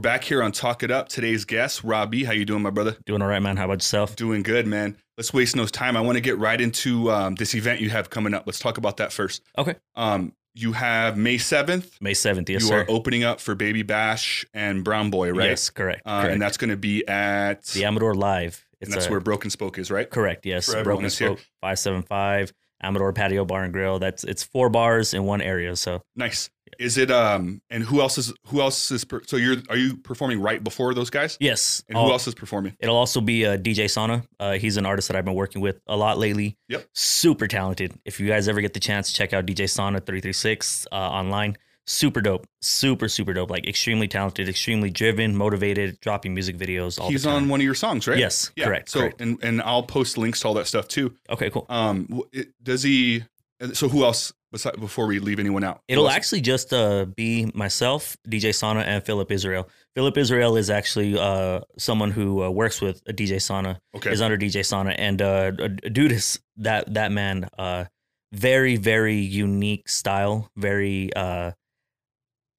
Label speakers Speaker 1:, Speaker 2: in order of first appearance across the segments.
Speaker 1: back here on Talk It Up. Today's guest, Robbie. How you doing, my brother?
Speaker 2: Doing all right, man. How about yourself?
Speaker 1: Doing good, man. Let's waste no time. I want to get right into um, this event you have coming up. Let's talk about that first.
Speaker 2: Okay.
Speaker 1: Um, you have May 7th.
Speaker 2: May 7th, yes,
Speaker 1: you
Speaker 2: sir.
Speaker 1: are opening up for Baby Bash and Brown Boy, right?
Speaker 2: Yes, correct.
Speaker 1: Uh,
Speaker 2: correct.
Speaker 1: And that's going to be at,
Speaker 2: the Amador Live.
Speaker 1: and that's
Speaker 2: a-
Speaker 1: where Broken Spoke is, right?
Speaker 2: Correct. Yes.
Speaker 1: For everyone
Speaker 2: Broken
Speaker 1: that's here.
Speaker 2: Spoke 575 Amador Patio Bar and Grill. That's it's four bars in one area. So
Speaker 1: Nice. Is it, um, and who else is, who else is, per, so you're, are you performing right before those guys?
Speaker 2: yes,
Speaker 1: And
Speaker 2: all-
Speaker 1: who else is performing?
Speaker 2: It'll also be uh, DJ Sauna. Uh, he's an artist that I've been working with a lot lately.
Speaker 1: Yep.
Speaker 2: Super talented. If you guys ever get the chance, check out DJ Sauna 336 uh, online. Super dope. Super, super dope. Like extremely talented, extremely driven, motivated, dropping music videos all
Speaker 1: He's
Speaker 2: the time.
Speaker 1: on one of your songs, right?
Speaker 2: Yes,
Speaker 1: Yeah.
Speaker 2: correct.
Speaker 1: So,
Speaker 2: correct.
Speaker 1: and, and I'll post links to all that stuff too.
Speaker 2: Okay, cool.
Speaker 1: Um, wh- it, does he, so who else, besides, before we leave anyone out? Who
Speaker 2: It'll
Speaker 1: else?
Speaker 2: actually just uh, be myself, DJ Sana, and Philip Israel. Philip Israel is actually uh, someone who uh, works with uh, DJ Sana,
Speaker 1: okay.
Speaker 2: is under DJ Sana, and uh, d- dude is that that man, uh, very very unique style. Very uh,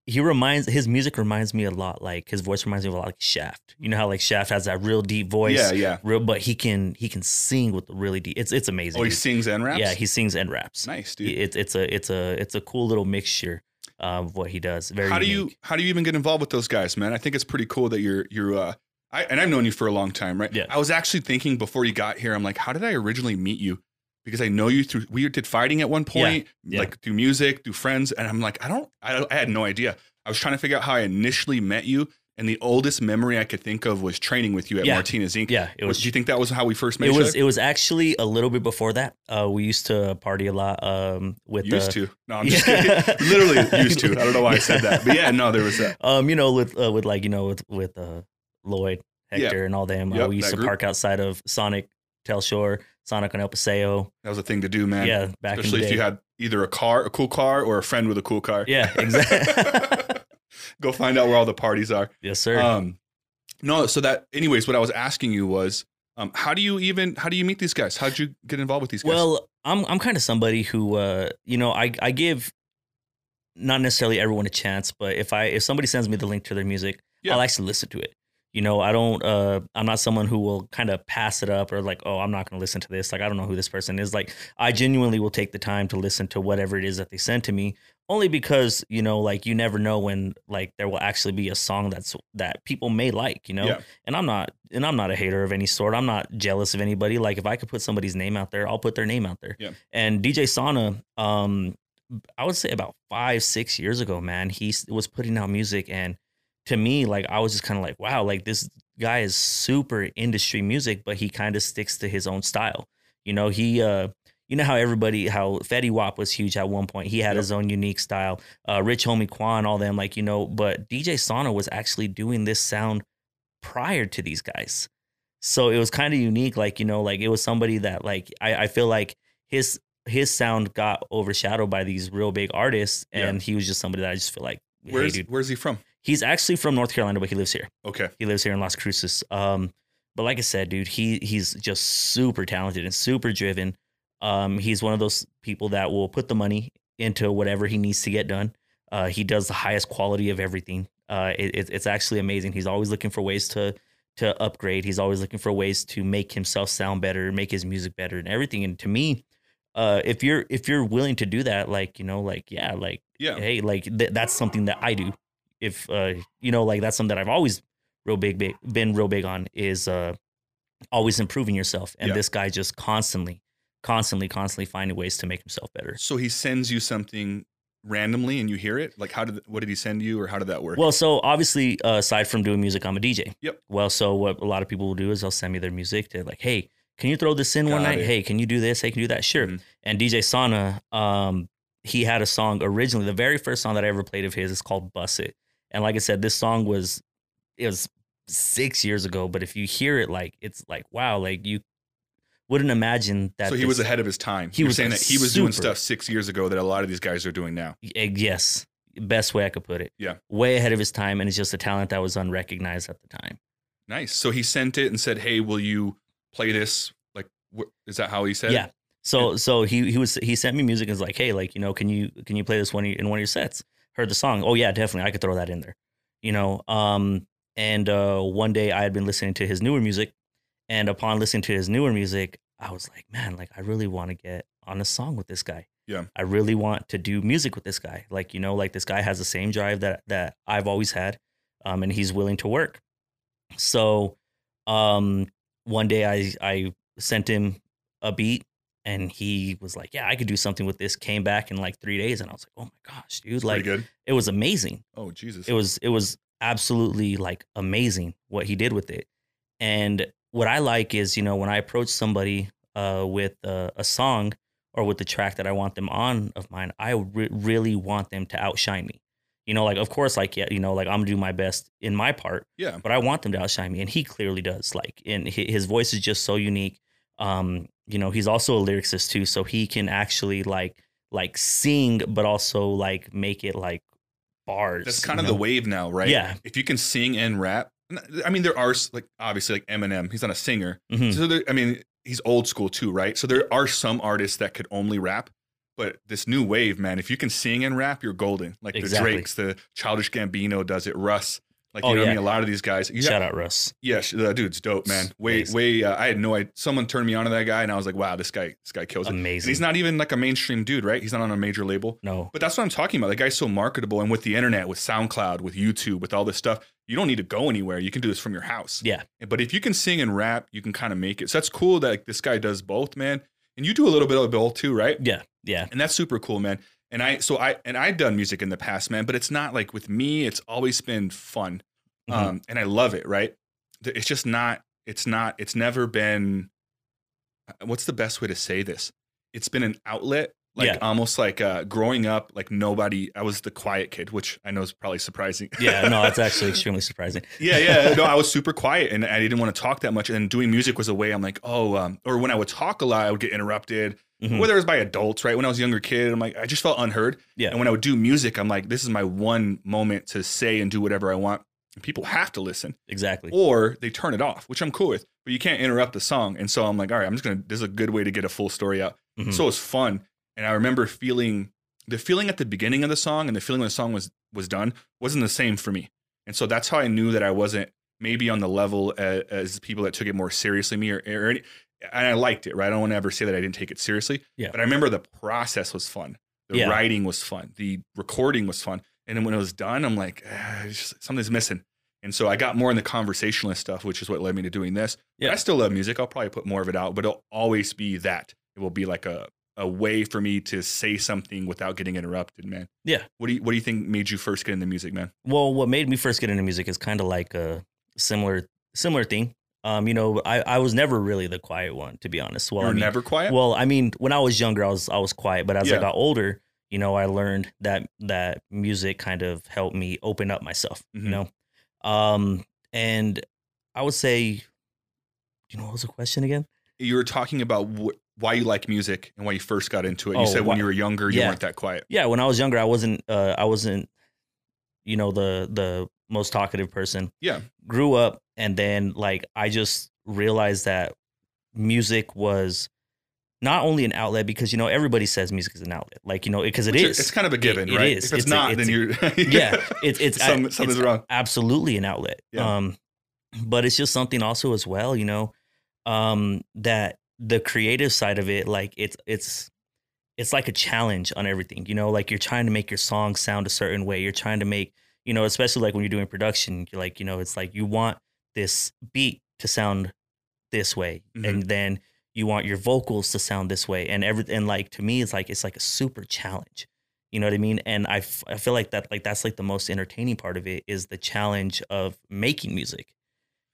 Speaker 2: he reminds his music reminds me a lot like his voice reminds me of a lot like Shaft. You know how like Shaft has that real deep voice,
Speaker 1: Yeah, yeah.
Speaker 2: real, but he can he can sing with really deep. It's it's amazing.
Speaker 1: Oh, he
Speaker 2: dude.
Speaker 1: sings and raps?
Speaker 2: Yeah, he sings and raps
Speaker 1: nice, dude.
Speaker 2: it's it's a it's a it's a cool little mixture uh, of what he does. Very.
Speaker 1: how do
Speaker 2: unique.
Speaker 1: you how do you even get involved with those guys, man? I think it's pretty cool that you're you're uh I and I've known you for a long time, right?
Speaker 2: Yeah.
Speaker 1: I was actually thinking before you got here, I'm like, how did I originally meet you? Because I know you through we did fighting at one point,
Speaker 2: yeah.
Speaker 1: like through music, through friends, and I'm like, I don't I don't, I had no idea. I was trying to figure out how I initially met you, and the oldest memory I could think of was training with you at
Speaker 2: Yeah.
Speaker 1: Martinez Inc.
Speaker 2: Yeah, it
Speaker 1: Was,
Speaker 2: was.
Speaker 1: do you think that was how we first met?
Speaker 2: It
Speaker 1: each
Speaker 2: was
Speaker 1: other?
Speaker 2: it was actually a little bit before that. Uh, we used to party a lot um, with
Speaker 1: used
Speaker 2: uh,
Speaker 1: to. No, I'm just kidding. Literally used to. I don't know why I said that, but yeah, no, there was that.
Speaker 2: Um, you know, with uh, with like you know with with uh, Lloyd
Speaker 1: Yeah.
Speaker 2: Hector and all them. uh,
Speaker 1: Yep,
Speaker 2: we used
Speaker 1: that
Speaker 2: to
Speaker 1: group.
Speaker 2: park outside of Sonic Tell Shore, Sonic on El Paseo.
Speaker 1: That was a thing to do, man.
Speaker 2: yeah, back
Speaker 1: especially
Speaker 2: in the
Speaker 1: if
Speaker 2: day.
Speaker 1: you had either a car, a cool car, or a friend with a cool car.
Speaker 2: yeah, exactly.
Speaker 1: Go find out where all the parties are.
Speaker 2: yes, sir.
Speaker 1: Um, no, so that, anyways, what I was asking you was, um, how do you even how do you meet these guys? How'd you get involved with these guys?
Speaker 2: Well, I'm I'm kind of somebody who uh, you know, I I give not necessarily everyone a chance, but if I if somebody sends me the link to their music,
Speaker 1: Yeah.
Speaker 2: I'll actually listen to it. You know, I don't uh I'm not someone who will kind of pass it up or like, oh, I'm not going to listen to this. Like I don't know who this person is. Like I genuinely will take the time to listen to whatever it is that they send to me only because, you know, like you never know when like there will actually be a song that's that people may like, you know?
Speaker 1: Yeah.
Speaker 2: and I'm not and I'm not a hater of any sort. I'm not jealous of anybody. Like if I could put somebody's name out there, I'll put their name out there.
Speaker 1: Yeah.
Speaker 2: And DJ Sauna, um, I would say about five six years ago, man, he s- was putting out music, and to me, like I was just kind of like, wow, like this guy is super industry music, but he kind of sticks to his own style. You know, he uh. You know how everybody, how Fetty Wap was huge at one point. He had
Speaker 1: Yep.
Speaker 2: his own unique style. Uh, Rich Homie Quan, all them, like you know. But DJ Sauna was actually doing this sound prior to these guys. So it was kind of unique. Like, you know, like it was somebody that like I, I feel like his his sound got overshadowed by these real big artists. And he was just somebody that I just feel like hey,
Speaker 1: where's
Speaker 2: dude.
Speaker 1: where's he from?
Speaker 2: he's actually from North Carolina, but he lives here.
Speaker 1: Okay,
Speaker 2: He lives here in Las Cruces. Um, but like I said, dude, he he's just super talented and super driven. Um, he's one of those people that will put the money into whatever he needs to get done. Uh, he does the highest quality of everything. Uh, it, it's- it's actually amazing. He's always looking for ways to to upgrade. He's always looking for ways to make himself sound better, make his music better, and everything. And to me, uh, if you're if you're willing to do that, like you know, like yeah, like
Speaker 1: yeah,
Speaker 2: hey like th- that's something that i do if uh you know like that's something that i've always real big, big been real big on is uh always improving yourself and
Speaker 1: Yeah.
Speaker 2: this guy just constantly constantly constantly finding ways to make himself better
Speaker 1: So he sends you something randomly, and you hear it. Like, how did what did he send you, or how did that work?
Speaker 2: well so obviously uh, aside from doing music i'm a dj
Speaker 1: Yep.
Speaker 2: well so what a lot of people will do is they'll send me their music they're like hey can you throw this in one
Speaker 1: Got
Speaker 2: night
Speaker 1: it.
Speaker 2: hey can you do this hey can you do that sure
Speaker 1: Mhm.
Speaker 2: and dj sana um he had a song originally the very first song that i ever played of his is called bus it and like i said this song was it was six years ago, but if you hear it, like it's like wow, like you wouldn't imagine that.
Speaker 1: so he
Speaker 2: this-
Speaker 1: was ahead of his time.
Speaker 2: he
Speaker 1: He was
Speaker 2: was
Speaker 1: saying
Speaker 2: a
Speaker 1: that he was doing
Speaker 2: super-
Speaker 1: stuff six years ago that a lot of these guys are doing now.
Speaker 2: Eh, yes, best way I could put it.
Speaker 1: Yeah.
Speaker 2: way ahead of his time, and it's just a talent that was unrecognized at the time.
Speaker 1: Nice. So he sent it and said, "Hey, will you play this?" Like, wh- is that how he said?
Speaker 2: Yeah. So so he he was he sent me music and was like, hey, like you know, can you can you play this one of your- in one of your sets? Heard the song. Oh yeah, definitely, I could throw that in there. You know, um, And uh, one day I had been listening to his newer music. And upon listening to his newer music, I was like, man, like I really want to get on a song with this guy.
Speaker 1: Yeah.
Speaker 2: I really want to do music with this guy. Like, you know, like this guy has the same drive that that I've always had. Um, and he's willing to work. So um one day I I sent him a beat and he was like, Yeah, I could do something with this. Came back in like three days and I was like, Oh my gosh, dude,
Speaker 1: Pretty
Speaker 2: like
Speaker 1: good.
Speaker 2: it was amazing
Speaker 1: Oh Jesus.
Speaker 2: it was it was absolutely like amazing what he did with it and what i like is you know when i approach somebody uh, with a, a song or with the track that i want them on of mine i re- really want them to outshine me you know like of course like yeah you know like i'm gonna do my best in my part
Speaker 1: yeah.
Speaker 2: but I want them to outshine me, and he clearly does. Like, and hi- his voice is just so unique. Um, you know, he's also a lyricist too, so he can actually like like sing, but also like make it like bars.
Speaker 1: That's kind
Speaker 2: you
Speaker 1: of
Speaker 2: know?
Speaker 1: the wave now, right?
Speaker 2: Yeah.
Speaker 1: If you can sing and rap, I mean, there are s- like obviously like Eminem. He's not a singer,
Speaker 2: Mhm.
Speaker 1: So there, I mean, he's old school too, right? So there are some artists that could only rap, but this new wave, man, if you can sing and rap, you're golden. Like
Speaker 2: Exactly.
Speaker 1: the Drakes, the Childish Gambino does it, Russ. Like you
Speaker 2: Oh,
Speaker 1: know what
Speaker 2: yeah.
Speaker 1: I mean? A lot of these guys. You
Speaker 2: Shout out Russ.
Speaker 1: yeah, sh- the dude's dope, man. Way,
Speaker 2: Amazing.
Speaker 1: way. Uh, I had no idea. Someone turned me on to that guy, and I was like, wow, this guy, this guy kills it. And
Speaker 2: Amazing.
Speaker 1: he's not even like a mainstream dude, right? He's not on a major label.
Speaker 2: no.
Speaker 1: But that's what I'm talking about. The guy's so marketable, and with the internet, with SoundCloud, with YouTube, with all this stuff, you don't need to go anywhere. You can do this from your house.
Speaker 2: Yeah.
Speaker 1: But if you can sing and rap, you can kind of make it. So that's cool that like, this guy does both, man. And you do a little bit of both too, right?
Speaker 2: Yeah. Yeah.
Speaker 1: And that's super cool, man. And I so I and I've done music in the past, man. But it's not like with me. It's always been fun,
Speaker 2: Mhm.
Speaker 1: um, and I love it. Right? Th- It's just not. It's not. It's never been. uh, What's the best way to say this? It's been an outlet, like
Speaker 2: Yeah.
Speaker 1: almost like uh, growing up. Like nobody. I was the quiet kid, which I know is probably surprising.
Speaker 2: yeah. No, that's actually extremely surprising.
Speaker 1: yeah, yeah. No, I was super quiet and I didn't want to talk that much. And doing music was a way I'm like, oh, um, or when I would talk a lot, I would get interrupted
Speaker 2: Mhm.
Speaker 1: whether it was by adults, right? When I was a younger kid, I'm like, I just felt unheard.
Speaker 2: Yeah.
Speaker 1: And when I would do music, I'm like, this is my one moment to say and do whatever I want. And people have to listen
Speaker 2: Exactly.
Speaker 1: or they turn it off, which I'm cool with, but you can't interrupt the song. And so I'm like, all right, I'm just going to, this is a good way to get a full story out.
Speaker 2: Mhm.
Speaker 1: So it was fun. And I remember feeling the feeling at the beginning of the song and the feeling when the song was, was done wasn't the same for me. And so that's how I knew that I wasn't maybe on the level as, as people that took it more seriously me or, or any, and I liked it, right? I don't want to ever say that I didn't take it seriously,
Speaker 2: Yeah.
Speaker 1: but I remember the process was fun. The
Speaker 2: Yeah.
Speaker 1: writing was fun. The recording was fun. And then when it was done, I'm like, ah, it's just- something's missing. And so I got more in the conversationalist stuff, which is what led me to doing this. But
Speaker 2: Yeah.
Speaker 1: I still love music. I'll probably put more of it out, but it'll always be that. It will be like a, a way for me to say something without getting interrupted, man.
Speaker 2: Yeah.
Speaker 1: What do you what do you think made you first get into music, man?
Speaker 2: well what made me first get into music is kind of like a similar similar thing um you know i i was never really the quiet one to be honest well
Speaker 1: you
Speaker 2: I
Speaker 1: were
Speaker 2: mean,
Speaker 1: never quiet?
Speaker 2: well i mean when i was younger i was i was quiet but as i
Speaker 1: Yeah.
Speaker 2: got older you know i learned that that music kind of helped me open up myself
Speaker 1: Mhm.
Speaker 2: you know um and i would say you know what was the question again
Speaker 1: you were talking about wh- why you like music and why you first got into it.
Speaker 2: Oh,
Speaker 1: you said
Speaker 2: why-
Speaker 1: when you were younger, you
Speaker 2: Yeah.
Speaker 1: weren't that quiet.
Speaker 2: yeah when i was younger i wasn't uh i wasn't you know the the most talkative person
Speaker 1: Yeah.
Speaker 2: grew up and then like i just realized that music was not only an outlet because you know everybody says music is an outlet like you know because it
Speaker 1: Which
Speaker 2: is
Speaker 1: It's kind of a given,
Speaker 2: it
Speaker 1: right?
Speaker 2: is.
Speaker 1: If it's,
Speaker 2: It's a-
Speaker 1: not,
Speaker 2: it's
Speaker 1: then
Speaker 2: a-
Speaker 1: you're
Speaker 2: yeah it's it's
Speaker 1: Some- something's
Speaker 2: it's
Speaker 1: wrong.
Speaker 2: absolutely an outlet
Speaker 1: Yeah.
Speaker 2: um but it's just something also as well you know um that the creative side of it like it's it's it's like a challenge on everything you know like you're trying to make your song sound a certain way you're trying to make you know especially like when you're doing production you're like you know it's like you want this beat to sound this way
Speaker 1: Mhm.
Speaker 2: and then you want your vocals to sound this way and everything and like to me it's like it's like a super challenge you know what i mean and I, f- I feel like that like that's like the most entertaining part of it is the challenge of making music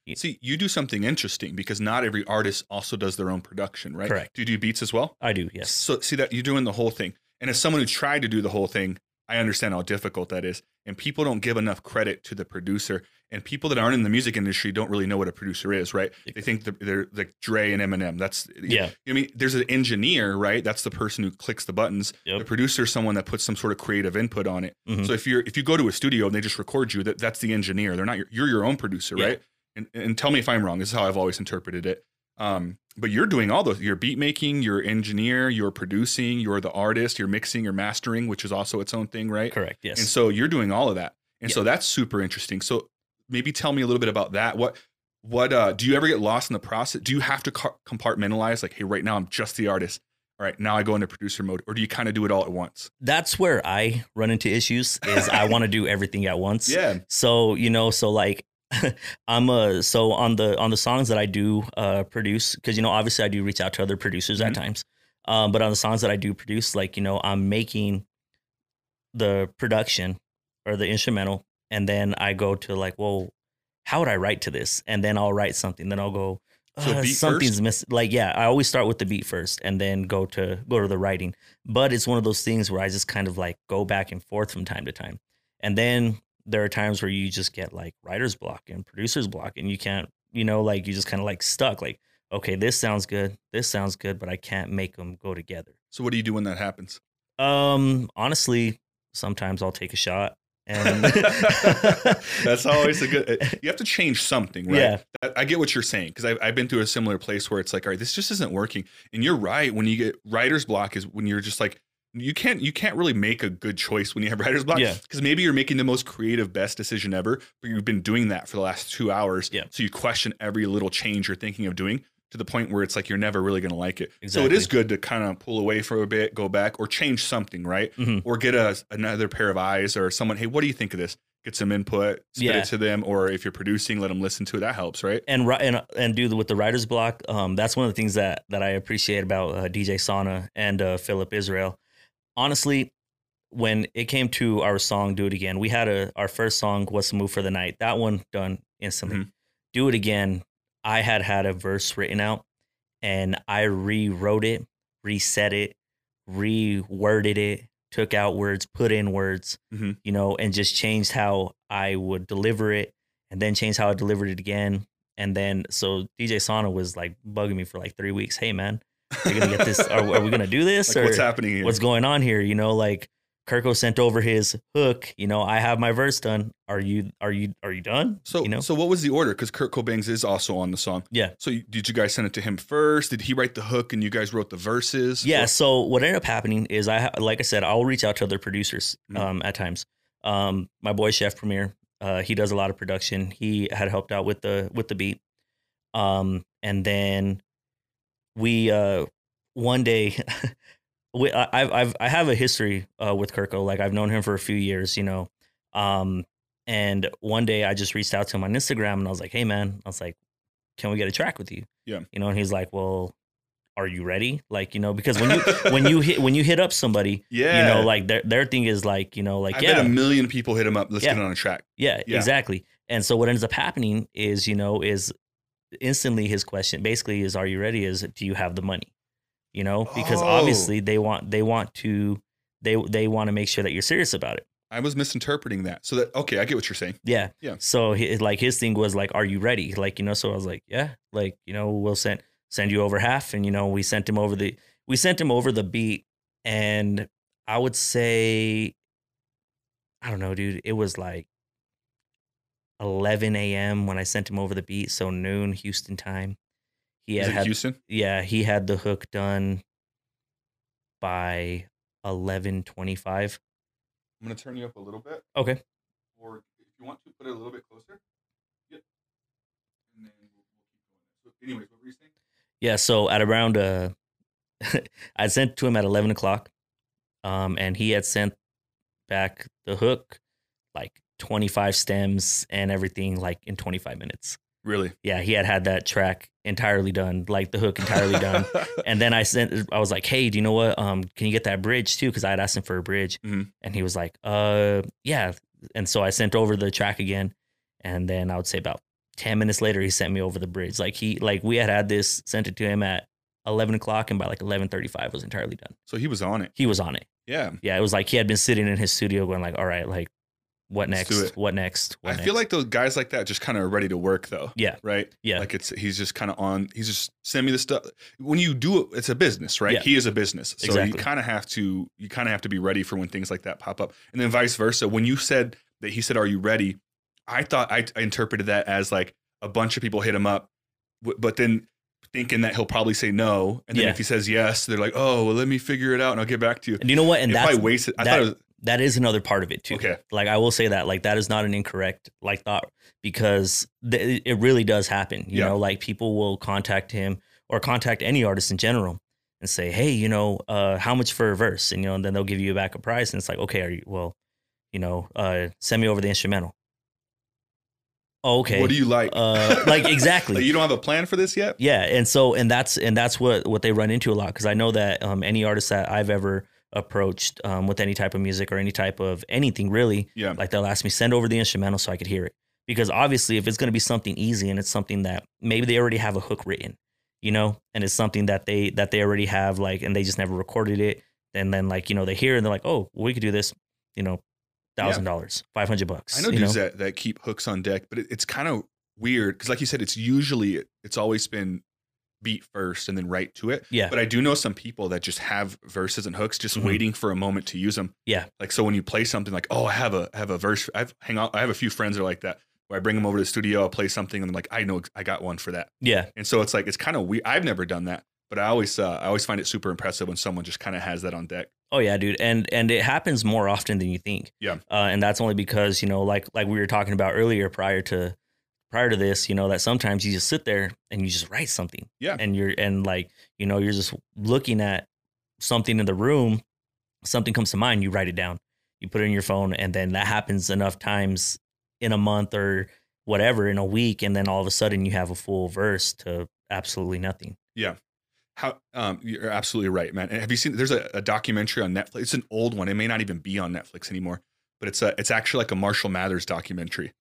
Speaker 1: See, you do something interesting because not every artist also does their own production, right?
Speaker 2: Correct.
Speaker 1: Do you do beats as well?
Speaker 2: i do yes
Speaker 1: So see that you're doing the whole thing. And as someone who tried to do the whole thing, I understand how difficult that is. And people don't give enough credit to the producer. And people that aren't in the music industry don't really know what a producer is, right? They think that they're like Dre and Eminem. That's
Speaker 2: yeah
Speaker 1: I mean, there's an engineer, right? That's the person who clicks the buttons.
Speaker 2: Yep.
Speaker 1: The producer is someone that puts some sort of creative input on it.
Speaker 2: Mhm.
Speaker 1: So if you're if you go to a studio and they just record you, that that's the engineer. They're not your, you're your own producer,
Speaker 2: Yeah.
Speaker 1: right? And and tell me if I'm wrong. This is how I've always interpreted it. Um, but you're doing all those. You're beat making. You're engineer. You're producing. You're the artist. You're mixing. You're mastering, which is also its own thing, right?
Speaker 2: correct yes
Speaker 1: And so you're doing all of that. And
Speaker 2: Yeah.
Speaker 1: so that's super interesting. So maybe tell me a little bit about that. What what uh do you ever get lost in the process? Do you have to car- compartmentalize like hey right now I'm just the artist. All right, now I go into producer mode or do you kind of do it all at once?
Speaker 2: That's where I run into issues is I want to do everything at once.
Speaker 1: Yeah.
Speaker 2: So, you know, so like I'm uh so on the on the songs that I do uh produce because you know obviously I do reach out to other producers at
Speaker 1: Mhm.
Speaker 2: times. Um but on the songs that I do produce like you know I'm making the production or the instrumental and then I go to like well how would I write to this and then I'll write something then I'll go
Speaker 1: So
Speaker 2: "Uh,
Speaker 1: beat
Speaker 2: something's missing like yeah I always start with the beat first and then go to go to the writing but it's one of those things where I just kind of like go back and forth from time to time and then there are times where you just get like writer's block and producer's block and you can't you know like you just kind of like stuck like okay this sounds good this sounds good but i can't make them go together
Speaker 1: So what do you do when that happens?
Speaker 2: um honestly sometimes i'll take a shot and
Speaker 1: That's always a good. You have to change something, right?
Speaker 2: yeah
Speaker 1: I- I get what you're saying because I've, I've been through a similar place where it's like, all right, this just isn't working. And you're right. When you get writer's block is when you're just like, you can't you can't really make a good choice when you have writer's block.
Speaker 2: Yeah.
Speaker 1: Because maybe you're making the most creative, best decision ever, but you've been doing that for the last two hours.
Speaker 2: Yeah.
Speaker 1: So you question every little change you're thinking of doing to the point where it's like you're never really going to like it. So
Speaker 2: Exactly.
Speaker 1: it is good to kind of pull away for a bit, go back, or change something, right?
Speaker 2: Mhm.
Speaker 1: Or get a another pair of eyes or someone. Hey, what do you think of this? Get some input, spit
Speaker 2: Yeah.
Speaker 1: it to them, or if you're producing, let them listen to it. That helps, right?
Speaker 2: and ri- and and do the, with the writer's block. Um, that's one of the things that that I appreciate about uh, DJ Sauna and uh, Philip Israel. Honestly, when it came to our song "Do It Again," we had a our first song "What's the Move for the Night." That one done instantly.
Speaker 1: Mhm.
Speaker 2: "Do It Again," I had had a verse written out, and I rewrote it, reset it, reworded it, took out words, put in words,
Speaker 1: Mhm.
Speaker 2: you know, and just changed how I would deliver it, and then changed how I delivered it again. And then so DJ Sauna was like bugging me for like three weeks. Hey man, are we gonna get this? Are, are we gonna do this?
Speaker 1: Like,
Speaker 2: or
Speaker 1: what's happening here?
Speaker 2: what's going on here? You know, like Kirko sent over his hook. You know, I have my verse done. Are you? Are you? Are you done?
Speaker 1: so,
Speaker 2: you know,
Speaker 1: so what was the order? Because Kurt Cobain's is also on the song.
Speaker 2: Yeah.
Speaker 1: So, you, did you guys send it to him first? Did he write the hook and you guys wrote the verses?
Speaker 2: Yeah. So what ended up happening is I, ha- like I said, I'll reach out to other producers
Speaker 1: Mhm.
Speaker 2: um, at times. Um, my boy Chef Premier, uh, he does a lot of production. He had helped out with the with the beat, um, and then we uh, one day. We, I, I've, I've I have a history uh, with Kirko. Like I've known him for a few years, you know. Um, and one day I just reached out to him on Instagram and I was like, "Hey, man," I was like, "Can we get a track with you?"
Speaker 1: Yeah.
Speaker 2: You know, and he's like, "Well, are you ready?" Like, you know, because when you when you hit when you hit up somebody,
Speaker 1: yeah.
Speaker 2: you know, like their their thing is like, you know, like
Speaker 1: I
Speaker 2: yeah,
Speaker 1: bet a million people hit him up. Let's
Speaker 2: Yeah.
Speaker 1: get it on a track.
Speaker 2: yeah,
Speaker 1: Yeah.
Speaker 2: exactly. And so what ends up happening is, you know, is instantly his question basically is, "Are you ready?" Is do you have the money? You know, because
Speaker 1: Oh.
Speaker 2: obviously they want they want to they they want to make sure that you're serious about it.
Speaker 1: I was misinterpreting that. So that okay, I get what you're saying.
Speaker 2: Yeah.
Speaker 1: Yeah.
Speaker 2: So he, like his thing was like, "Are you ready?" Like you know, so I was like, "Yeah." Like you know, we'll send send you over half, and you know, we sent him over the we sent him over the beat, and I would say, I don't know, dude. It was like 11 a.m. when I sent him over the beat, so noon Houston time. He
Speaker 1: Is
Speaker 2: had,
Speaker 1: it
Speaker 2: had
Speaker 1: Houston?
Speaker 2: yeah, he had the hook done by 11:25.
Speaker 1: I'm gonna turn you up a little bit,
Speaker 2: Okay.
Speaker 1: or if you want to, put it a little bit closer. Yep. And then we'll, we'll keep going. So, anyways, what were you saying?
Speaker 2: Yeah, so at around uh I sent to him at eleven o'clock. Um and he had sent back the hook like twenty five stems and everything like in twenty five minutes.
Speaker 1: Really
Speaker 2: Yeah, he had had that track entirely done, like the hook entirely done. And then I sent, I was like, hey, do you know what? Um, can you get that bridge too? Because I had asked him for a bridge,
Speaker 1: Mhm.
Speaker 2: and he was like, uh, yeah. And so I sent over the track again, and then I would say about ten minutes later, he sent me over the bridge. Like he, like we had had this sent it to him at eleven o'clock, and by like eleven thirty-five, was entirely done.
Speaker 1: so he was on it.
Speaker 2: He was on it.
Speaker 1: Yeah.
Speaker 2: Yeah, it was like he had been sitting in his studio, going like, all right, like, what
Speaker 1: Let's do
Speaker 2: next?
Speaker 1: it.
Speaker 2: What next? What
Speaker 1: I
Speaker 2: next?
Speaker 1: feel like those guys like that just kind of are ready to work though.
Speaker 2: Yeah.
Speaker 1: Right.
Speaker 2: Yeah.
Speaker 1: Like it's he's just kind of on. He's just send me the stuff. When you do it, it's a business, right?
Speaker 2: Yeah.
Speaker 1: He is a business, so you
Speaker 2: Exactly.
Speaker 1: kind of have to you kind of have to be ready for when things like that pop up, and then vice versa. When you said that he said, "Are you ready?" I thought I, I interpreted that as like a bunch of people hit him up, w- but then thinking that he'll probably say no, and then
Speaker 2: Yeah.
Speaker 1: if he says yes, they're like, "Oh, well, let me figure it out, and I'll get back to you."
Speaker 2: and you know what? And
Speaker 1: if
Speaker 2: that's
Speaker 1: I wasted, I
Speaker 2: that-
Speaker 1: thought it was,
Speaker 2: that is another part of it too.
Speaker 1: Okay.
Speaker 2: Like I will say that like that is not an incorrect like thought because th- it really does happen. You
Speaker 1: Yeah.
Speaker 2: know, like people will contact him or contact any artist in general and say, "Hey, you know, uh, how much for a verse?" And you know, and then they'll give you back a price, and it's like, "Okay, are you well? You know, uh, send me over the instrumental." Oh, okay.
Speaker 1: What do you like?
Speaker 2: Uh, like, exactly.
Speaker 1: Like, you don't have a plan for this yet?
Speaker 2: Yeah, and so and that's and that's what what they run into a lot because I know that um, any artist that I've ever approached um, with any type of music or any type of anything really,
Speaker 1: Yeah.
Speaker 2: like they'll ask me send over the instrumental so I could hear it because obviously if it's going to be something easy and it's something that maybe they already have a hook written, you know, and it's something that they that they already have like and they just never recorded it and then like you know they hear it and they're like oh we could do this you know
Speaker 1: Yeah.
Speaker 2: thousand dollars five hundred bucks
Speaker 1: I know
Speaker 2: you
Speaker 1: dudes that, that keep hooks on deck, but it, it's kind of weird because, like you said, it's usually it's always been beat first and then right to it.
Speaker 2: yeah
Speaker 1: But I do know some people that just have verses and hooks, just
Speaker 2: Mhm.
Speaker 1: waiting for a moment to use them.
Speaker 2: Yeah.
Speaker 1: Like so, when you play something, like oh, I have a I have a verse. I've hang out. I have a few friends that are like that. Where I bring them over to the studio, I'll play something, and I'm like, I know I got one for that.
Speaker 2: yeah
Speaker 1: And so it's like it's kind of weird. I've never done that, but I always uh, I always find it super impressive when someone just kind of has that on deck.
Speaker 2: Oh yeah, dude, and and it happens more often than you think.
Speaker 1: Yeah.
Speaker 2: uh, and that's only because you know, like like we were talking about earlier, prior to prior to this, you know, that sometimes you just sit there and you just write something.
Speaker 1: Yeah.
Speaker 2: and you're and like you know you're just looking at something in the room, something comes to mind, you write it down, you put it in your phone, and then that happens enough times in a month or whatever in a week, and then all of a sudden you have a full verse to absolutely nothing.
Speaker 1: How um, you're absolutely right, man. And have you seen? There's a, a documentary on Netflix. It's an old one. It may not even be on Netflix anymore, but it's a it's actually like a Marshall Mathers documentary.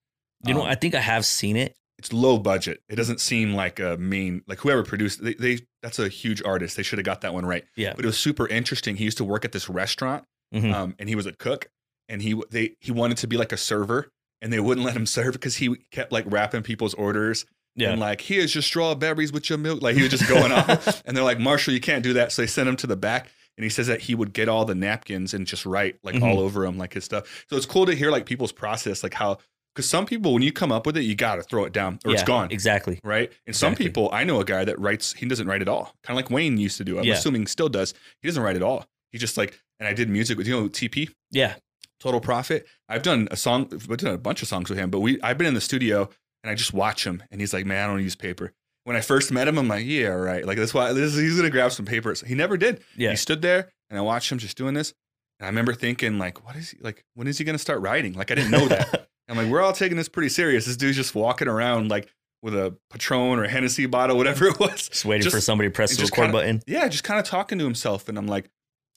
Speaker 2: You know,
Speaker 1: Um,
Speaker 2: I think I have seen it.
Speaker 1: it's low budget. It doesn't seem like a main like whoever produced they, they that's a huge artist. They should have got that one right.
Speaker 2: Yeah.
Speaker 1: But it was super interesting. He used to work at this restaurant,
Speaker 2: Mhm.
Speaker 1: um, and he was a cook, and he w- they he wanted to be like a server, and they wouldn't let him serve because he kept like wrapping people's orders.
Speaker 2: Yeah.
Speaker 1: And like, here's your strawberries with your milk. Like he was just going off, and they're like, Marshall, you can't do that. So they sent him to the back. And he says that he would get all the napkins and just write like
Speaker 2: Mm-hmm.
Speaker 1: all over them, like his stuff. So it's cool to hear like people's process, like how, because some people, when you come up with it, you got to throw it down or it's
Speaker 2: Yeah,
Speaker 1: gone
Speaker 2: Exactly.
Speaker 1: right? And some
Speaker 2: Exactly.
Speaker 1: people, I know a guy that writes, he doesn't write at all. Kind of like Wayne used to do. I'm
Speaker 2: Yeah.
Speaker 1: assuming still does. He doesn't write at all. He just like, and I did music with, you know, TP,
Speaker 2: Yeah.
Speaker 1: Total Profit. I've done a song, I've done a bunch of songs with him, but we, I've been in the studio and I just watch him and he's like, man, I don't use paper. When I first met him, I'm like, yeah, all right. Like, that's why this, he's going to grab some papers. He never did.
Speaker 2: Yeah.
Speaker 1: He stood there and I watched him just doing this. And I remember thinking, like, what is he like? When is he going to start writing? Like, I didn't know that. I'm like, we're all taking this pretty serious. This dude's just walking around like with a Patron or Hennessy bottle, whatever it was.
Speaker 2: Just waiting for
Speaker 1: Just-
Speaker 2: somebody to press
Speaker 1: it
Speaker 2: the
Speaker 1: just
Speaker 2: record
Speaker 1: kinda-
Speaker 2: button.
Speaker 1: Yeah, just kind of talking to himself. And I'm like,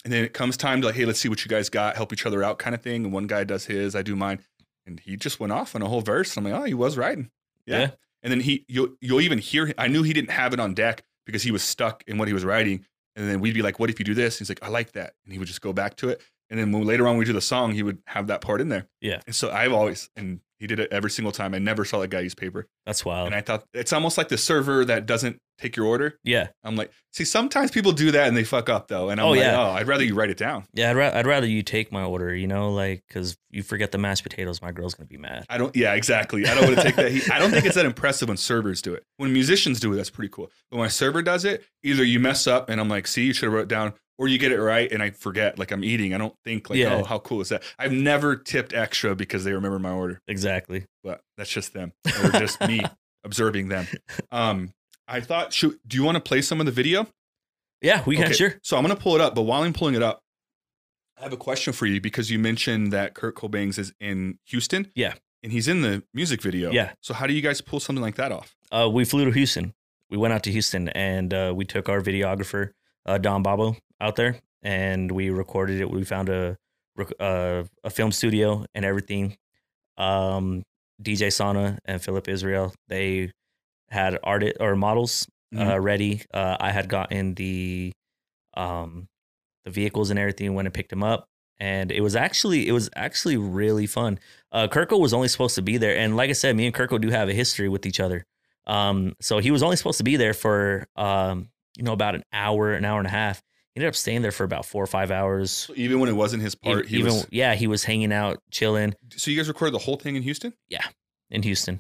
Speaker 1: and then it comes time to like, hey, let's see what you guys got, help each other out kind of thing. And one guy does his, I do mine. And he just went off on a whole verse. I'm like, oh, he was riding. Yeah.
Speaker 2: Yeah.
Speaker 1: And then he, you'll, you'll even hear, I knew he didn't have it on deck because he was stuck in what he was writing. And then we'd be like, what if you do this? He's like, I like that. And he would just go back to it. And then when, later on, we do the song, he would have that part in there.
Speaker 2: Yeah.
Speaker 1: And so I've always, and he did it every single time. I never saw that guy use paper.
Speaker 2: That's wild.
Speaker 1: And I thought it's almost like the server that doesn't take your order.
Speaker 2: yeah,
Speaker 1: I'm like, see, sometimes people do that and they fuck up though. And I'm
Speaker 2: Oh,
Speaker 1: like,
Speaker 2: yeah.
Speaker 1: oh, I'd rather you write it down.
Speaker 2: yeah. I'd, ra- I'd rather you take my order, you know, like because you forget the mashed potatoes, my girl's gonna be mad.
Speaker 1: I don't, yeah, exactly. I don't want to take that. Heat. I don't think it's that impressive when servers do it. When musicians do it, that's pretty cool. But when a server does it, either you mess up and I'm like, see, you should have wrote it down, or you get it right and I forget, like I'm eating. I don't think like,
Speaker 2: Yeah.
Speaker 1: oh, how cool is that? I've never tipped extra because they remember my order,
Speaker 2: Exactly.
Speaker 1: but that's just them or just me observing them. Um, I thought, shoot, do you want to play some of the video?
Speaker 2: Yeah, we can
Speaker 1: Okay,
Speaker 2: sure.
Speaker 1: So I'm gonna pull it up, but while I'm pulling it up, I have a question for you because you mentioned that Kurt Cobain's is in Houston.
Speaker 2: Yeah.
Speaker 1: And he's in the music video.
Speaker 2: Yeah.
Speaker 1: So how do you guys pull something like that off?
Speaker 2: Uh, we flew to Houston. We went out to Houston and uh, we took our videographer uh, Don Babo out there and we recorded it. We found a rec- uh, a film studio and everything. Um, DJ Sana and Philip Israel they had art or models uh,
Speaker 1: Mhm.
Speaker 2: ready. Uh, I had gotten the um, the vehicles and everything went and picked him up, and it was actually it was actually really fun. Uh, Kirko was only supposed to be there, and like I said, me and Kirko do have a history with each other. Um, so he was only supposed to be there for um, you know about an hour, an hour and a half. He ended up staying there for about four or five hours.
Speaker 1: So even when it wasn't his part,
Speaker 2: Even,
Speaker 1: he was
Speaker 2: yeah, he was hanging out, chilling
Speaker 1: so you guys recorded the whole thing in Houston?
Speaker 2: in Houston.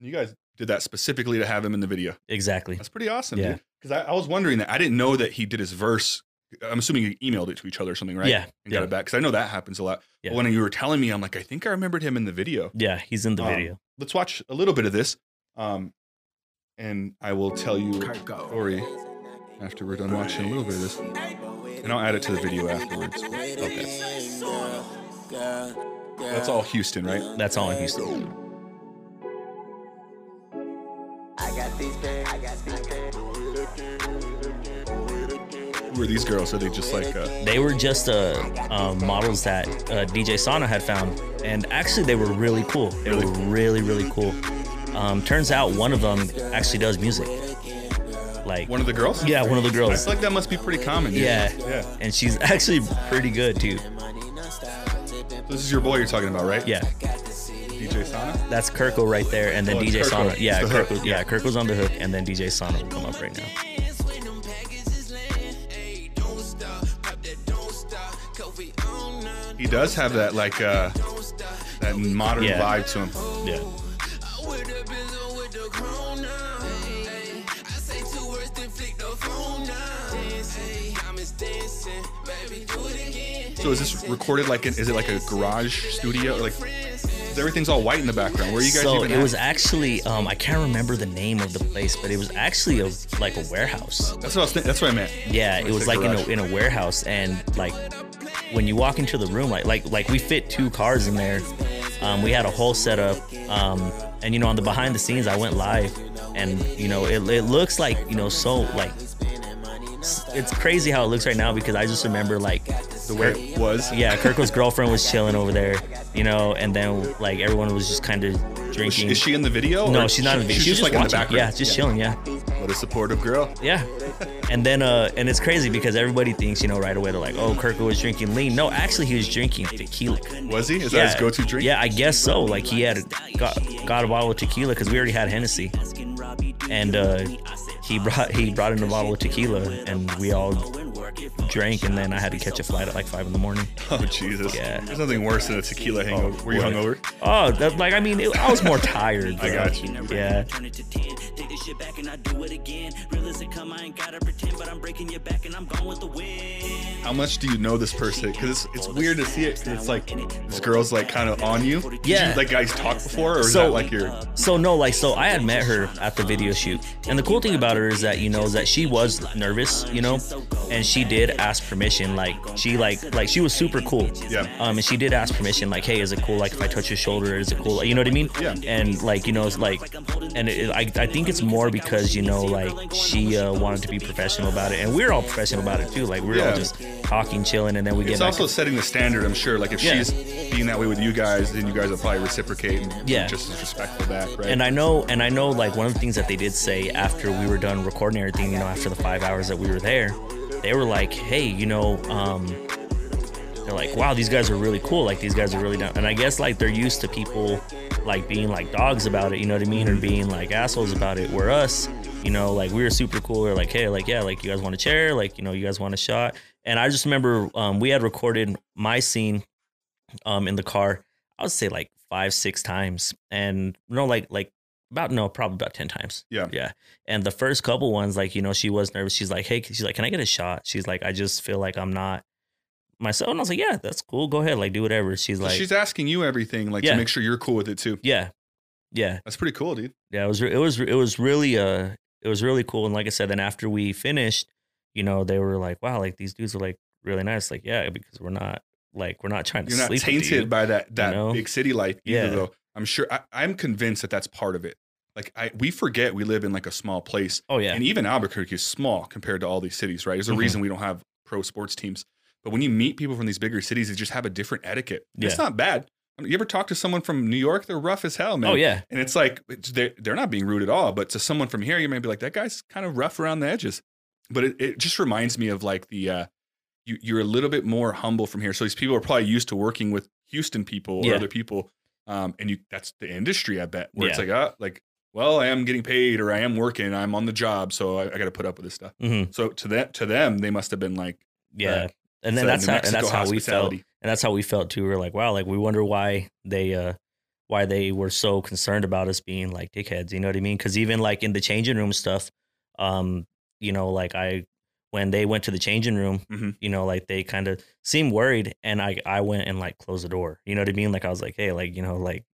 Speaker 1: You guys did that specifically to have him in the video.
Speaker 2: Exactly.
Speaker 1: That's pretty awesome,
Speaker 2: Yeah.
Speaker 1: dude. Because I, I was wondering that. I didn't know that he did his verse I'm assuming you emailed it to each other or something, right?
Speaker 2: Yeah,
Speaker 1: and got
Speaker 2: yeah.
Speaker 1: it back because I know that happens a lot.
Speaker 2: Yeah.
Speaker 1: But when you were telling me, I'm like, I think I remembered him in the video.
Speaker 2: Yeah, he's in the
Speaker 1: Um,
Speaker 2: video.
Speaker 1: Let's watch a little bit of this, um, and I will tell you a story after we're done watching a little bit of this, and I'll add it to the video afterwards. Okay, that's all Houston, right?
Speaker 2: That's all in Houston.
Speaker 3: I got these bands. I got these bands.
Speaker 1: Who are these girls? Are they just like uh,
Speaker 2: They were just uh, uh, models that uh, DJ Sana had found, and actually they were really cool. They were really really cool. Um, turns out one of them actually does music, like
Speaker 1: one of the girls?
Speaker 2: yeah, one of the
Speaker 1: I
Speaker 2: girls,
Speaker 1: feel like that must be pretty common. dude.
Speaker 2: Yeah.
Speaker 1: yeah.
Speaker 2: and she's actually pretty good too.
Speaker 1: This is your boy you're talking about, right?
Speaker 2: Yeah,
Speaker 1: DJ Sana.
Speaker 2: that's Kirko right there, and then
Speaker 1: Oh, it's
Speaker 2: DJ
Speaker 1: Kirko.
Speaker 2: Sana.
Speaker 1: It's
Speaker 2: Yeah,
Speaker 1: the hook.
Speaker 2: Kirko, yeah, Kirko's on the hook, and then DJ Sana will come up right now.
Speaker 1: He does have that like uh, that modern
Speaker 2: Yeah.
Speaker 1: vibe to him.
Speaker 2: Yeah,
Speaker 1: So is this recorded like an, is it like a garage studio? Like everything's all white in the background. Where are you guys
Speaker 2: so
Speaker 1: even
Speaker 2: it
Speaker 1: at?
Speaker 2: was actually um, I can't remember the name of the place, but it was actually a like a warehouse.
Speaker 1: That's what I was thinking. That's what I meant.
Speaker 2: Yeah,
Speaker 1: When I
Speaker 2: it was
Speaker 1: said
Speaker 2: like in a,
Speaker 1: garage.
Speaker 2: in a warehouse, and like when you walk into the room, like like like we fit two cars in there. Um, we had a whole setup, um, and you know on the behind the scenes, I went live, and you know it, it looks like you know so like s- it's crazy how it looks right now because I just remember like
Speaker 1: the way it was.
Speaker 2: yeah, Kirko's girlfriend was chilling over there, you know, and then like everyone was just kind of
Speaker 1: Is she,
Speaker 2: drinking.
Speaker 1: is she in the video?
Speaker 2: no,
Speaker 1: or
Speaker 2: she's not in the video.
Speaker 1: She's,
Speaker 2: She was
Speaker 1: just like in the
Speaker 2: watching. Yeah,
Speaker 1: background.
Speaker 2: just chilling. Yeah.
Speaker 1: What a supportive girl.
Speaker 2: Yeah. And then uh and it's crazy because everybody thinks, you know, right away they're like, oh Kirkwood was drinking lean. No, actually he was drinking tequila.
Speaker 1: Was he? Is that his go-to drink?
Speaker 2: Yeah, I guess so. Like he had got got a bottle of tequila because we already had Hennessy. And uh he brought he brought in a bottle of tequila and we all drank and then I had to catch a flight at like five in the morning.
Speaker 1: Oh Jesus.
Speaker 2: Yeah.
Speaker 1: There's nothing worse than a tequila hangover. Were you
Speaker 2: what?
Speaker 1: hungover?
Speaker 2: Oh, that, like I mean, it, I was more tired.
Speaker 1: I
Speaker 2: bro.
Speaker 1: got you.
Speaker 2: Yeah,
Speaker 4: Turn it to 10. Take this shit back and I do it again. Real as it come, I ain't gotta pretend, but I'm breaking your back and I'm going with the wind.
Speaker 1: How much do you know this person? Because it's, it's weird to see it. 'cause it's like this girl's like kind of on you. Did
Speaker 2: Yeah.
Speaker 1: You, like guys talk before, or is
Speaker 2: So-
Speaker 1: that like your?
Speaker 2: So no, like so I had met her at the video shoot, and the cool thing about her is that you know is that she was nervous, you know, and she did ask permission. Like she like like she was super cool.
Speaker 1: Yeah.
Speaker 2: Um, and she did ask permission. Like, hey, is it cool? Like if I touch your shoulder, is it cool? You know what I mean?
Speaker 1: Yeah.
Speaker 2: And like you know it's like, and it, I I think it's more because you know like she uh, wanted to be professional about it, and we're all professional about it too. Like we're
Speaker 1: Yeah.
Speaker 2: all just talking, chilling, and then we get
Speaker 1: It's
Speaker 2: back
Speaker 1: also setting the standard, I'm sure. Like if
Speaker 2: Yeah.
Speaker 1: she's being that way with you guys, then you guys will probably reciprocate and be
Speaker 2: Yeah.
Speaker 1: just as respectful back, right?
Speaker 2: And I know, and I know, like one of the things that they did say after we were done recording everything, you know, after the five hours that we were there, they were like, "Hey, you know, um, they're like, wow, these guys are really cool. Like these guys are really down." And I guess like they're used to people like being like dogs about it, you know what I mean, or being like assholes about it. Where us, you know, like we were super cool. We're like, hey, like yeah, like you guys want a chair, like you know, you guys want a shot. And I just remember um, we had recorded my scene um in the car i would say like five six times and no like like about no probably about 10 times
Speaker 1: Yeah.
Speaker 2: yeah and the first couple ones like you know she was nervous she's like hey she's like can i get a shot she's like i just feel like i'm not myself and i was like yeah that's cool go ahead like do whatever she's
Speaker 1: So
Speaker 2: like
Speaker 1: she's asking you everything, like
Speaker 2: Yeah.
Speaker 1: to make sure you're cool with it too.
Speaker 2: yeah yeah
Speaker 1: That's pretty cool, dude.
Speaker 2: yeah it was re- it was it was really uh it was really cool and like i said then after we finished you know they were like wow like these dudes are like really nice like yeah because we're not like we're not trying to
Speaker 1: You're not
Speaker 2: sleep with you.
Speaker 1: tainted by that that
Speaker 2: know?
Speaker 1: big city life either,
Speaker 2: Yeah.
Speaker 1: though. I'm sure. I, I'm convinced that that's part of it. Like I, we forget we live in like a small place,
Speaker 2: oh yeah
Speaker 1: and even Albuquerque is small compared to all these cities, right? There's a
Speaker 2: Mhm.
Speaker 1: reason we don't have pro sports teams. But when you meet people from these bigger cities, they just have a different etiquette. And It's
Speaker 2: Yeah.
Speaker 1: not bad. I mean, you ever talk to someone from New York? They're rough as hell, man.
Speaker 2: oh yeah
Speaker 1: And it's like it's- they're, they're not being rude at all, but to someone from here, you may be like, that guy's kind of rough around the edges. But it, it just reminds me of like the, uh, you, you're a little bit more humble from here. So these people are probably used to working with Houston people or
Speaker 2: Yeah.
Speaker 1: other people. Um, and you, that's the industry, I bet, where it's
Speaker 2: Yeah.
Speaker 1: like, uh, like, well, I am getting paid or I am working, I'm on the job. So I, I got to put up with this stuff.
Speaker 2: hmm
Speaker 1: So to that, to them, they must've been like,
Speaker 2: Yeah.
Speaker 1: Right.
Speaker 2: And then
Speaker 1: "So
Speaker 2: that's
Speaker 1: New
Speaker 2: how and that's
Speaker 1: Mexico
Speaker 2: how we felt.
Speaker 1: hospitality."
Speaker 2: And that's how we felt too. We were like, wow, like we wonder why they uh why they were so concerned about us being like dickheads, you know what I mean? Cuz even like in the changing room stuff, um you know, like I when they went to the changing room,
Speaker 1: Mhm.
Speaker 2: you know, like they kind of seemed worried, and I I went and like closed the door. You know what I mean? Like I was like, hey, like you know, like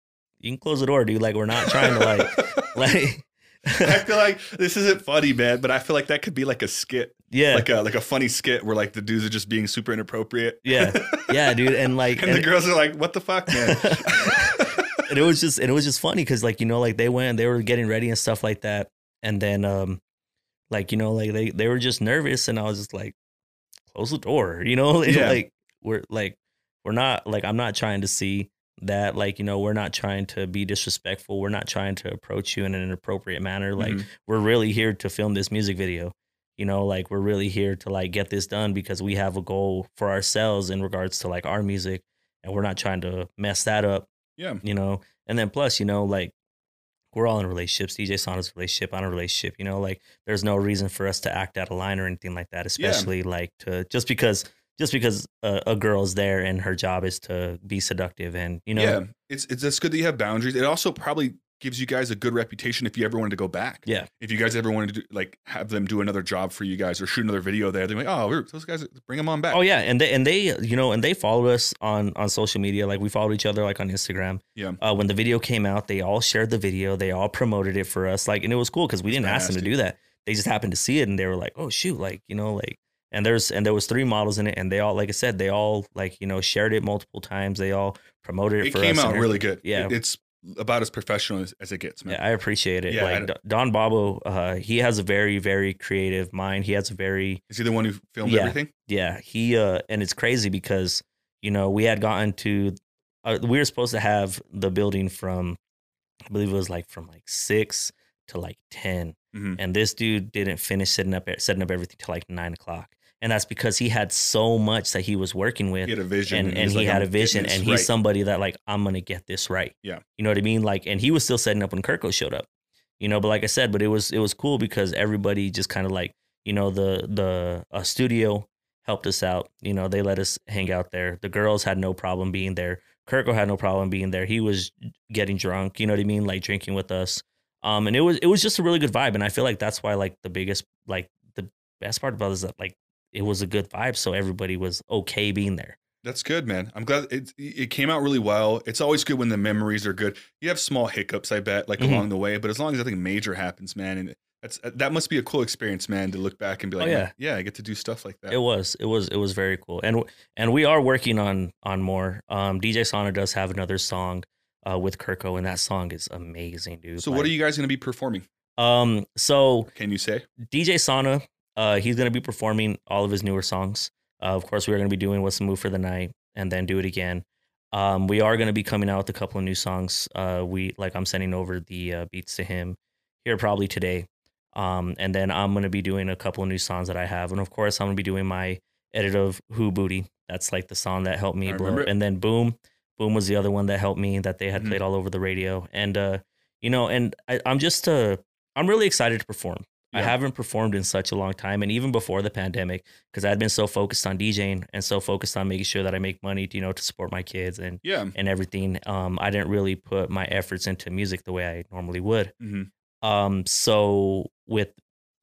Speaker 2: you can close the door, dude. Like we're not trying to like like
Speaker 1: I feel like this isn't funny, man, but I feel like that could be like a skit,
Speaker 2: yeah
Speaker 1: like a like a funny skit where like the dudes are just being super inappropriate.
Speaker 2: yeah yeah, dude. And like
Speaker 1: and, the girls are like, "What the fuck, man?"
Speaker 2: and it was just and it was just funny because like you know like they went and they were getting ready and stuff like that and then um like you know like they they were just nervous and i was just like close the door you know Like,
Speaker 1: Yeah.
Speaker 2: like we're like we're not like i'm not trying to see that like you know we're not trying to be disrespectful we're not trying to approach you in an inappropriate manner like
Speaker 1: Mhm.
Speaker 2: we're really here to film this music video you know like we're really here to like get this done because we have a goal for ourselves in regards to like our music and we're not trying to mess that up
Speaker 1: Yeah.
Speaker 2: you know and then plus you know like we're all in relationships dj sana's relationship i'm in a relationship you know like there's no reason for us to act out of line or anything like that especially like to just because just because a, a girl's there and her job is to be seductive and you know
Speaker 1: yeah, it's it's just good that you have boundaries. It also probably gives you guys a good reputation if you ever wanted to go back.
Speaker 2: Yeah.
Speaker 1: if you guys ever wanted to do, like have them do another job for you guys or shoot another video there, they're like, "Oh, we're, those guys, bring them on back."
Speaker 2: Oh yeah, and they and they you know and they followed us on on social media. Like we followed each other like on Instagram.
Speaker 1: Yeah.
Speaker 2: Uh, when the video came out, they all shared the video. They all promoted it for us. Like, and it was cool because we didn't ask them to
Speaker 1: Fantastic.
Speaker 2: do that. They just happened to see it and they were like, "Oh shoot!" Like you know, like and there's and there was three models in it, and they all like I said, they all like you know shared it multiple times. They all promoted it.
Speaker 1: it
Speaker 2: for
Speaker 1: came
Speaker 2: us
Speaker 1: out
Speaker 2: and
Speaker 1: really good.
Speaker 2: Yeah.
Speaker 1: It- it's about as professional as, as it gets, man.
Speaker 2: yeah, I appreciate it.
Speaker 1: Yeah, I
Speaker 2: like
Speaker 1: don't-
Speaker 2: Do- Don Babo, uh, he has a very, very creative mind. He has a very
Speaker 1: Is he the one who filmed
Speaker 2: Yeah.
Speaker 1: everything?
Speaker 2: yeah he uh and it's crazy because you know we had gotten to uh, we were supposed to have the building from i believe it was like from like six to like 10
Speaker 1: Mhm.
Speaker 2: and this dude didn't finish setting up e, setting up everything till like nine o'clock and that's because he had so much that he was working with
Speaker 1: He had a vision,
Speaker 2: and, and
Speaker 1: was
Speaker 2: he
Speaker 1: like,
Speaker 2: had a
Speaker 1: "I'm getting
Speaker 2: vision
Speaker 1: this
Speaker 2: and he's
Speaker 1: right."
Speaker 2: somebody that like i'm gonna get this right
Speaker 1: Yeah.
Speaker 2: you know what i mean like and he was still setting up when kirko showed up you know but like i said but it was it was cool because everybody just kind of like you know the the uh, studio helped us out you know they let us hang out there the girls had no problem being there kirko had no problem being there he was getting drunk you know what i mean like drinking with us um and it was it was just a really good vibe and i feel like that's why like the biggest like the best part about it is that like it was a good vibe so everybody was okay being there
Speaker 1: That's good, man. I'm glad it it came out really well. It's always good when the memories are good. You have small hiccups, I bet, like
Speaker 2: Mhm.
Speaker 1: along the way, but as long as nothing major happens, man, and that's uh, that must be a cool experience, man, to look back and be
Speaker 2: Oh,
Speaker 1: like,
Speaker 2: yeah.
Speaker 1: yeah, I get to do stuff like that.
Speaker 2: It was, it was, it was very cool, and and we are working on on more. Um, DJ Sana does have another song uh, with Kirko, and that song is amazing, dude.
Speaker 1: so, what are you guys going to be performing?
Speaker 2: you? Um, so
Speaker 1: Can you say?
Speaker 2: DJ Sana, uh, he's gonna be performing all of his newer songs. Uh, of course, we are gonna be doing "What's the Move for the Night" and then do it again. Um, we are gonna be coming out with a couple of new songs. Uh, we like I'm sending over the uh, beats to him here probably today, um, and then I'm gonna be doing a couple of new songs that I have, and of course I'm gonna be doing my edit of "Who Booty." That's like the song that helped me
Speaker 1: I
Speaker 2: blow,
Speaker 1: remember
Speaker 2: up.
Speaker 1: it.
Speaker 2: and then "Boom," "Boom" was the other one that helped me that they had
Speaker 1: Mhm.
Speaker 2: played all over the radio, and uh, you know, and I, I'm just uh, I'm really excited to perform. I
Speaker 1: Yeah.
Speaker 2: haven't performed in such a long time, and even before the pandemic, because I'd been so focused on DJing and so focused on making sure that I make money, you know, to support my kids and
Speaker 1: Yeah.
Speaker 2: and everything. Um, I didn't really put my efforts into music the way I normally would.
Speaker 1: hmm
Speaker 2: Um, so with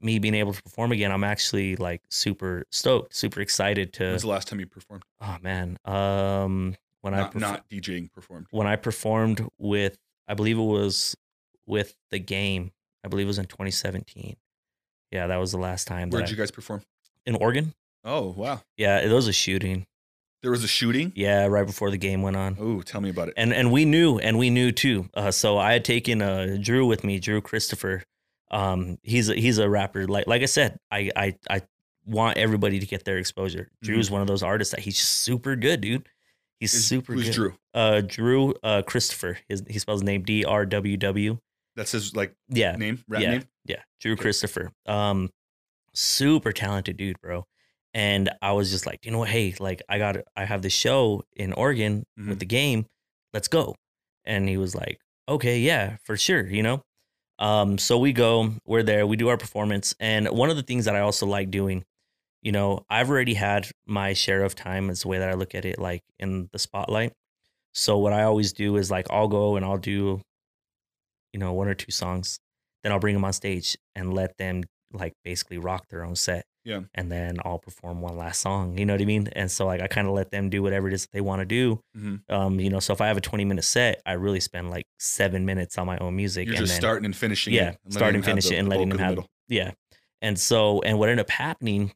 Speaker 2: me being able to perform again, I'm actually like super stoked, super excited to.
Speaker 1: When's the last time you performed?
Speaker 2: Oh man, um, when I
Speaker 1: Not,
Speaker 2: perf-
Speaker 1: not DJing performed.
Speaker 2: when I performed with, I believe it was with the game. I believe it was in 2017. Yeah, that was the last time.
Speaker 1: Where
Speaker 2: that I-
Speaker 1: did you guys perform?
Speaker 2: in Oregon.
Speaker 1: Oh, wow.
Speaker 2: Yeah, it was a shooting.
Speaker 1: There was a shooting.
Speaker 2: Yeah, right before the game went on.
Speaker 1: Oh, tell me about it.
Speaker 2: And and we knew, and we knew too. Uh, so I had taken uh, Drew with me, Drew Christopher. Um, he's a, he's a rapper. Like like I said, I I I want everybody to get their exposure. Drew's one of those artists that he's super good, dude. He's
Speaker 1: Mm-hmm. Is-
Speaker 2: super
Speaker 1: Who's
Speaker 2: good.
Speaker 1: Drew?
Speaker 2: Uh, Drew uh, Christopher. His, he spells his name D R W W.
Speaker 1: That's his like
Speaker 2: Yeah,
Speaker 1: name, rap
Speaker 2: yeah,
Speaker 1: name.
Speaker 2: Yeah, Drew Christopher. Um, super talented dude, bro. And I was just like, you know what? Hey, like I got, I have the show in Oregon with
Speaker 1: Mhm.
Speaker 2: the game. Let's go. And he was like, okay, yeah, for sure. You know. Um, so we go, we're there, we do our performance, and one of the things that I also like doing, you know, I've already had my share of time. Is the way that I look at it, like in the spotlight. So what I always do is like I'll go and I'll do, you know, one or two songs, then I'll bring them on stage and let them like basically rock their own set.
Speaker 1: Yeah.
Speaker 2: And then I'll perform one last song. You know what I mean? And so like I kind of let them do whatever it is that they want to do.
Speaker 1: Mhm.
Speaker 2: Um, you know, so if I have a 20 minute set, I really spend like seven minutes on my own music.
Speaker 1: You're
Speaker 2: and
Speaker 1: just
Speaker 2: then,
Speaker 1: starting and finishing.
Speaker 2: yeah,
Speaker 1: it letting
Speaker 2: start
Speaker 1: them
Speaker 2: and
Speaker 1: have
Speaker 2: finish
Speaker 1: the-
Speaker 2: it and
Speaker 1: the
Speaker 2: letting
Speaker 1: bulk
Speaker 2: them
Speaker 1: of the
Speaker 2: have
Speaker 1: middle.
Speaker 2: yeah. And so and what ended up happening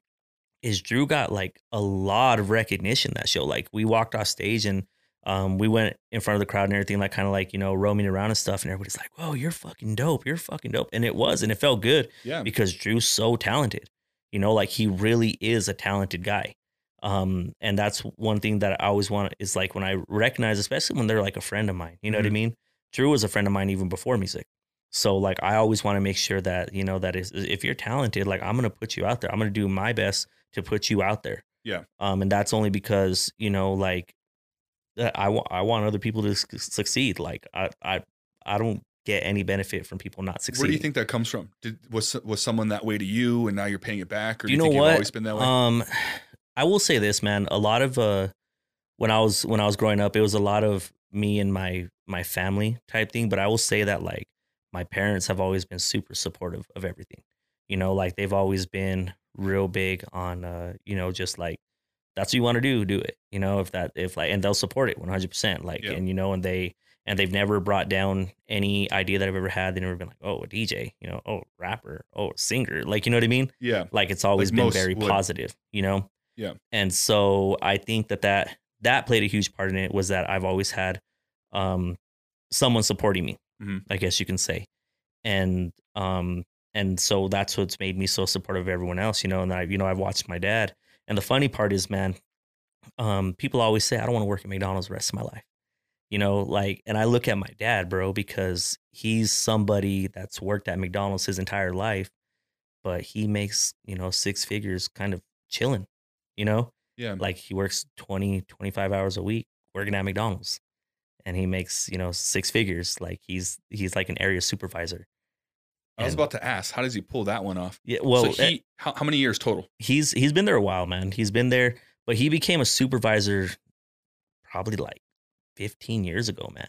Speaker 2: is Drew got like a lot of recognition that show. Like we walked off stage and um, we went in front of the crowd and everything, like kind of like you know roaming around and stuff, and everybody's like, "Whoa, you're fucking dope! You're fucking dope!" And it was, and it felt good
Speaker 1: Yeah.
Speaker 2: because Drew's so talented. You know, like he really is a talented guy. Um, and that's one thing that I always want is like when I recognize, especially when they're like a friend of mine. You know what I
Speaker 1: Mhm.
Speaker 2: mean? Drew was a friend of mine even before music. So like I always want to make sure that you know that is if you're talented, like I'm gonna put you out there. I'm gonna do my best to put you out there.
Speaker 1: Yeah.
Speaker 2: Um, and that's only because you know like uh, I want I want other people to su- succeed. Like I I I don't get any benefit from people not succeeding.
Speaker 1: Where do you think that comes from? Did, was was someone that way to you, and now you're paying it back, or
Speaker 2: You know
Speaker 1: think
Speaker 2: what?
Speaker 1: you've always been that way?
Speaker 2: Um, I will say this, man. A lot of uh, when I was when I was growing up, it was a lot of me and my my family type thing. But I will say that like my parents have always been super supportive of everything. You know, like they've always been real big on uh, you know, just like that's what you want to do, do it. You know, if that if like and they'll support it one hundred percent. Like
Speaker 1: Yeah.
Speaker 2: and you know, and they and they've never brought down any idea that I've ever had. They've never been like, oh, a DJ, you know, oh, rapper, oh, singer. Like you know what I mean?
Speaker 1: yeah,
Speaker 2: like it's always been
Speaker 1: most
Speaker 2: very
Speaker 1: would.
Speaker 2: positive you know
Speaker 1: Yeah.
Speaker 2: and so i think that that that played a huge part in it was that i've always had um someone supporting me
Speaker 1: Mhm.
Speaker 2: i guess you can say and um and so that's what's made me so supportive of everyone else you know and i you know i've watched my dad and the funny part is man um people always say i don't want to work at mcdonald's the rest of my life you know like and i look at my dad bro because he's somebody that's worked at mcdonald's his entire life but he makes you know six figures kind of chilling you know
Speaker 1: yeah,
Speaker 2: like he works 20 25 hours a week working at mcdonald's and he makes you know six figures like he's he's like an area supervisor
Speaker 1: I was
Speaker 2: and-
Speaker 1: about to ask, how does he pull that one off?
Speaker 2: yeah well
Speaker 1: so
Speaker 2: eh,
Speaker 1: he, how, how many years total?
Speaker 2: he's he's been there a while man he's been there but he became a supervisor probably like 15 years ago man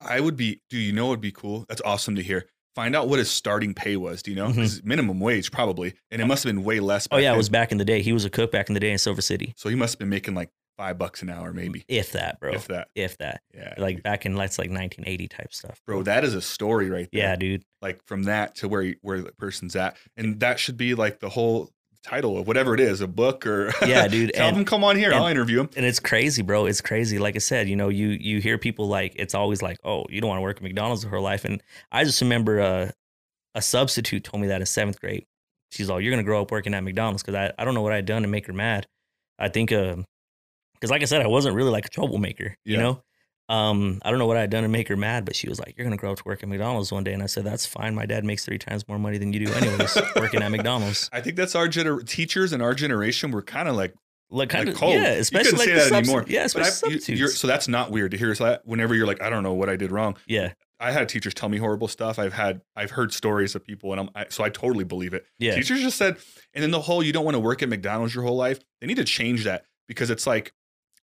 Speaker 1: I would be. Do you know? Would be cool. That's awesome to hear. Find out what his starting pay was. Do you know? 'Cause minimum wage probably, and it must have been way less.
Speaker 2: Mm-hmm. oh
Speaker 1: back
Speaker 2: yeah it
Speaker 1: then.
Speaker 2: was back in the day he was a cook back in the day in silver city
Speaker 1: So he must have been making like five bucks an hour, maybe,
Speaker 2: if that bro
Speaker 1: if that.
Speaker 2: if, that
Speaker 1: Yeah,
Speaker 2: like
Speaker 1: dude.
Speaker 2: back in that's like 1980 type stuff
Speaker 1: bro, that is a story right there.
Speaker 2: yeah dude
Speaker 1: like from that to where where the person's at, and that should be like the whole title of whatever it is, a book or
Speaker 2: yeah dude
Speaker 1: Tell
Speaker 2: and-
Speaker 1: him come on here. I'll
Speaker 2: and-
Speaker 1: interview him.
Speaker 2: and it's crazy, bro. It's crazy. Like I said, you know, you you hear people like it's always like, oh, you don't want to work at McDonald's her life. And I just remember uh, a substitute told me that in seventh grade. She's all, you're gonna grow up working at McDonald's because I, I don't know what I'd done to make her mad. I think um, because like I said, I wasn't really like a troublemaker, you
Speaker 1: Yeah.
Speaker 2: know. Um, I don't know what I'd done to make her mad, but she was like, "You're gonna grow up to work at McDonald's one day," and I said, "That's fine. My dad makes three times more money than you do, anyways, working at McDonald's."
Speaker 1: I think that's our gener- teachers in our generation were kind of like,
Speaker 2: Like, kind
Speaker 1: like
Speaker 2: of,
Speaker 1: cold.
Speaker 2: yeah,
Speaker 1: You
Speaker 2: especially
Speaker 1: couldn't
Speaker 2: like
Speaker 1: say
Speaker 2: the
Speaker 1: that
Speaker 2: subst-
Speaker 1: anymore.
Speaker 2: Yeah,
Speaker 1: But
Speaker 2: especially
Speaker 1: I- you-
Speaker 2: substitutes.
Speaker 1: you're- so that's not weird to hear. So that whenever you're like, I don't know what I did wrong.
Speaker 2: yeah,
Speaker 1: I had teachers tell me horrible stuff. I've had, I've heard stories of people, and I'm, I, so I totally believe it.
Speaker 2: yeah.
Speaker 1: Teachers just said, and then the whole you don't want to work at McDonald's your whole life. They need to change that because it's like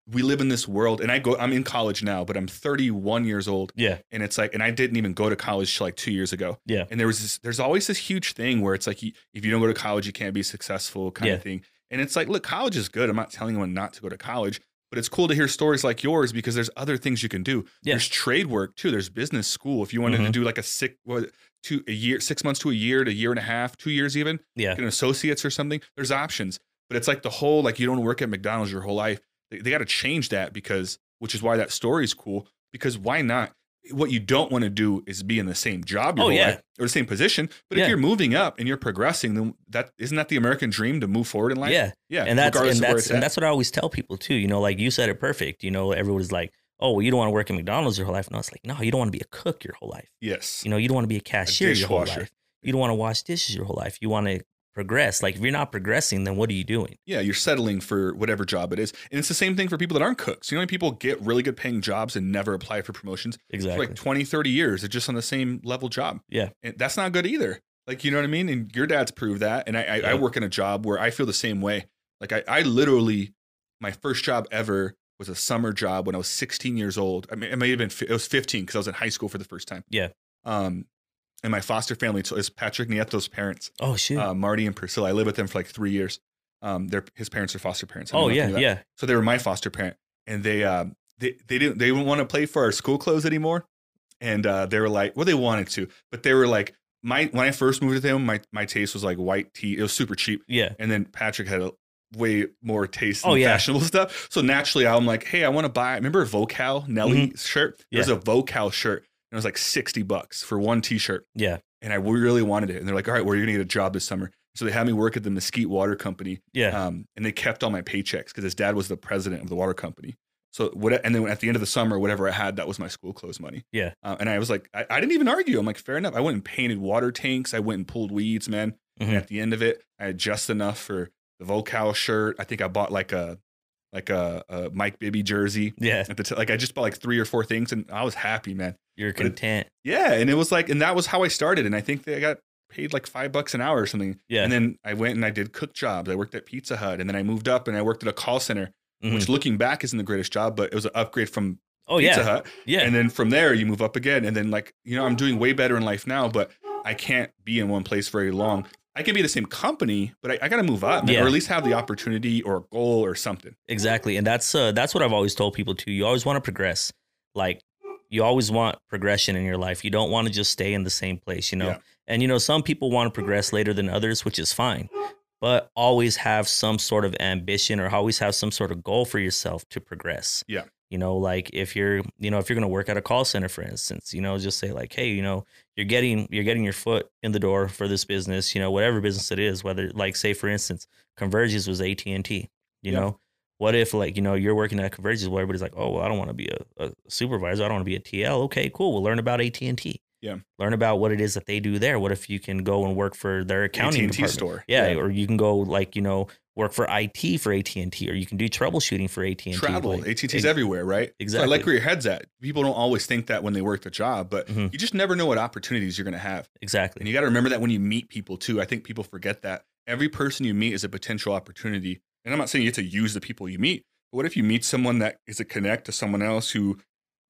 Speaker 1: we live in this world, and I go, I'm in college now, but I'm 31 years old,
Speaker 2: Yeah,
Speaker 1: and it's like, and I didn't even go to college till like two years ago.
Speaker 2: Yeah.
Speaker 1: And there was this, there's always this huge thing where it's like, you, if you don't go to college, you can't be successful kind
Speaker 2: Yeah.
Speaker 1: of thing. And it's like, look, college is good. I'm not telling anyone not to go to college, but it's cool to hear stories like yours because there's other things you can do.
Speaker 2: Yeah.
Speaker 1: There's trade work too. There's business school. If you wanted to
Speaker 2: Mhm.
Speaker 1: do like a six, what, two, a year, six months to a year, to a year and a half, two years even,
Speaker 2: yeah.
Speaker 1: like an associates or something. There's options, but it's like the whole like you don't work at McDonald's your whole life. They, got to change that because which is why that story is cool because why not? What you don't want to do is be in the same job your
Speaker 2: Oh,
Speaker 1: whole
Speaker 2: yeah.
Speaker 1: life or the same position. But
Speaker 2: Yeah.
Speaker 1: if you're moving up and you're progressing, then that isn't that the American dream to move forward in life?
Speaker 2: yeah,
Speaker 1: yeah.
Speaker 2: and that's
Speaker 1: regardless
Speaker 2: and
Speaker 1: of where
Speaker 2: that's
Speaker 1: it's
Speaker 2: and
Speaker 1: at.
Speaker 2: that's what I always tell people too. You know, like you said it perfect. You know, everyone's like, "Oh, well, you don't want to work at McDonald's your whole life." No, it's like, no, you don't want to be a cook your whole life.
Speaker 1: yes,
Speaker 2: You know, you don't want to be a cashier your whole
Speaker 1: dishwasher.
Speaker 2: life. You don't want to wash dishes your whole life. You want to progress. Like, if you're not progressing, then what are you doing?
Speaker 1: Yeah, you're settling for whatever job it is. And it's the same thing for people that aren't cooks. You know, how many people get really good paying jobs and never apply for promotions for
Speaker 2: Exactly.
Speaker 1: like 20, 30 years. They're just on the same level job.
Speaker 2: Yeah.
Speaker 1: And that's not good either. Like, you know what I mean? And your dad's proved that. And I, I,
Speaker 2: Yeah.
Speaker 1: I work in a job where I feel the same way. Like, I, I literally, my first job ever was a summer job when I was 16 years old. I mean, it may have been, fi- it was 15 because I was in high school for the first time.
Speaker 2: Yeah.
Speaker 1: Um, and my foster family t- is Patrick Nieto's parents,
Speaker 2: Oh shoot.
Speaker 1: uh, Marty and Priscilla. I lived with them for like three years. Um, their his parents are foster parents. I don't
Speaker 2: oh
Speaker 1: know if you
Speaker 2: yeah,
Speaker 1: knew that.
Speaker 2: yeah.
Speaker 1: So they were my foster parent, and they um they they didn't they didn't want to play for our school clothes anymore, and uh, they were like, well, they wanted to, but they were like, my when I first moved with them, my my taste was like white tee. It was super cheap,
Speaker 2: Yeah.
Speaker 1: and then Patrick had a way more taste in
Speaker 2: Oh, yeah.
Speaker 1: fashionable stuff. So naturally, I'm like, hey, I want to buy. Remember Vocal Nelly
Speaker 2: Mm-hmm.
Speaker 1: shirt? There's a Vocal shirt, and it was like sixty bucks for one T-shirt.
Speaker 2: Yeah.
Speaker 1: and I really wanted it. And they're like, all right, well, you're gonna get a job this summer. So they had me work at the Mesquite Water Company,
Speaker 2: Yeah.
Speaker 1: um, and they kept all my paychecks because his dad was the president of the water company. So what? And then at the end of the summer, whatever I had, that was my school clothes money.
Speaker 2: Yeah.
Speaker 1: Uh, and I was like, I, I didn't even argue. I'm like, fair enough. I went and painted water tanks. I went and pulled weeds, man. And
Speaker 2: Mhm.
Speaker 1: at the end of it, I had just enough for the Vocal shirt. I think I bought like a like a, a Mike Bibby jersey.
Speaker 2: yeah.
Speaker 1: At the t- like, I just bought like three or four things, and I was happy, man.
Speaker 2: You're
Speaker 1: but it-
Speaker 2: content.
Speaker 1: Yeah, and it was like, and that was how I started. And I think that I got paid like five bucks an hour or something.
Speaker 2: Yeah.
Speaker 1: And then I went and I did cook jobs. I worked at Pizza Hut and then I moved up and I worked at a call center, which looking back isn't the greatest job, but it was an upgrade from
Speaker 2: Mm-hmm. oh
Speaker 1: Pizza
Speaker 2: yeah.
Speaker 1: Hut.
Speaker 2: Yeah.
Speaker 1: And then from there, you move up again. And then, like, you know, I'm doing way better in life now, but I can't be in one place very long. I can be the same company, but I, I got to move up
Speaker 2: Yeah.
Speaker 1: or at least have the opportunity or a goal or something.
Speaker 2: Exactly, and that's uh, that's what I've always told people too. You always want to progress, like you always want progression in your life. You don't want to just stay in the same place, you know.
Speaker 1: Yeah.
Speaker 2: And you know, some people want to progress later than others, which is fine, but always have some sort of ambition or always have some sort of goal for yourself to progress.
Speaker 1: Yeah.
Speaker 2: You know, like if you're, you know, if you're going to work at a call center, for instance, you know, just say like, hey, you know, you're getting you're getting your foot in the door for this business, you know, whatever business it is, whether like say for instance, Converges was AT and T, you
Speaker 1: Yeah.
Speaker 2: know. What if like you know you're working at Converges where everybody's like, oh, well, I don't want to be a, a supervisor, I don't want to be a TL. Okay, cool. We'll learn about AT and T.
Speaker 1: Yeah.
Speaker 2: Learn about what it is that they do there. What if you can go and work for their accounting
Speaker 1: AT&T
Speaker 2: department?
Speaker 1: store.
Speaker 2: Yeah, or you can go like you know work for IT for AT and T, or you can do troubleshooting for AT and T.
Speaker 1: Travel. ATT's
Speaker 2: ex-
Speaker 1: everywhere, right? So I
Speaker 2: exactly.
Speaker 1: like where your head's at. People don't always think that when they work the job, but
Speaker 2: Mhm.
Speaker 1: you just never know what opportunities you're going to have. And
Speaker 2: Exactly.
Speaker 1: you got to remember that when you meet people too. I think people forget that every person you meet is a potential opportunity. And I'm not saying you have to use the people you meet, but what if you meet someone that is a connect to someone else who,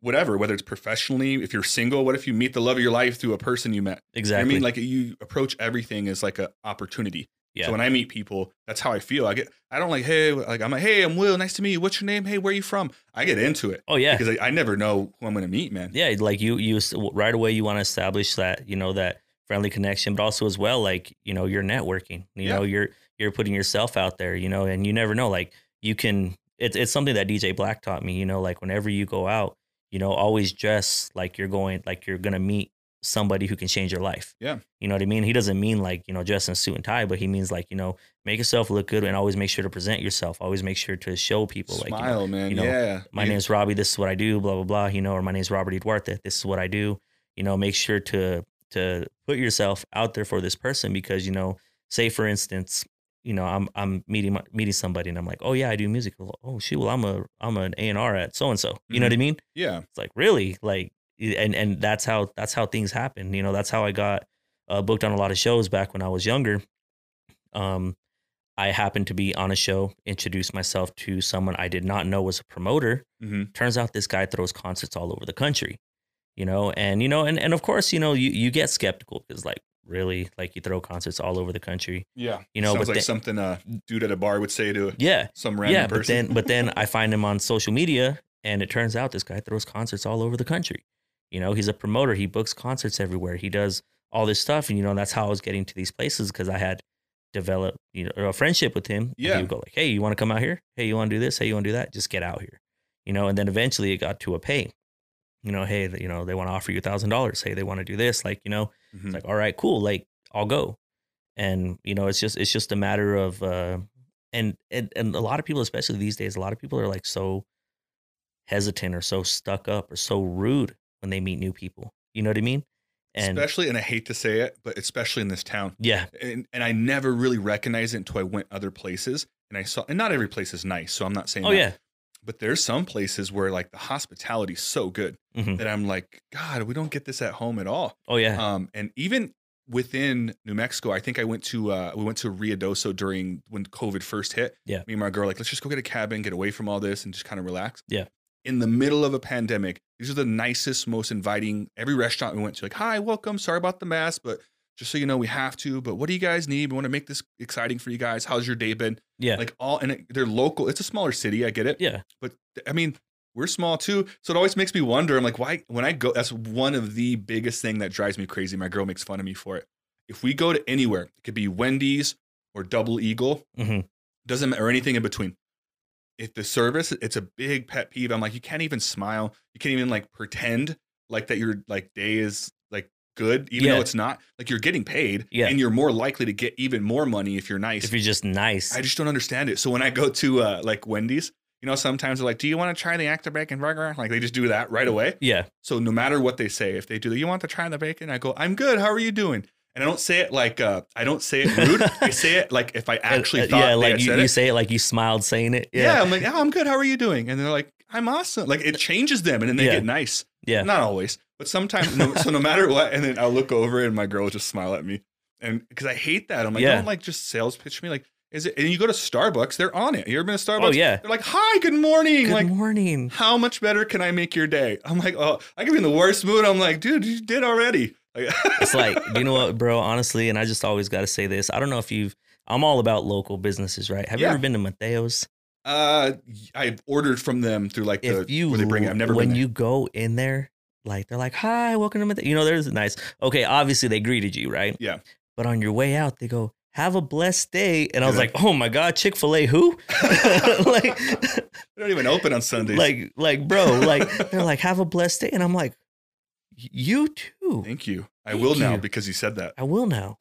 Speaker 1: whatever, whether it's professionally, if you're single, what if you meet the love of your life through a person you met? You know what
Speaker 2: Exactly.
Speaker 1: I mean, like you approach everything as like an opportunity.
Speaker 2: Yeah.
Speaker 1: So when I meet people, that's how I feel. I get, I don't like, hey, like I'm like, hey, I'm Will. Nice to meet you. What's your name? Hey, where are you from? I get into it
Speaker 2: oh yeah.
Speaker 1: because I, I never know who I'm going to meet, man.
Speaker 2: yeah like you you s- right away you want to establish that you know that friendly connection but also as well like you know you're networking you
Speaker 1: Yeah.
Speaker 2: know you're you're putting yourself out there you know and you never know like you can it's it's something that dj black taught me you know like whenever you go out you know always dress like you're going like you're gonna meet somebody who can change your life
Speaker 1: Yeah.
Speaker 2: you know what i mean he doesn't mean like you know dress in a suit and tie but he means like you know make yourself look good and always make sure to present yourself always make sure to show people like you know,
Speaker 1: Smile, man.
Speaker 2: you know,
Speaker 1: yeah.
Speaker 2: my
Speaker 1: You-
Speaker 2: name's Robbie. This is what I do. Blah blah blah. You know, or my name's Robert E. Duarte. This is what I do. You know, make sure to to put yourself out there for this person because you know, say for instance, you know, I'm I'm meeting my, meeting somebody and I'm like, oh yeah, I do music. Well, oh shoot, well I'm a I'm an A and R at so and so. You know what I mean?
Speaker 1: Yeah.
Speaker 2: It's like really like and and that's how that's how things happen. You know, that's how I got uh, booked on a lot of shows back when I was younger. Um, I happened to be on a show, introduced myself to someone I did not know was a promoter
Speaker 1: hmm
Speaker 2: turns out this guy throws concerts all over the country you know and you know and, and of course you know you, you get skeptical because like really like you throw concerts all over the country
Speaker 1: Yeah.
Speaker 2: You know,
Speaker 1: sounds
Speaker 2: but
Speaker 1: like
Speaker 2: then-
Speaker 1: something a dude at a bar would say to
Speaker 2: yeah
Speaker 1: some random
Speaker 2: yeah but
Speaker 1: person.
Speaker 2: then but then i find him on social media and it turns out this guy throws concerts all over the country you know he's a promoter he books concerts everywhere he does all this stuff and you know that's how i was getting to these places because i had developed you know a friendship with him And
Speaker 1: Yeah.
Speaker 2: he would go like hey you want to come out here hey you want to do this hey you want to do that just get out here you know and then eventually it got to a pay you know hey you know they want to offer you a thousand dollars hey they want to do this like you know
Speaker 1: Mhm.
Speaker 2: it's like, all right, cool, like I'll go. And you know, it's just it's just a matter of uh and and and a lot of people, especially these days, a lot of people are like so hesitant or so stuck up or so rude when they meet new people. You know what I mean? And
Speaker 1: especially, and I hate to say it, but especially in this town.
Speaker 2: yeah,
Speaker 1: And, and I never really recognized it until I went other places and I saw, and not every place is nice. So I'm not saying,
Speaker 2: oh
Speaker 1: that,
Speaker 2: yeah,
Speaker 1: But there's some places where like the hospitality's so good
Speaker 2: Mhm.
Speaker 1: that I'm like, God, we don't get this at home at all.
Speaker 2: oh yeah,
Speaker 1: Um, and even within New Mexico, I think I went to uh, we went to Riadoso during when COVID first hit.
Speaker 2: Yeah.
Speaker 1: Me and my girl like, let's just go get a cabin, get away from all this, and just kind of relax.
Speaker 2: Yeah.
Speaker 1: in the middle of a pandemic. These are the nicest, most inviting. Every restaurant we went to, like, hi, welcome. Sorry about the mask, but just so you know, we have to. But what do you guys need? We want to make this exciting for you guys. How's your day been?
Speaker 2: Yeah.
Speaker 1: Like all, and it, they're local. It's a smaller city. I get it.
Speaker 2: yeah.
Speaker 1: But I mean, we're small too. So it always makes me wonder. I'm like, why? When I go, that's one of the biggest thing that drives me crazy. My girl makes fun of me for it. If we go to anywhere, it could be Wendy's or Double Eagle
Speaker 2: hmm
Speaker 1: doesn't matter or anything in between. If the service, it's a big pet peeve. I'm like, you can't even smile. You can't even like pretend like that your like day is like good, even
Speaker 2: Yeah.
Speaker 1: though it's not. Like you're getting paid,
Speaker 2: Yeah.
Speaker 1: and you're more likely to get even more money if you're nice.
Speaker 2: If you're just nice.
Speaker 1: I just don't understand it. So when I go to uh, like Wendy's, you know, sometimes they're like, "Do you want to try the Actor Bacon Burger?" Like they just do that right away.
Speaker 2: yeah.
Speaker 1: So no matter what they say, if they do, you want to try the bacon? I go, I'm good. How are you doing? And I don't say it like uh, I don't say it rude. I say it like if I actually
Speaker 2: Uh,
Speaker 1: thought
Speaker 2: yeah,
Speaker 1: they
Speaker 2: like
Speaker 1: had
Speaker 2: you,
Speaker 1: said
Speaker 2: you
Speaker 1: it.
Speaker 2: say it like you smiled saying it.
Speaker 1: Yeah.
Speaker 2: Yeah. Uh,
Speaker 1: I'm like, oh, I'm good. How are you doing? And they're like, I'm awesome. Like it changes them, and then they
Speaker 2: Yeah.
Speaker 1: get nice.
Speaker 2: Yeah.
Speaker 1: Not always, but sometimes. No, so no matter what, and then I'll look over, and my girl will just smile at me, and because I hate that, I'm like,
Speaker 2: Yeah.
Speaker 1: don't like just sales pitch me. Like, is it? And you go to Starbucks, they're on it. You ever been to Starbucks?
Speaker 2: Oh yeah.
Speaker 1: They're like, hi, good morning.
Speaker 2: Good
Speaker 1: like,
Speaker 2: morning.
Speaker 1: how much better can I make your day? I'm like, oh, I could be in the worst mood. I'm like, dude, you did already. Like,
Speaker 2: It's like, you know what, bro? Honestly, and I just always got to say this. I don't know if you've. I'm all about local businesses, right? Have
Speaker 1: Yeah.
Speaker 2: you ever been to Mateo's?
Speaker 1: uh, I've ordered from them through like the
Speaker 2: If you
Speaker 1: where they bring it. I've never
Speaker 2: when
Speaker 1: been there.
Speaker 2: you go in there, like they're like, "Hi, welcome to Mateo." You know, there's nice. Okay, obviously they greeted you, right?
Speaker 1: Yeah.
Speaker 2: But on your way out, they go, "Have a blessed day," and I was
Speaker 1: Yeah.
Speaker 2: like, "Oh my god, Chick Fil A, who?" like,
Speaker 1: they don't even open on Sundays.
Speaker 2: like, like, bro, like they're like, "Have a blessed day," and I'm like, "You too."
Speaker 1: Thank you. I
Speaker 2: Thank
Speaker 1: will now
Speaker 2: you.
Speaker 1: because you said that.
Speaker 2: I will now.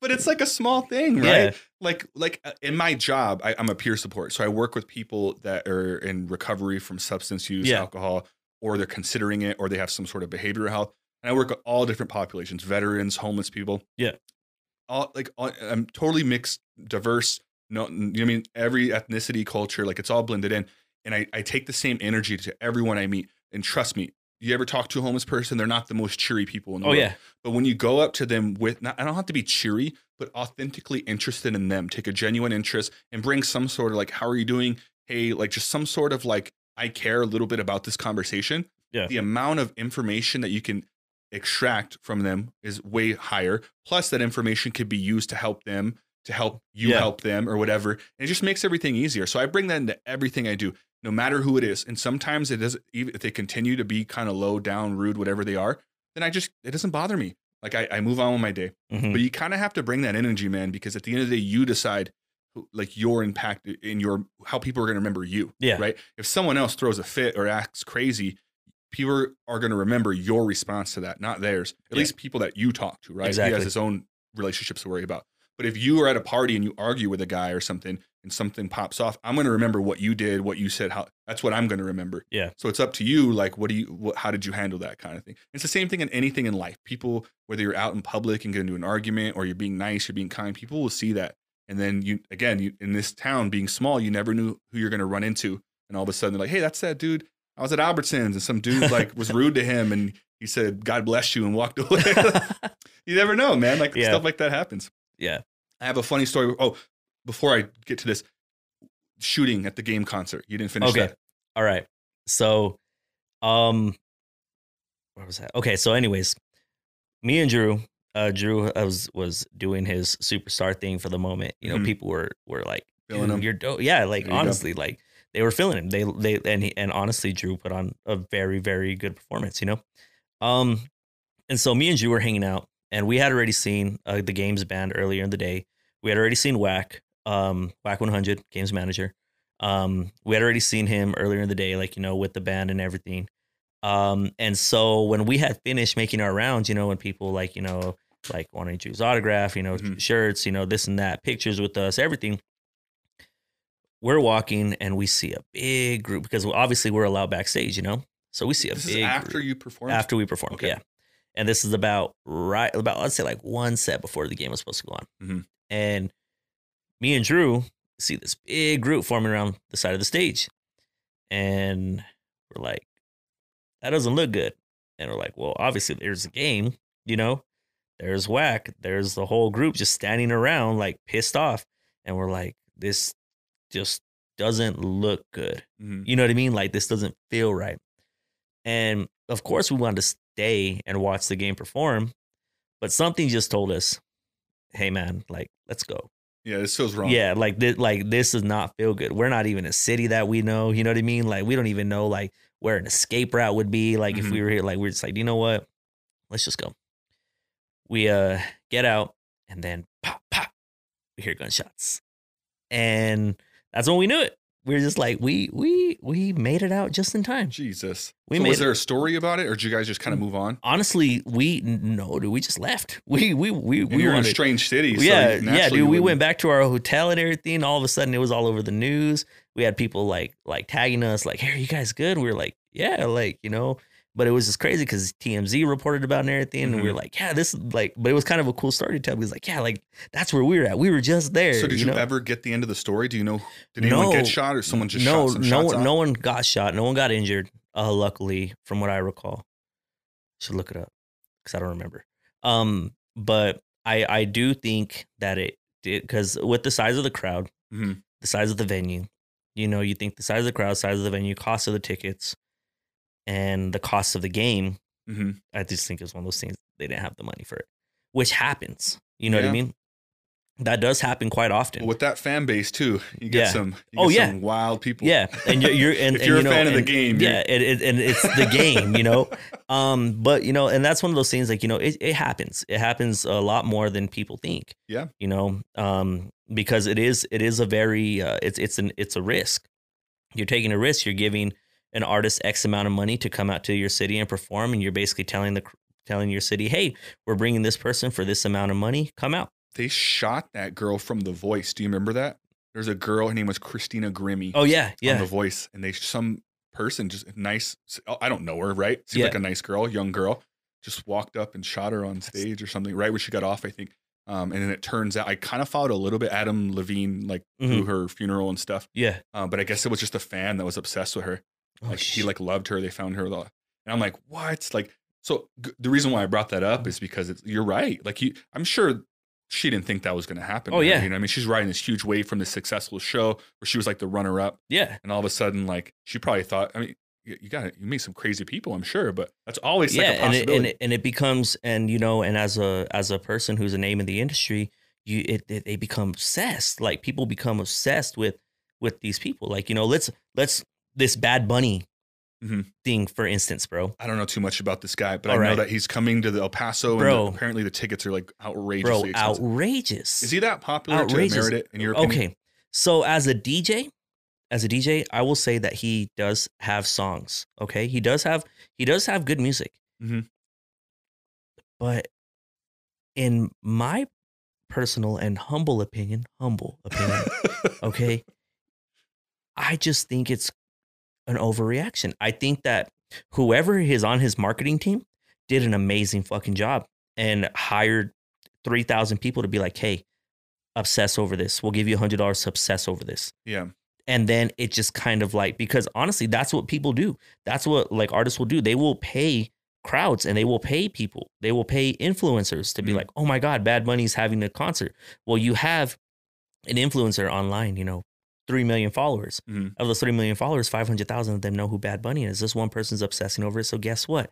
Speaker 1: but it's like a small thing, right?
Speaker 2: Yeah.
Speaker 1: Like, like uh, in my job, I, I'm a peer support, so I work with people that are in recovery from substance use,
Speaker 2: Yeah.
Speaker 1: alcohol, or they're considering it, or they have some sort of behavioral health. And I work with all different populations: veterans, homeless people.
Speaker 2: Yeah.
Speaker 1: all like all, I'm totally mixed, diverse. No, you know what I mean every ethnicity, culture, like it's all blended in. And I, I take the same energy to everyone I meet. And trust me, you ever talk to a homeless person, they're not the most cheery people in the
Speaker 2: Oh
Speaker 1: world.
Speaker 2: yeah,
Speaker 1: But when you go up to them with, not, I don't have to be cheery, but authentically interested in them, take a genuine interest and bring some sort of like, how are you doing? Hey, like just some sort of like, I care a little bit about this conversation.
Speaker 2: Yeah.
Speaker 1: The amount of information that you can extract from them is way higher. Plus, that information could be used to help them, to help you
Speaker 2: Yeah.
Speaker 1: help them or whatever. And it just makes everything easier. So I bring that into everything I do, no matter who it is. And sometimes it doesn't, even if they continue to be kind of low, down, rude, whatever they are, then I just, it doesn't bother me. Like I, I move on with my day.
Speaker 2: Mhm.
Speaker 1: But you kind of have to bring that energy, man, because at the end of the day, you decide who- like your impact in your how people are going to remember you.
Speaker 2: yeah,
Speaker 1: Right. If someone else throws a fit or acts crazy, people are going to remember your response to that, not theirs. At
Speaker 2: Yeah.
Speaker 1: least people that you talk to, right? He
Speaker 2: Exactly.
Speaker 1: has his own relationships to worry about. But if you are at a party and you argue with a guy or something and something pops off, I'm going to remember what you did, what you said, how that's what I'm going to remember.
Speaker 2: Yeah.
Speaker 1: So it's up to you. Like, what do you, what, how did you handle that kind of thing? It's the same thing in anything in life. People, whether you're out in public and get into an argument or you're being nice, you're being kind, people will see that. And then you, again, you, in this town being small, you never knew who you're going to run into. And all of a sudden, they're like, hey, that's that dude. I was at Albertsons and some dude like was rude to him and he said, God bless you and walked away. you never know, man. Like
Speaker 2: Yeah.
Speaker 1: stuff like that happens.
Speaker 2: Yeah.
Speaker 1: I have a funny story. Oh, before I get to this shooting at the game concert, you didn't finish
Speaker 2: Okay.
Speaker 1: that.
Speaker 2: All right. So, um, where was that? Okay. So, anyways, me and Drew, uh, Drew uh, was was doing his superstar thing for the moment. You know,
Speaker 1: Mhm.
Speaker 2: people were were like,
Speaker 1: Feeling
Speaker 2: "Dude,
Speaker 1: him.
Speaker 2: You're dope. Yeah. Like
Speaker 1: There you go.
Speaker 2: honestly, like they were feeling him. They they and he, and honestly, Drew put on a very very good performance. You know, um, and so me and Drew were hanging out, and we had already seen uh, the games band earlier in the day. We had already seen Whack, um, Whack 100, games manager. Um, we had already seen him earlier in the day, like you know, with the band and everything. Um, and so when we had finished making our rounds, you know, when people like you know, like wanting Drew's autograph, you know,
Speaker 1: Mhm.
Speaker 2: shirts, you know, this and that, pictures with us, everything. We're walking and we see a big group because obviously we're allowed backstage, you know. So we see a
Speaker 1: This
Speaker 2: big
Speaker 1: is after
Speaker 2: group
Speaker 1: you performed.
Speaker 2: after we performed.
Speaker 1: Okay.
Speaker 2: Yeah, and this is about right about let's say like one set before the game was supposed to go on,
Speaker 1: Mhm.
Speaker 2: and me and Drew see this big group forming around the side of the stage, and we're like, that doesn't look good, and we're like, well, obviously there's a game, you know, there's whack, there's the whole group just standing around like pissed off, and we're like, this just doesn't look good.
Speaker 1: Mhm.
Speaker 2: You know what I mean? Like this doesn't feel right. And of course, we wanted to stay and watch the game perform, but something just told us, "Hey, man, like let's go."
Speaker 1: Yeah, this feels wrong.
Speaker 2: Yeah, like this, like this does not feel good. We're not even a city that we know. You know what I mean? Like we don't even know like where an escape route would be. Like if we were here, like we're just like, you know what? Let's just go. We uh get out and then pop pop, we hear gunshots, and that's when we knew it. We were just like, we we we made it out just in time.
Speaker 1: Jesus.
Speaker 2: We
Speaker 1: so
Speaker 2: made
Speaker 1: was
Speaker 2: it-
Speaker 1: there a story about it, or did you guys just kind of move on?
Speaker 2: Honestly, we no, dude, we just left. We we we
Speaker 1: And
Speaker 2: we
Speaker 1: you were in a
Speaker 2: wanted-
Speaker 1: strange city. so
Speaker 2: yeah,
Speaker 1: you-
Speaker 2: yeah,
Speaker 1: naturally
Speaker 2: dude.
Speaker 1: you
Speaker 2: We
Speaker 1: wouldn't-
Speaker 2: went back to our hotel and everything. All of a sudden, it was all over the news. We had people like like tagging us, like, "Hey, are you guys good?" We were like, "Yeah," like you know. But it was just crazy because TMZ reported about it and everything, and
Speaker 1: Mm-hmm.
Speaker 2: we were like, "Yeah, this is like." But it was kind of a cool story to tell because, like, yeah, like that's where we were at. We were just there.
Speaker 1: So did you,
Speaker 2: know?
Speaker 1: ever get the end of the story? Do you know? Did anyone
Speaker 2: No.
Speaker 1: get shot, or someone just
Speaker 2: no,
Speaker 1: shot some
Speaker 2: no,
Speaker 1: shots
Speaker 2: one,
Speaker 1: off?
Speaker 2: no one got shot. No one got injured. Uh, luckily, from what I recall, should look it up because I don't remember. Um, but I I do think that it did because with the size of the crowd,
Speaker 1: Mhm.
Speaker 2: the size of the venue, you know, you think the size of the crowd, size of the venue, cost of the tickets, and the cost of the game.
Speaker 1: Mhm.
Speaker 2: I just think it's one of those things they didn't have the money for it, which happens. You know what
Speaker 1: Yeah.
Speaker 2: I mean? That does happen quite often.
Speaker 1: Well, with that fan base too, you get
Speaker 2: Yeah.
Speaker 1: some. You
Speaker 2: Oh,
Speaker 1: get
Speaker 2: yeah.
Speaker 1: some wild people.
Speaker 2: Yeah, and you're, you're and,
Speaker 1: If
Speaker 2: and,
Speaker 1: you're a
Speaker 2: you know,
Speaker 1: fan of the
Speaker 2: and-
Speaker 1: game, you're-
Speaker 2: yeah, it, it, and it's the game, you know. Um, but you know, and that's one of those things like you know, it, it happens. It happens a lot more than people think.
Speaker 1: Yeah.
Speaker 2: you know, um, because it is it is a very uh, it's it's an it's a risk. You're taking a risk. You're giving an artist X amount of money to come out to your city and perform, and you're basically telling the cr- telling your city, hey, we're bringing this person for this amount of money. Come out.
Speaker 1: They shot that girl from The Voice. Do you remember that? There's a girl. Her name was Christina Grimmie.
Speaker 2: Oh yeah,
Speaker 1: on
Speaker 2: yeah.
Speaker 1: The Voice, and they some person just nice. oh, I don't know her, right? Seems
Speaker 2: Yeah.
Speaker 1: like a nice girl, young girl, just walked up and shot her on stage or something, right where she got off, I think. Um, and then it turns out I kind of followed a little bit Adam Levine like through
Speaker 2: Mm-hmm.
Speaker 1: her funeral and stuff,
Speaker 2: Yeah.
Speaker 1: um, but I guess it was just a fan that was obsessed with her.
Speaker 2: Oh,
Speaker 1: Like he
Speaker 2: shit.
Speaker 1: like loved her. They found her, lo- and I'm like, what? Like, so g- the reason why I brought that
Speaker 2: Mm-hmm.
Speaker 1: up is because it's, you're right. Like, you, I'm sure she didn't think that was going to happen.
Speaker 2: Oh,
Speaker 1: to her,
Speaker 2: yeah.
Speaker 1: you know, what I mean, she's riding this huge wave from this successful show where she was like the runner up,
Speaker 2: yeah.
Speaker 1: and all of a sudden, like she probably thought, I mean, you, you got you meet some crazy people, I'm sure, but that's always
Speaker 2: yeah,
Speaker 1: like a
Speaker 2: and it,
Speaker 1: possibility.
Speaker 2: and it and it becomes and you know and as a as a person who's a name in the industry, you it, it they become obsessed. Like people become obsessed with with these people. Like you know, let's let's this Bad Bunny
Speaker 1: Mhm.
Speaker 2: thing for instance, bro.
Speaker 1: I don't know too much about this guy, but I
Speaker 2: All
Speaker 1: know
Speaker 2: right.
Speaker 1: that he's coming to the El Paso,
Speaker 2: Bro.
Speaker 1: and apparently the tickets are like outrageously
Speaker 2: Bro,
Speaker 1: expensive.
Speaker 2: outrageous.
Speaker 1: Is he that popular
Speaker 2: Outrageous.
Speaker 1: to merit it in your opinion?
Speaker 2: okay? So as a DJ, as a DJ, I will say that he does have songs. Okay, he does have he does have good music,
Speaker 1: Mhm.
Speaker 2: but in my personal and humble opinion, humble opinion, okay i just think it's an overreaction i think that whoever is on his marketing team did an amazing fucking job and hired 3000 people to be like hey obsess over this we'll give you $100 to obsess over this
Speaker 1: yeah.
Speaker 2: and then it just kind of like because honestly that's what people do that's what like artists will do they will pay crowds and they will pay people they will pay influencers to be
Speaker 1: Mm.
Speaker 2: like oh my god bad bunny's having a concert well you have an influencer online you know 3 million followers
Speaker 1: Mhm.
Speaker 2: of those 3 million followers 500000 of them know who bad bunny is this one person's obsessing over it so guess what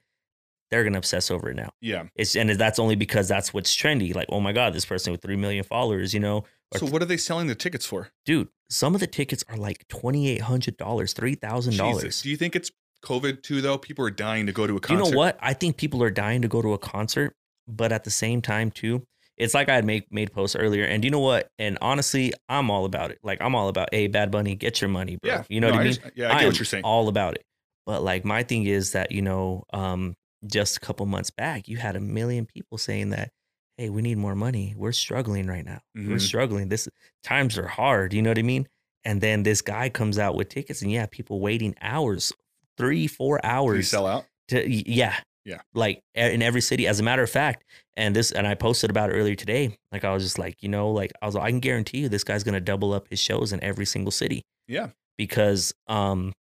Speaker 2: they're gonna obsess over it now
Speaker 1: Yeah.
Speaker 2: it's and that's only because that's what's trendy like oh my god this person with 3 million followers you know
Speaker 1: So what are they selling the tickets for?
Speaker 2: dude some of the tickets are like $2800
Speaker 1: Jesus.
Speaker 2: $3000
Speaker 1: Do you think it's COVID too though? People are dying to go to a
Speaker 2: do you
Speaker 1: concert.
Speaker 2: know what i think people are dying to go to a concert but at the same time too it's like i had made, made posts earlier and do you know what and honestly i'm all about it like i'm all about hey bad bunny get your money bro
Speaker 1: Yeah.
Speaker 2: you know
Speaker 1: No,
Speaker 2: what i mean
Speaker 1: just- yeah, I get
Speaker 2: am
Speaker 1: what you're saying.
Speaker 2: all about it but like my thing is that you know um just a couple months back you had a million people saying that hey we need more money we're struggling right now we're
Speaker 1: Mhm.
Speaker 2: struggling this times are hard you know what i mean and then this guy comes out with tickets and yeah people waiting hours three four
Speaker 1: Do you
Speaker 2: hours
Speaker 1: sell out?
Speaker 2: to y- yeah
Speaker 1: Yeah.
Speaker 2: like e- in every city as a matter of fact and this and i posted about it earlier today like i was just like you know like i was i can guarantee you this guy's gonna double up his shows in every single city
Speaker 1: Yeah.
Speaker 2: because um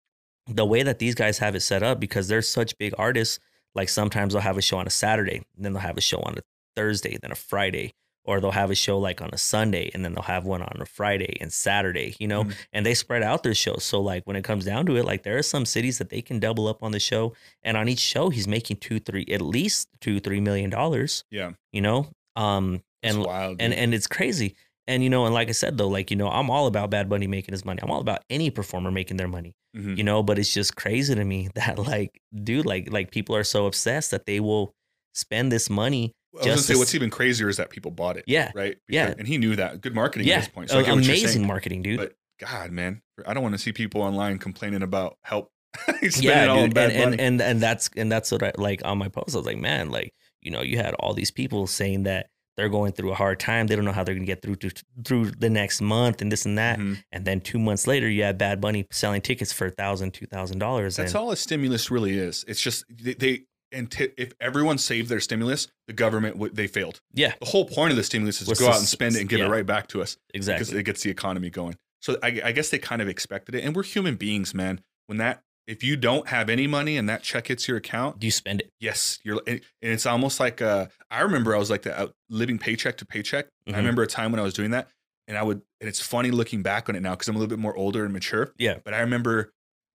Speaker 2: the way that these guys have it set up because they're such big artists like sometimes they'll have a show on a saturday and then they'll have a show on a thursday then a friday or they'll have a show like on a Sunday and then they'll have one on a Friday and Saturday, you know,
Speaker 1: Mhm.
Speaker 2: and they spread out their shows. So like when it comes down to it, like there are some cities that they can double up on the show, and on each show he's making two, three, at least two, three million dollars,
Speaker 1: Yeah.
Speaker 2: you know, um,
Speaker 1: It's
Speaker 2: and
Speaker 1: wild.
Speaker 2: and
Speaker 1: dude.
Speaker 2: and it's crazy. And you know, and like I said though, like you know, I'm all about Bad Bunny making his money. I'm all about any performer making their money
Speaker 1: Mhm.
Speaker 2: you know but it's just crazy to me that like dude like like people are so obsessed that they will spend this money
Speaker 1: I was gonna say
Speaker 2: justice-
Speaker 1: what's even crazier is that people bought it.
Speaker 2: yeah
Speaker 1: Right.
Speaker 2: Yeah.
Speaker 1: And he knew that. Good marketing
Speaker 2: yeah
Speaker 1: at this point. So I
Speaker 2: a-
Speaker 1: get what you're
Speaker 2: amazing
Speaker 1: saying.
Speaker 2: marketing dude
Speaker 1: But God, man, I don't want to see people online complaining about help. He's spending
Speaker 2: yeah
Speaker 1: all on
Speaker 2: dude.
Speaker 1: bad
Speaker 2: and, and,
Speaker 1: money.
Speaker 2: and and that's and that's what i like on my post i was like man like you know you had all these people saying that they're going through a hard time they don't know how they're going to get through to, through the next month and this and that
Speaker 1: Mhm.
Speaker 2: and then two months later you have bad bunny selling tickets for a thousand two thousand dollars
Speaker 1: That's
Speaker 2: and
Speaker 1: all a stimulus really is. It's just they, they and t- if everyone saved their stimulus, the government would they failed.
Speaker 2: yeah
Speaker 1: The whole point of the stimulus is
Speaker 2: Was
Speaker 1: to go
Speaker 2: to
Speaker 1: out and
Speaker 2: s-
Speaker 1: spend it and give it
Speaker 2: yeah.
Speaker 1: right back to us because
Speaker 2: exactly
Speaker 1: it gets the economy going. So I, I guess they kind of expected it. And we're human beings, man. When that if you don't have any money and that check hits your account,
Speaker 2: do you spend it
Speaker 1: Yes, you're, and and it's almost like uh, I remember I was like that, uh, living paycheck to paycheck.
Speaker 2: Mhm.
Speaker 1: I remember a time when I was doing that, and I would, and it's funny looking back on it now because I'm a little bit more older and mature.
Speaker 2: Yeah.
Speaker 1: but I remember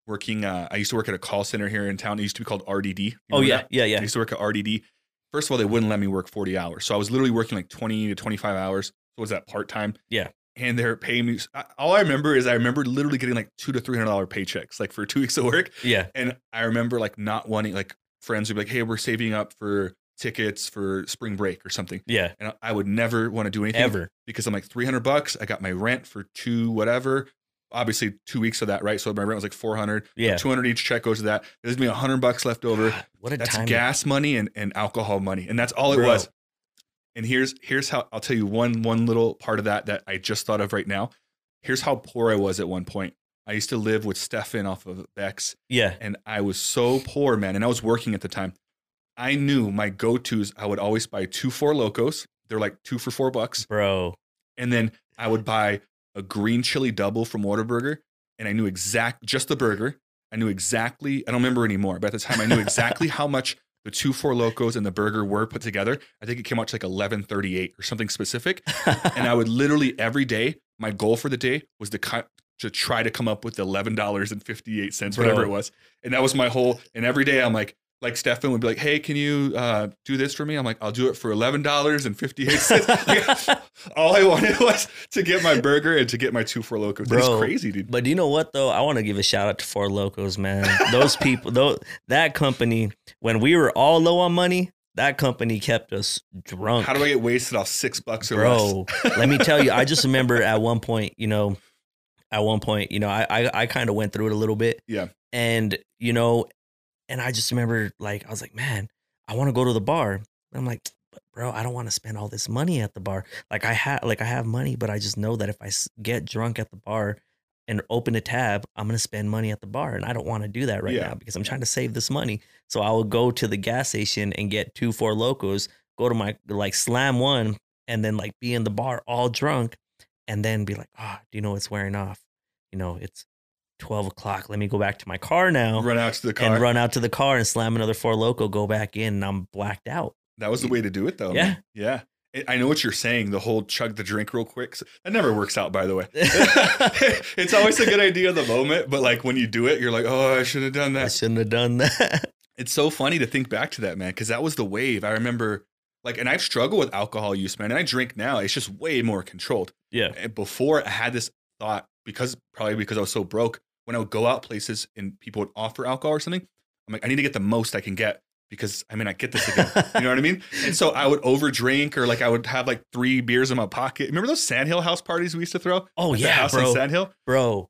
Speaker 1: working. Uh, I used to work at a call center here in town. It used to be called RDD. You
Speaker 2: oh
Speaker 1: remember
Speaker 2: yeah
Speaker 1: that?
Speaker 2: yeah
Speaker 1: I
Speaker 2: yeah
Speaker 1: used to work at RDD. First of all, they wouldn't let me work 40 hours, so I was literally working like 20 to 25 hours. So what was that part time?
Speaker 2: Yeah.
Speaker 1: And they're paying me. I- All I remember is I remember literally getting like two to three hundred dollar paychecks, like for two weeks of work.
Speaker 2: yeah
Speaker 1: And I remember like not wanting like friends would be like, "Hey, we're saving up for tickets for spring break or something,"
Speaker 2: yeah
Speaker 1: and I would never want to do anything
Speaker 2: ever
Speaker 1: because I'm like three hundred bucks. I got my rent for two whatever. Obviously, two weeks of that, right? So my rent was like four hundred.
Speaker 2: yeah
Speaker 1: Two hundred each check goes to that. There's me hundred bucks left over.
Speaker 2: God, what a
Speaker 1: That's
Speaker 2: time.
Speaker 1: gas money and, and alcohol money, and that's all it
Speaker 2: Bro.
Speaker 1: was. And here's here's how I'll tell you one one little part of that that I just thought of right now. Here's how poor I was at one point. I used to live with Stefan off of Bex,
Speaker 2: Yeah.
Speaker 1: and I was so poor, man. And I was working at the time. I knew my go tos. I would always buy two four locos. They're like two for four bucks,
Speaker 2: Bro.
Speaker 1: and then I would buy a green chili double from Whataburger, and I knew exact just the burger. I knew exactly. I don't remember anymore, but at the time I knew exactly how much the two four locos and the burger were put together. I think it came out to like eleven thirty eight or something specific and I would literally every day. My goal for the day was to cut to try to come up with eleven dollars and fifty eight cents, whatever
Speaker 2: Bro.
Speaker 1: it was, and that was my whole. And every day I'm like, like Stefan would be like, "Hey, can you uh, do this for me?" I'm like, "I'll do it for eleven dollars and fifty eight cents." All I wanted was to get my burger and to get my two for loco. That's
Speaker 2: Bro.
Speaker 1: crazy, dude.
Speaker 2: but you know what though? I want to give a shout out to Four Locos, man. Those people, though, that company. When we were all low on money, that company kept us drunk.
Speaker 1: How do I get wasted off six bucks or less?
Speaker 2: bro let me tell you i just remember at one point you know at one point you know i i, I kind of went through it a little bit
Speaker 1: Yeah.
Speaker 2: and you know and i just remember like i was like man i want to go to the bar and i'm like but bro i don't want to spend all this money at the bar like i have like i have money but i just know that if i s- get drunk at the bar and open a tab i'm gonna spend money at the bar and i don't want to do that right
Speaker 1: Yeah.
Speaker 2: now because i'm trying to save this money so i will go to the gas station and get two four locos go to my like slam one and then like be in the bar all drunk and then be like, oh, do you know it's wearing off? You know, it's 12 o'clock. Let me go back to my car now
Speaker 1: Run out to the car.
Speaker 2: and run out to the car and slam another four loco, go back in, and I'm blacked out.
Speaker 1: That was the way to do it, though.
Speaker 2: Yeah.
Speaker 1: man. yeah. I- I know what you're saying. The whole chug the drink real quick. That never works out, by the way. it's always a good idea in the moment, but like when you do it, you're like, oh, I shouldn't have done
Speaker 2: I
Speaker 1: that.
Speaker 2: shouldn't have done that.
Speaker 1: It's so funny to think back to that, man, because that was the wave. I remember, like, and I've struggled with alcohol use, man, and I drink now. It's just way more controlled.
Speaker 2: Yeah.
Speaker 1: And before I had this thought, because probably because I was so broke, when I would go out places and people would offer alcohol or something, I'm like, I need to get the most I can get because I may not get this again. You know what I mean? And so I would overdrink, or like I would have like three beers in my pocket. Remember those Sandhill house parties we used to throw?
Speaker 2: oh,
Speaker 1: At the
Speaker 2: yeah,
Speaker 1: house on
Speaker 2: bro.
Speaker 1: Sandhill,
Speaker 2: Bro.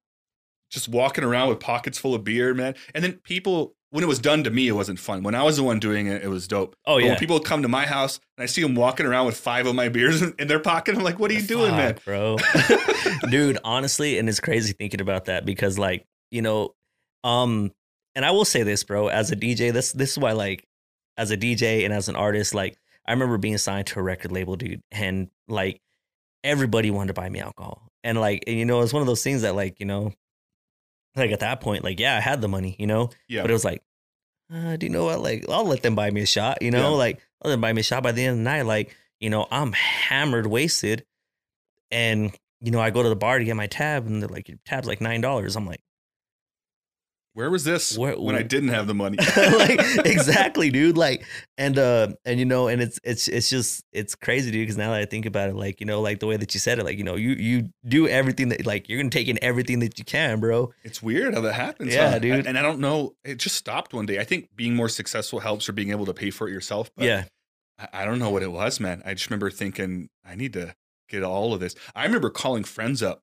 Speaker 1: just walking around with pockets full of beer, man. And then people, when it was done to me, it wasn't fun. When I was the one doing it, it was dope.
Speaker 2: Oh,
Speaker 1: But
Speaker 2: yeah.
Speaker 1: when people come to my house and I see them walking around with five of my beers in in their pocket, I'm like, "What are you doing, man?"
Speaker 2: Fuck, bro? Dude, honestly, and it's crazy thinking about that because, like, you know, um, and I will say this, bro, as a DJ, this this is why, like, as a DJ and as an artist, like, I remember being signed to a record label, dude, and like everybody wanted to buy me alcohol, and like, and, you know, it's one of those things that, like, you know, like at that point, like, yeah, I had the money, you know,
Speaker 1: Yeah.
Speaker 2: but it was like, uh, do you know what? Like, I'll let them buy me a shot, you know,
Speaker 1: Yeah.
Speaker 2: like, I'll let them buy me a shot by the end of the night, like You know, I'm hammered, wasted, and you know, I go to the bar to get my tab, and they're like, "Your tab's like nine dollars." I'm like,
Speaker 1: Where was this
Speaker 2: Where-
Speaker 1: when I didn't have the money?
Speaker 2: like exactly, dude. Like, and uh, and you know, and it's it's it's just it's crazy, dude. Because now that I think about it, like you know, like the way that you said it, like you know, you you do everything that like you're gonna take in everything that you can, bro.
Speaker 1: It's weird how that happens.
Speaker 2: Yeah,
Speaker 1: huh?
Speaker 2: dude.
Speaker 1: And I don't know. It just stopped one day. I think being more successful helps or being able to pay for it yourself. But
Speaker 2: yeah,
Speaker 1: I, I don't know what it was, man. I just remember thinking, I need to get all of this. I remember calling friends up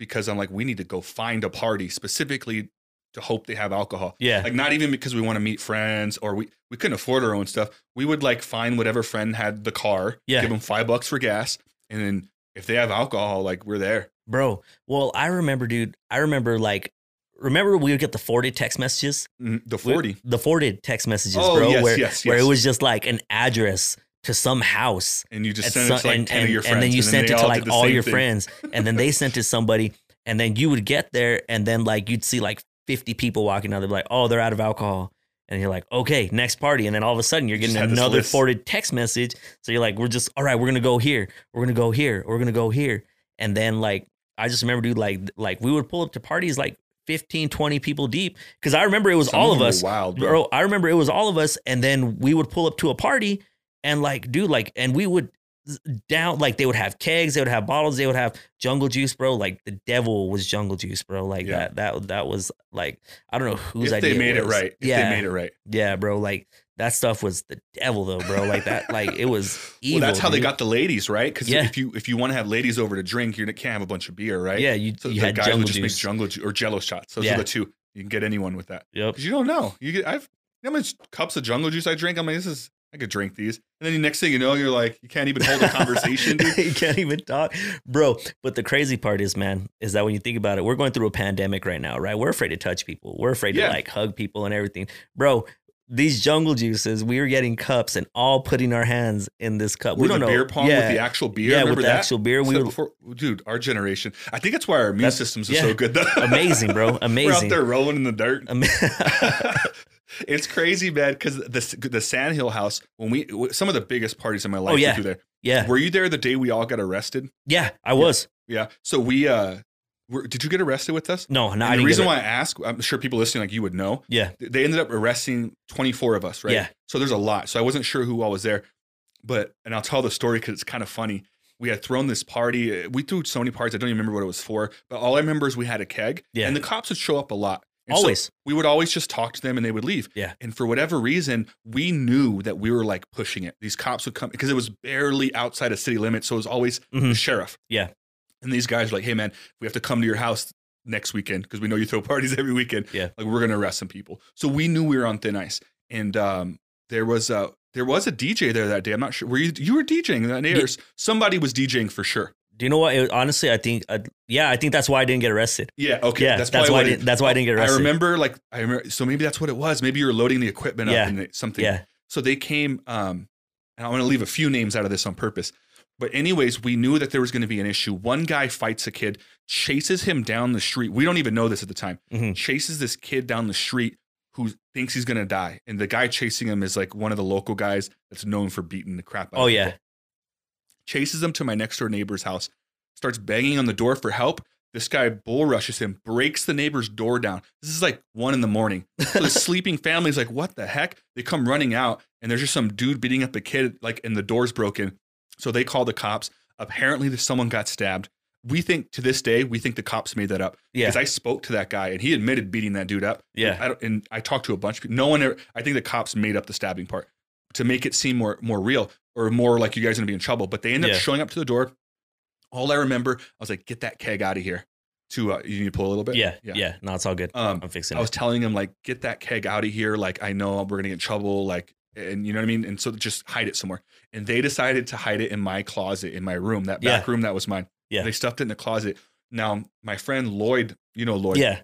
Speaker 1: because I'm like, we need to go find a party specifically to hope they have alcohol.
Speaker 2: yeah,
Speaker 1: Like not even because we want to meet friends or we, we couldn't afford our own stuff. We would like find whatever friend had the car,
Speaker 2: Yeah.
Speaker 1: give them five bucks for gas. And then if they have alcohol, like we're there.
Speaker 2: bro. Well, I remember, dude. I remember, like, remember we would get the forwarded text messages,
Speaker 1: Mm, The
Speaker 2: We-
Speaker 1: 40.
Speaker 2: the forwarded text messages,
Speaker 1: Oh,
Speaker 2: bro.
Speaker 1: yes,
Speaker 2: where
Speaker 1: yes,
Speaker 2: where it
Speaker 1: yes.
Speaker 2: was just like an address to some house,
Speaker 1: And you just
Speaker 2: at
Speaker 1: send
Speaker 2: some-
Speaker 1: it to like 10 of your friends.
Speaker 2: and then you sent
Speaker 1: they
Speaker 2: it to
Speaker 1: all
Speaker 2: like
Speaker 1: did the
Speaker 2: all
Speaker 1: same
Speaker 2: your
Speaker 1: thing.
Speaker 2: friends, and then they sent it to somebody, and then you would get there, and then like you'd see like fifty people walking out. They're like, oh, they're out of alcohol, and you're like, okay, next party, and then all of a sudden you're
Speaker 1: You
Speaker 2: getting
Speaker 1: just had this
Speaker 2: another
Speaker 1: list.
Speaker 2: forwarded text message. So you're like, we're just all right, we're gonna go here, we're gonna go here, we're gonna go here, and then like I just remember, dude, like like we would pull up to parties like 15, 20 people deep because I remember it was
Speaker 1: Some
Speaker 2: all of
Speaker 1: them were
Speaker 2: us
Speaker 1: Wild, bro.
Speaker 2: bro. I remember it was all of us, and then we would pull up to a party, and like, dude, like, and we would down, like, they would have kegs, they would have bottles, they would have jungle juice, bro. Like, the devil was jungle juice, bro. Like
Speaker 1: Yeah.
Speaker 2: that, that, that was like, I don't know whose
Speaker 1: If
Speaker 2: idea
Speaker 1: they made it,
Speaker 2: was.
Speaker 1: right, if
Speaker 2: yeah,
Speaker 1: they made it right.
Speaker 2: yeah, bro. Like that stuff was the devil, though, bro. Like that, like it was evil.
Speaker 1: well, that's how they
Speaker 2: dude.
Speaker 1: got the ladies, right? Because
Speaker 2: Yeah.
Speaker 1: if you if you want to have ladies over to drink, you can't have a bunch of beer, right?
Speaker 2: Yeah, you,
Speaker 1: So
Speaker 2: you
Speaker 1: the
Speaker 2: had
Speaker 1: guys
Speaker 2: jungle
Speaker 1: would just
Speaker 2: juice.
Speaker 1: make jungle ju- or Jello shots. Those
Speaker 2: Yeah.
Speaker 1: are the two. You can get anyone with that
Speaker 2: yep.
Speaker 1: because you don't know. You get I've you know how much cups of jungle juice I drink. I'm like, this is I could drink these, and then the next thing you know, you're like, you can't even hold a conversation. dude.
Speaker 2: you can't even talk, bro. But the crazy part is, man, is that when you think about it, we're going through a pandemic right now, right? We're afraid to touch people. We're afraid
Speaker 1: Yeah.
Speaker 2: to like hug people and everything, bro. These jungle juices, we were getting cups and all putting our hands in this cup.
Speaker 1: Or
Speaker 2: we don't
Speaker 1: the
Speaker 2: know.
Speaker 1: beer pong
Speaker 2: yeah,
Speaker 1: with the actual beer.
Speaker 2: yeah,
Speaker 1: Remember
Speaker 2: with the
Speaker 1: that?
Speaker 2: actual beer, we
Speaker 1: So
Speaker 2: were
Speaker 1: before, dude, our generation. I think that's why our immune
Speaker 2: That's-
Speaker 1: systems are
Speaker 2: yeah.
Speaker 1: so good. Though.
Speaker 2: amazing, bro.
Speaker 1: We're out
Speaker 2: Amazing.
Speaker 1: there rolling in the dirt.
Speaker 2: Ama-
Speaker 1: it's crazy, man. Because the the Sand Hill House, when we some of the biggest parties in my life,
Speaker 2: Oh, yeah.
Speaker 1: we through there.
Speaker 2: yeah,
Speaker 1: Were you there the day we all got arrested?
Speaker 2: yeah. I was
Speaker 1: Yeah. So we, uh, were, did you get arrested with us?
Speaker 2: no, no.
Speaker 1: And
Speaker 2: I didn't
Speaker 1: the
Speaker 2: get
Speaker 1: reason
Speaker 2: it.
Speaker 1: why I ask, I'm sure people listening like you would know.
Speaker 2: Yeah.
Speaker 1: They ended up arresting 24 of us, right?
Speaker 2: Yeah.
Speaker 1: So there's a lot. So I wasn't sure who all was there, but and I'll tell the story because it's kind of funny. We had thrown this party. uh, We threw so many parties. I don't even remember what it was for, but all I remember is we had a keg.
Speaker 2: Yeah.
Speaker 1: And the cops would show up a lot. And so
Speaker 2: always.
Speaker 1: we would always just talk to them and they would leave.
Speaker 2: Yeah.
Speaker 1: And for whatever reason, we knew that we were like pushing it. These cops would come because it was barely outside of city limits. So it was always the
Speaker 2: Mhm.
Speaker 1: sheriff.
Speaker 2: Yeah.
Speaker 1: And these guys were like, hey, man, we have to come to your house next weekend because we know you throw parties every weekend.
Speaker 2: Yeah.
Speaker 1: Like we're going to arrest some people. So we knew we were on thin ice. And um, there was a, there was a DJ there that day. I'm not sure. Were you you were DJing that day? or
Speaker 2: Ye-
Speaker 1: s- Somebody was DJing for sure.
Speaker 2: Do you know what? It, honestly, I think. Uh, yeah, I think that's why I didn't get arrested.
Speaker 1: Yeah. Okay.
Speaker 2: yeah, that's, why. I
Speaker 1: it-
Speaker 2: didn't, that's why I didn't get
Speaker 1: I
Speaker 2: arrested.
Speaker 1: remember like I remember. So maybe that's what it was. Maybe you were loading the equipment
Speaker 2: Yeah.
Speaker 1: up and it- something.
Speaker 2: Yeah.
Speaker 1: So they came, um, and I want to leave a few names out of this on purpose. But anyways, we knew that there was going to be an issue. One guy fights a kid, chases him down the street. We don't even know this at the time.
Speaker 2: Mhm.
Speaker 1: Chases this kid down the street who thinks he's going to die, and the guy chasing him is like one of the local guys that's known for beating the crap out.
Speaker 2: Oh
Speaker 1: of
Speaker 2: yeah.
Speaker 1: people. Chases him to my next door neighbor's house, starts banging on the door for help. This guy bull rushes him, breaks the neighbor's door down. This is like one in the morning. So the sleeping family's like, what the heck? They come running out, and there's just some dude beating up a kid, like, and the door's broken. So they call the cops. Apparently, there's someone got stabbed. We think to this day, we think the cops made that up
Speaker 2: Yeah.
Speaker 1: because I spoke to that guy and he admitted beating that dude up.
Speaker 2: Yeah.
Speaker 1: I don't, and I talked to a bunch of people. No one ever, I think the cops made up the stabbing part to make it seem more more real or more like you guys are gonna be in trouble. But they end up
Speaker 2: Yeah.
Speaker 1: showing up to the door. All I remember, I was like, get that keg out of here. To uh, you need to pull a little bit.
Speaker 2: yeah. Yeah. No, it's all good.
Speaker 1: Um,
Speaker 2: I'm fixing
Speaker 1: I
Speaker 2: it.
Speaker 1: was telling him like, get that keg out of here. Like, I know we're gonna get in trouble. Like, and you know what I mean. And so just hide it somewhere. And they decided to hide it in my closet in my room, that back room that was mine.
Speaker 2: Yeah.
Speaker 1: They stuffed it in the closet. Now my friend Lloyd, you know Lloyd.
Speaker 2: yeah.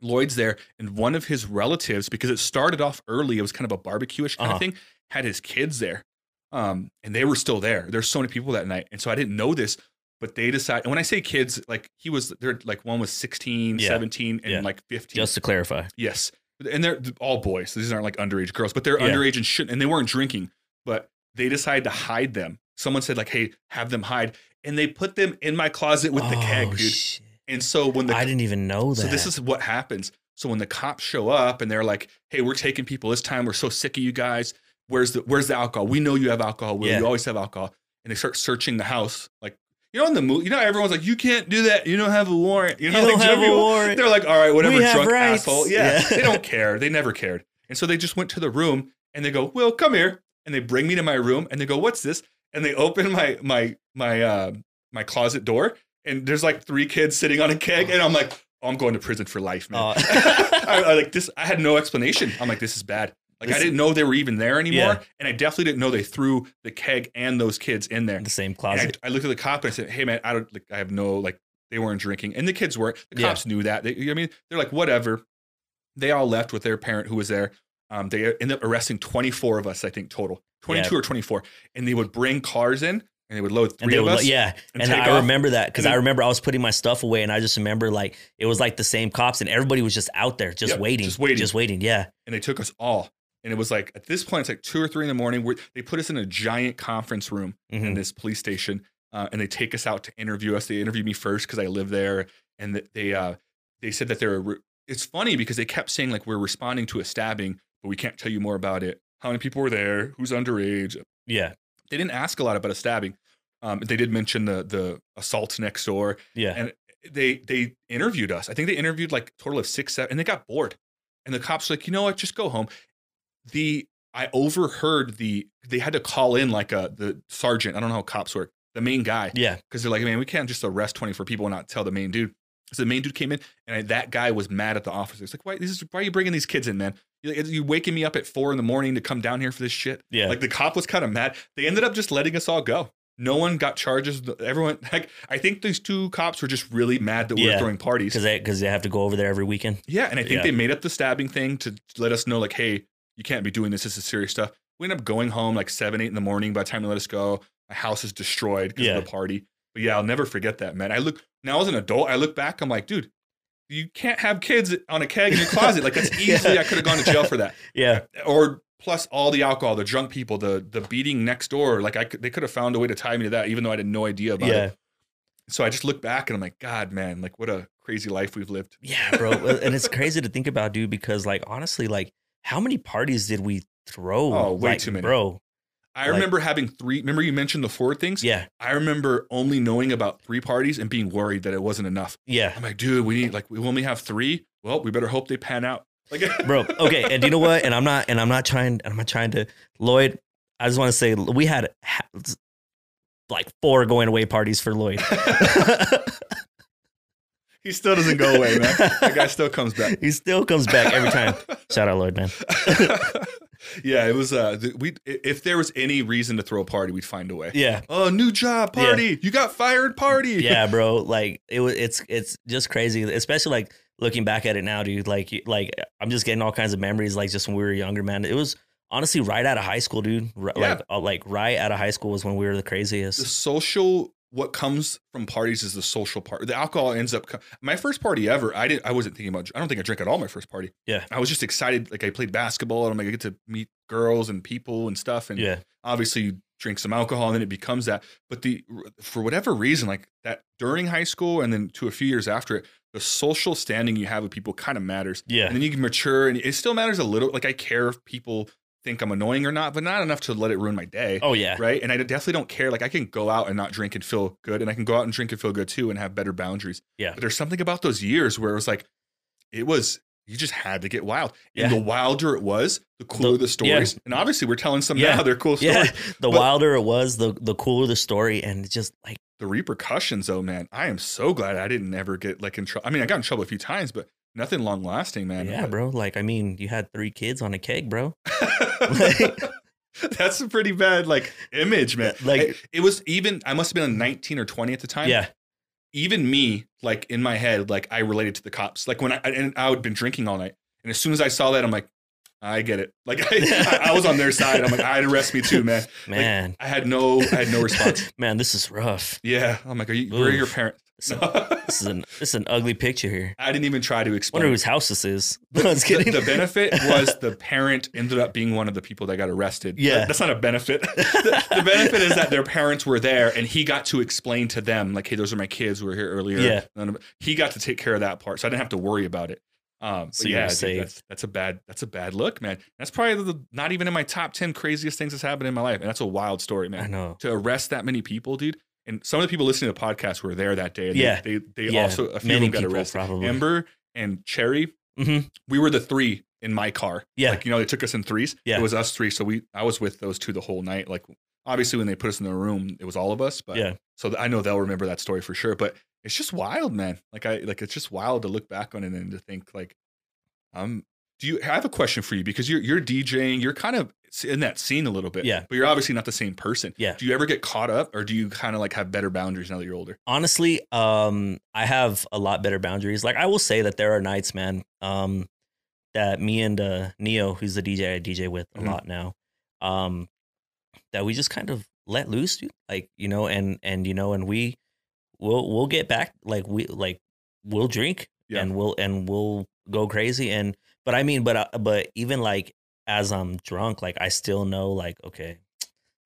Speaker 1: Lloyd's there, and one of his relatives, because it started off early, it was kind of a barbecue-ish kind
Speaker 2: Uh-huh.
Speaker 1: of thing, had his kids there. Um, and they were still there. There's so many people that night. And so I didn't know this, but they decided and when I say kids, like he was there, like one was 16,
Speaker 2: Yeah.
Speaker 1: 17, and
Speaker 2: Yeah.
Speaker 1: like 15.
Speaker 2: Just to clarify.
Speaker 1: yes. And they're all boys. These aren't like underage girls, but they're
Speaker 2: Yeah.
Speaker 1: underage and shouldn't and they weren't drinking, but they decided to hide them someone said like, "Hey, have them hide," and they put them in my closet with the keg,
Speaker 2: Oh,
Speaker 1: dude.
Speaker 2: shit.
Speaker 1: And so when the
Speaker 2: I didn't even know that.
Speaker 1: so this is what happens. So when the cops show up and they're like, "Hey, we're taking people this time. We're so sick of you guys. Where's the where's the alcohol? We know you have alcohol. Will.
Speaker 2: Yeah.
Speaker 1: You always have alcohol." And they start searching the house. Like you know in the movie, you know everyone's like, "You can't do that. You don't have a warrant. You,
Speaker 2: you
Speaker 1: know,
Speaker 2: don't
Speaker 1: like,
Speaker 2: have a
Speaker 1: everyone-
Speaker 2: warrant.
Speaker 1: They're like, "All right, whatever,
Speaker 2: We have
Speaker 1: drunk
Speaker 2: rights."
Speaker 1: asshole." Yeah,
Speaker 2: Yeah.
Speaker 1: they don't care. They never cared. And so they just went to the room and they go, "Will, come here." And they bring me to my room and they go, "What's this?" And they open my my my uh, my closet door and there's like three kids sitting on a keg and I'm like. "Oh, I'm going to prison for life, man.
Speaker 2: Oh.
Speaker 1: I, I like this. I had no explanation. I'm like, this is bad. Like I
Speaker 2: This-
Speaker 1: didn't know they were even there anymore,
Speaker 2: Yeah.
Speaker 1: and I definitely didn't know they threw the keg and those kids in there.
Speaker 2: in the same
Speaker 1: And I,
Speaker 2: closet.
Speaker 1: I looked at the cop and I said, "Hey, man, I don't. Like, I have no like. They weren't drinking, and the kids were. The
Speaker 2: Yeah.
Speaker 1: cops knew that. They, you know what I mean, they're like, whatever. They all left with their parent who was there. Um, they ended up arresting 24 of us, I think total, 22 or 24, and they would bring cars in and they would load
Speaker 2: and
Speaker 1: three
Speaker 2: they
Speaker 1: of
Speaker 2: would,
Speaker 1: us.
Speaker 2: like- yeah,
Speaker 1: and
Speaker 2: and,
Speaker 1: take
Speaker 2: I
Speaker 1: off.
Speaker 2: remember that because
Speaker 1: And
Speaker 2: I
Speaker 1: then-
Speaker 2: remember I was putting my stuff away, and I just remember like it was like the same cops, and everybody was just out there, just
Speaker 1: Yep,
Speaker 2: waiting,
Speaker 1: just waiting.
Speaker 2: just waiting. Yeah,
Speaker 1: and they took us all. And it was like at this point, it's like two or three in the morning. We're, they put us in a giant conference room
Speaker 2: Mhm.
Speaker 1: in this police station, uh, and they take us out to interview us. They interviewed me first because I live there, and th- they uh, they said that they're. Re- it's funny because they kept saying like we're responding to a stabbing, but we can't tell you more about it. How many people were there? Who's underage?
Speaker 2: yeah,
Speaker 1: They didn't ask a lot about a stabbing. Um, they did mention the the assault next door,
Speaker 2: yeah.
Speaker 1: and they they interviewed us. I think they interviewed like a total of six, seven, and they got bored. And the cops were like, you know what, just go home. The I overheard the they had to call in like a the sergeant. I don't know how cops work. The main guy
Speaker 2: yeah,
Speaker 1: because they're like, man, we can't just arrest 24 people and not tell the main dude. So the main dude came in, and I, that guy was mad at the officers. Like, why? This is why are you bringing these kids in, man? You, you waking me up at four in the morning to come down here for this shit.
Speaker 2: yeah.
Speaker 1: Like the cop was kind of mad. They ended up just letting us all go. No one got charges. Everyone, like, I think these two cops were just really mad that we were
Speaker 2: Yeah.
Speaker 1: throwing parties.
Speaker 2: because they because they have to go over there every weekend.
Speaker 1: Yeah, and I think
Speaker 2: Yeah.
Speaker 1: they made up the stabbing thing to let us know, like, hey, you can't be doing this. This is serious stuff. We end up going home like seven, eight in the morning. By the time they let us go, my house is destroyed because
Speaker 2: Yeah.
Speaker 1: of the party. But yeah, I'll never forget that, man. I look now as an adult, I look back, I'm like, dude, you can't have kids on a keg in your closet. Like that's
Speaker 2: Yeah.
Speaker 1: easily I could have gone to jail for that.
Speaker 2: Yeah,
Speaker 1: Or plus all the alcohol, the drunk people, the the beating next door. Like I could, they could have found a way to tie me to that, even though I had no idea about
Speaker 2: yeah,
Speaker 1: it. So I just look back and I'm like, God, man, like what a crazy life we've lived.
Speaker 2: yeah, bro. and it's crazy to think about, dude. Because like honestly, like how many parties did we throw?
Speaker 1: Oh, way
Speaker 2: Like,
Speaker 1: too many.
Speaker 2: bro.
Speaker 1: I
Speaker 2: Like-
Speaker 1: remember having three. Remember you mentioned the four things.
Speaker 2: Yeah,
Speaker 1: I remember only knowing about three parties and being worried that it wasn't enough.
Speaker 2: yeah.
Speaker 1: I'm like, dude, we need like we only have three. Well, we better hope they pan out. Like,
Speaker 2: bro okay and you know what and i'm not and i'm not trying i'm not trying to lloyd i just want to say we had ha- like four going away parties for lloyd
Speaker 1: he still doesn't go away, man. That guy still comes back.
Speaker 2: he still comes back every time shout out lloyd man
Speaker 1: yeah, it was. Uh, th- we i- if there was any reason to throw a party, we'd find a way.
Speaker 2: yeah
Speaker 1: Oh, new job
Speaker 2: Yeah.
Speaker 1: party! You got fired party!
Speaker 2: yeah bro like it was it's it's just crazy especially like looking back at it now dude like you- like i'm just getting all kinds of memories like just when we were younger man it was honestly right out of high school dude R-
Speaker 1: Yeah.
Speaker 2: like uh, like right out of high school was when we were the craziest
Speaker 1: the social what comes from parties is the social part the alcohol ends up co- my first party ever i didn't i wasn't thinking about i don't think i drank at all my first party
Speaker 2: Yeah.
Speaker 1: i was just excited like i played basketball and i'm like i get to meet girls and people and stuff and
Speaker 2: yeah
Speaker 1: obviously you drink some alcohol and then it becomes that but the for whatever reason like that during high school and then to a few years after it the social standing you have with people kind of matters
Speaker 2: yeah
Speaker 1: and then you can mature and it still matters a little like i care if people think i'm annoying or not but not enough to let it ruin my day
Speaker 2: oh yeah
Speaker 1: right? And I definitely don't care. Like I can go out and not drink and feel good, and I can go out and drink and feel good too, and have better boundaries.
Speaker 2: Yeah.
Speaker 1: But there's something about those years where it was like, it was you just had to get wild, and
Speaker 2: Yeah.
Speaker 1: the wilder it was, the cooler the,
Speaker 2: The-
Speaker 1: stories. And obviously, we're telling some
Speaker 2: Yeah.
Speaker 1: now they're cool
Speaker 2: yeah
Speaker 1: stories.
Speaker 2: the
Speaker 1: But-
Speaker 2: wilder it was the the cooler the story and just like
Speaker 1: The repercussions, though, man, I am so glad I didn't ever get like in trouble. I mean, I got in trouble a few times, but nothing long lasting, man.
Speaker 2: yeah bro like i mean you had three kids on a keg bro
Speaker 1: That's a pretty bad like image, man.
Speaker 2: Like-
Speaker 1: I- it was even I must have been 19 or 20 at the time.
Speaker 2: yeah
Speaker 1: even me, like in my head, like I related to the cops. Like when I and I had been drinking all night, and as soon as I saw that, I'm like, I get it. Like I, I, I was on their side. I'm like, I'd arrest me too, man.
Speaker 2: man
Speaker 1: I had no, I had no response.
Speaker 2: man this is rough
Speaker 1: Yeah, I'm like, are you, where are your
Speaker 2: Oof.
Speaker 1: parents?
Speaker 2: This is, this is an this is an ugly picture here.
Speaker 1: I didn't even try to
Speaker 2: Wonder
Speaker 1: explain.
Speaker 2: whose house this is.
Speaker 1: The,
Speaker 2: No, I was
Speaker 1: the,
Speaker 2: kidding.
Speaker 1: the benefit was the parent ended up being one of the people that got arrested.
Speaker 2: Yeah.
Speaker 1: That- that's not a benefit. the, the benefit is that their parents were there, and he got to explain to them, like, "Hey, those are my kids who were here earlier."
Speaker 2: Yeah.
Speaker 1: None of, he got to take care of that part, so I didn't have to worry about it. Um,
Speaker 2: So
Speaker 1: but
Speaker 2: you were
Speaker 1: yeah, dude,
Speaker 2: saved.
Speaker 1: that's, that's a bad that's a bad look, man. That's probably the, not even in my top ten craziest things that's happened in my life, and that's a wild story, man
Speaker 2: I know.
Speaker 1: to arrest that many people, dude. And some of the people listening to the podcast were there that day. And
Speaker 2: Yeah.
Speaker 1: They, they, they
Speaker 2: Yeah,
Speaker 1: also, a few of
Speaker 2: many
Speaker 1: them got
Speaker 2: people,
Speaker 1: arrested.
Speaker 2: probably.
Speaker 1: Amber and Cherry,
Speaker 2: hmm
Speaker 1: we were the three in my car.
Speaker 2: Yeah.
Speaker 1: Like, you know, they took us in threes.
Speaker 2: Yeah.
Speaker 1: It was us three. So we, I was with those two the whole night. Like, obviously, when they put us in the room, it was all of us. But
Speaker 2: Yeah.
Speaker 1: so th- I know they'll remember that story for sure. But it's just wild, man. Like, I, like, it's just wild to look back on it and to think, like, um, do you I have a question for you? Because you're, you're DJing, you're kind of in that scene a little bit.
Speaker 2: Yeah.
Speaker 1: But you're obviously not the same person
Speaker 2: Yeah.
Speaker 1: do you ever get caught up or do you kind of like have better boundaries now that you're older
Speaker 2: honestly, um, I have a lot better boundaries. Like I will say that there are nights, man, um, that me and uh, Neo, who's the DJ I DJ with a
Speaker 1: Mhm.
Speaker 2: lot now, um, that we just kind of let loose, dude. Like you know, and and you know, and we we'll we'll get back. Like we like we'll drink
Speaker 1: Yeah.
Speaker 2: and we'll and we'll go crazy. And but I mean, but I, but even like as I'm drunk, like I still know, like okay.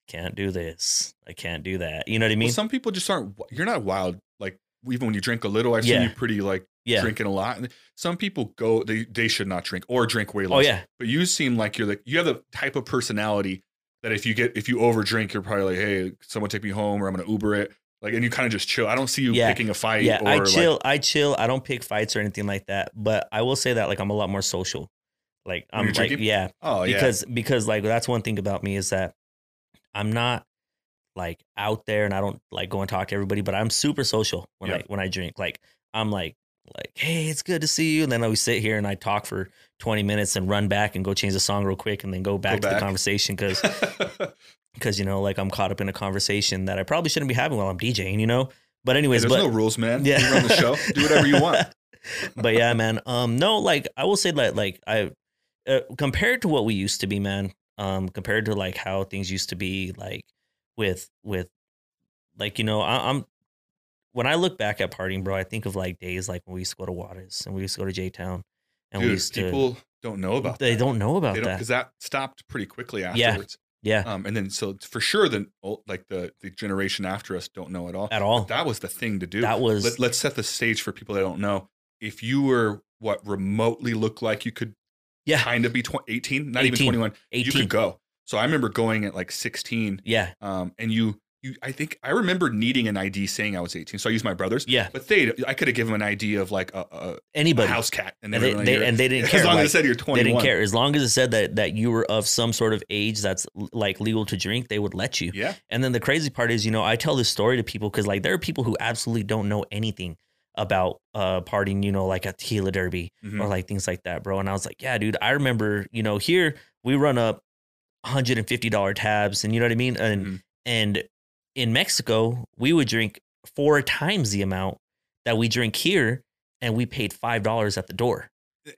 Speaker 2: Can't do this. I can't do that. You know what I mean?
Speaker 1: well, some people just aren't wi- you're not wild like even when you drink a little i've
Speaker 2: Yeah.
Speaker 1: seen you pretty like
Speaker 2: yeah.
Speaker 1: drinking a lot And some people go they they should not drink or drink way less
Speaker 2: Oh yeah.
Speaker 1: but you seem like you're like you have the type of personality that if you get if you over drink you're probably like hey someone take me home or i'm gonna uber it like and you kind of just chill i don't see you
Speaker 2: Yeah.
Speaker 1: picking a fight
Speaker 2: yeah,
Speaker 1: or
Speaker 2: I
Speaker 1: like
Speaker 2: chill. I chill. I don't pick fights or anything like that. But I will say that like I'm a lot more social. Like
Speaker 1: When
Speaker 2: I'm
Speaker 1: you're
Speaker 2: like
Speaker 1: drinking?
Speaker 2: yeah,
Speaker 1: oh yeah
Speaker 2: because because like that's one thing about me is that I'm not like out there and I don't like go and talk to everybody. But I'm super social when
Speaker 1: Yeah.
Speaker 2: I when I drink. Like I'm like like hey, it's good to see you. And then I always sit here and I talk for 20 minutes and run back and go change the song real quick and then go back to the
Speaker 1: back.
Speaker 2: conversation because because you know like I'm caught up in a conversation that I probably shouldn't be having while I'm DJing. You know. But anyways,
Speaker 1: there's
Speaker 2: but
Speaker 1: no rules man
Speaker 2: yeah.
Speaker 1: you run the show do whatever you want
Speaker 2: but yeah, man. Um, no, like I will say that, like I, uh, compared to what we used to be, man. Um, compared to like how things used to be, like with with, like you know, I, I'm. When I look back at partying, bro, I think of like days like when we used to go to Waters and we used to go to J Town, and we
Speaker 1: dude
Speaker 2: used to.
Speaker 1: people don't know about
Speaker 2: they
Speaker 1: that.
Speaker 2: don't know about
Speaker 1: They don't
Speaker 2: that.
Speaker 1: because that stopped pretty quickly
Speaker 2: Yeah.
Speaker 1: afterwards.
Speaker 2: yeah,
Speaker 1: Um, and then so for sure, the old- like the the generation after us don't know at all.
Speaker 2: at all.
Speaker 1: That was the thing to do.
Speaker 2: That was
Speaker 1: Let, let's set the stage for people that don't know. If you were what remotely looked like you could
Speaker 2: yeah,
Speaker 1: kind of be 20, 18, not
Speaker 2: 18,
Speaker 1: even 21, you
Speaker 2: eighteen.
Speaker 1: could go. So I remember going at like 16,
Speaker 2: yeah,
Speaker 1: um, and you you I think I remember needing an ID saying I was 18, so I used my brother's.
Speaker 2: yeah.
Speaker 1: But they, I could have given them an ID of like a, a, a
Speaker 2: Anybody,
Speaker 1: house cat, and they,
Speaker 2: and they,
Speaker 1: would've been
Speaker 2: they-
Speaker 1: like,
Speaker 2: and they didn't
Speaker 1: as
Speaker 2: care.
Speaker 1: long
Speaker 2: like-
Speaker 1: as it said you're 21.
Speaker 2: They didn't care as long as it said that that you were of some sort of age that's l- like legal to drink. They would let you.
Speaker 1: Yeah,
Speaker 2: And then the crazy part is, you know, I tell this story to people because like there are people who absolutely don't know anything about uh partying. You know, like a tequila derby
Speaker 1: Mhm.
Speaker 2: or like things like that, bro. And I was like, yeah, dude, I remember. You know, here we run up hundred and fifty dollar tabs, and you know what I mean. And
Speaker 1: Mhm.
Speaker 2: and in Mexico, we would drink four times the amount that we drink here, and we paid five dollars at the door.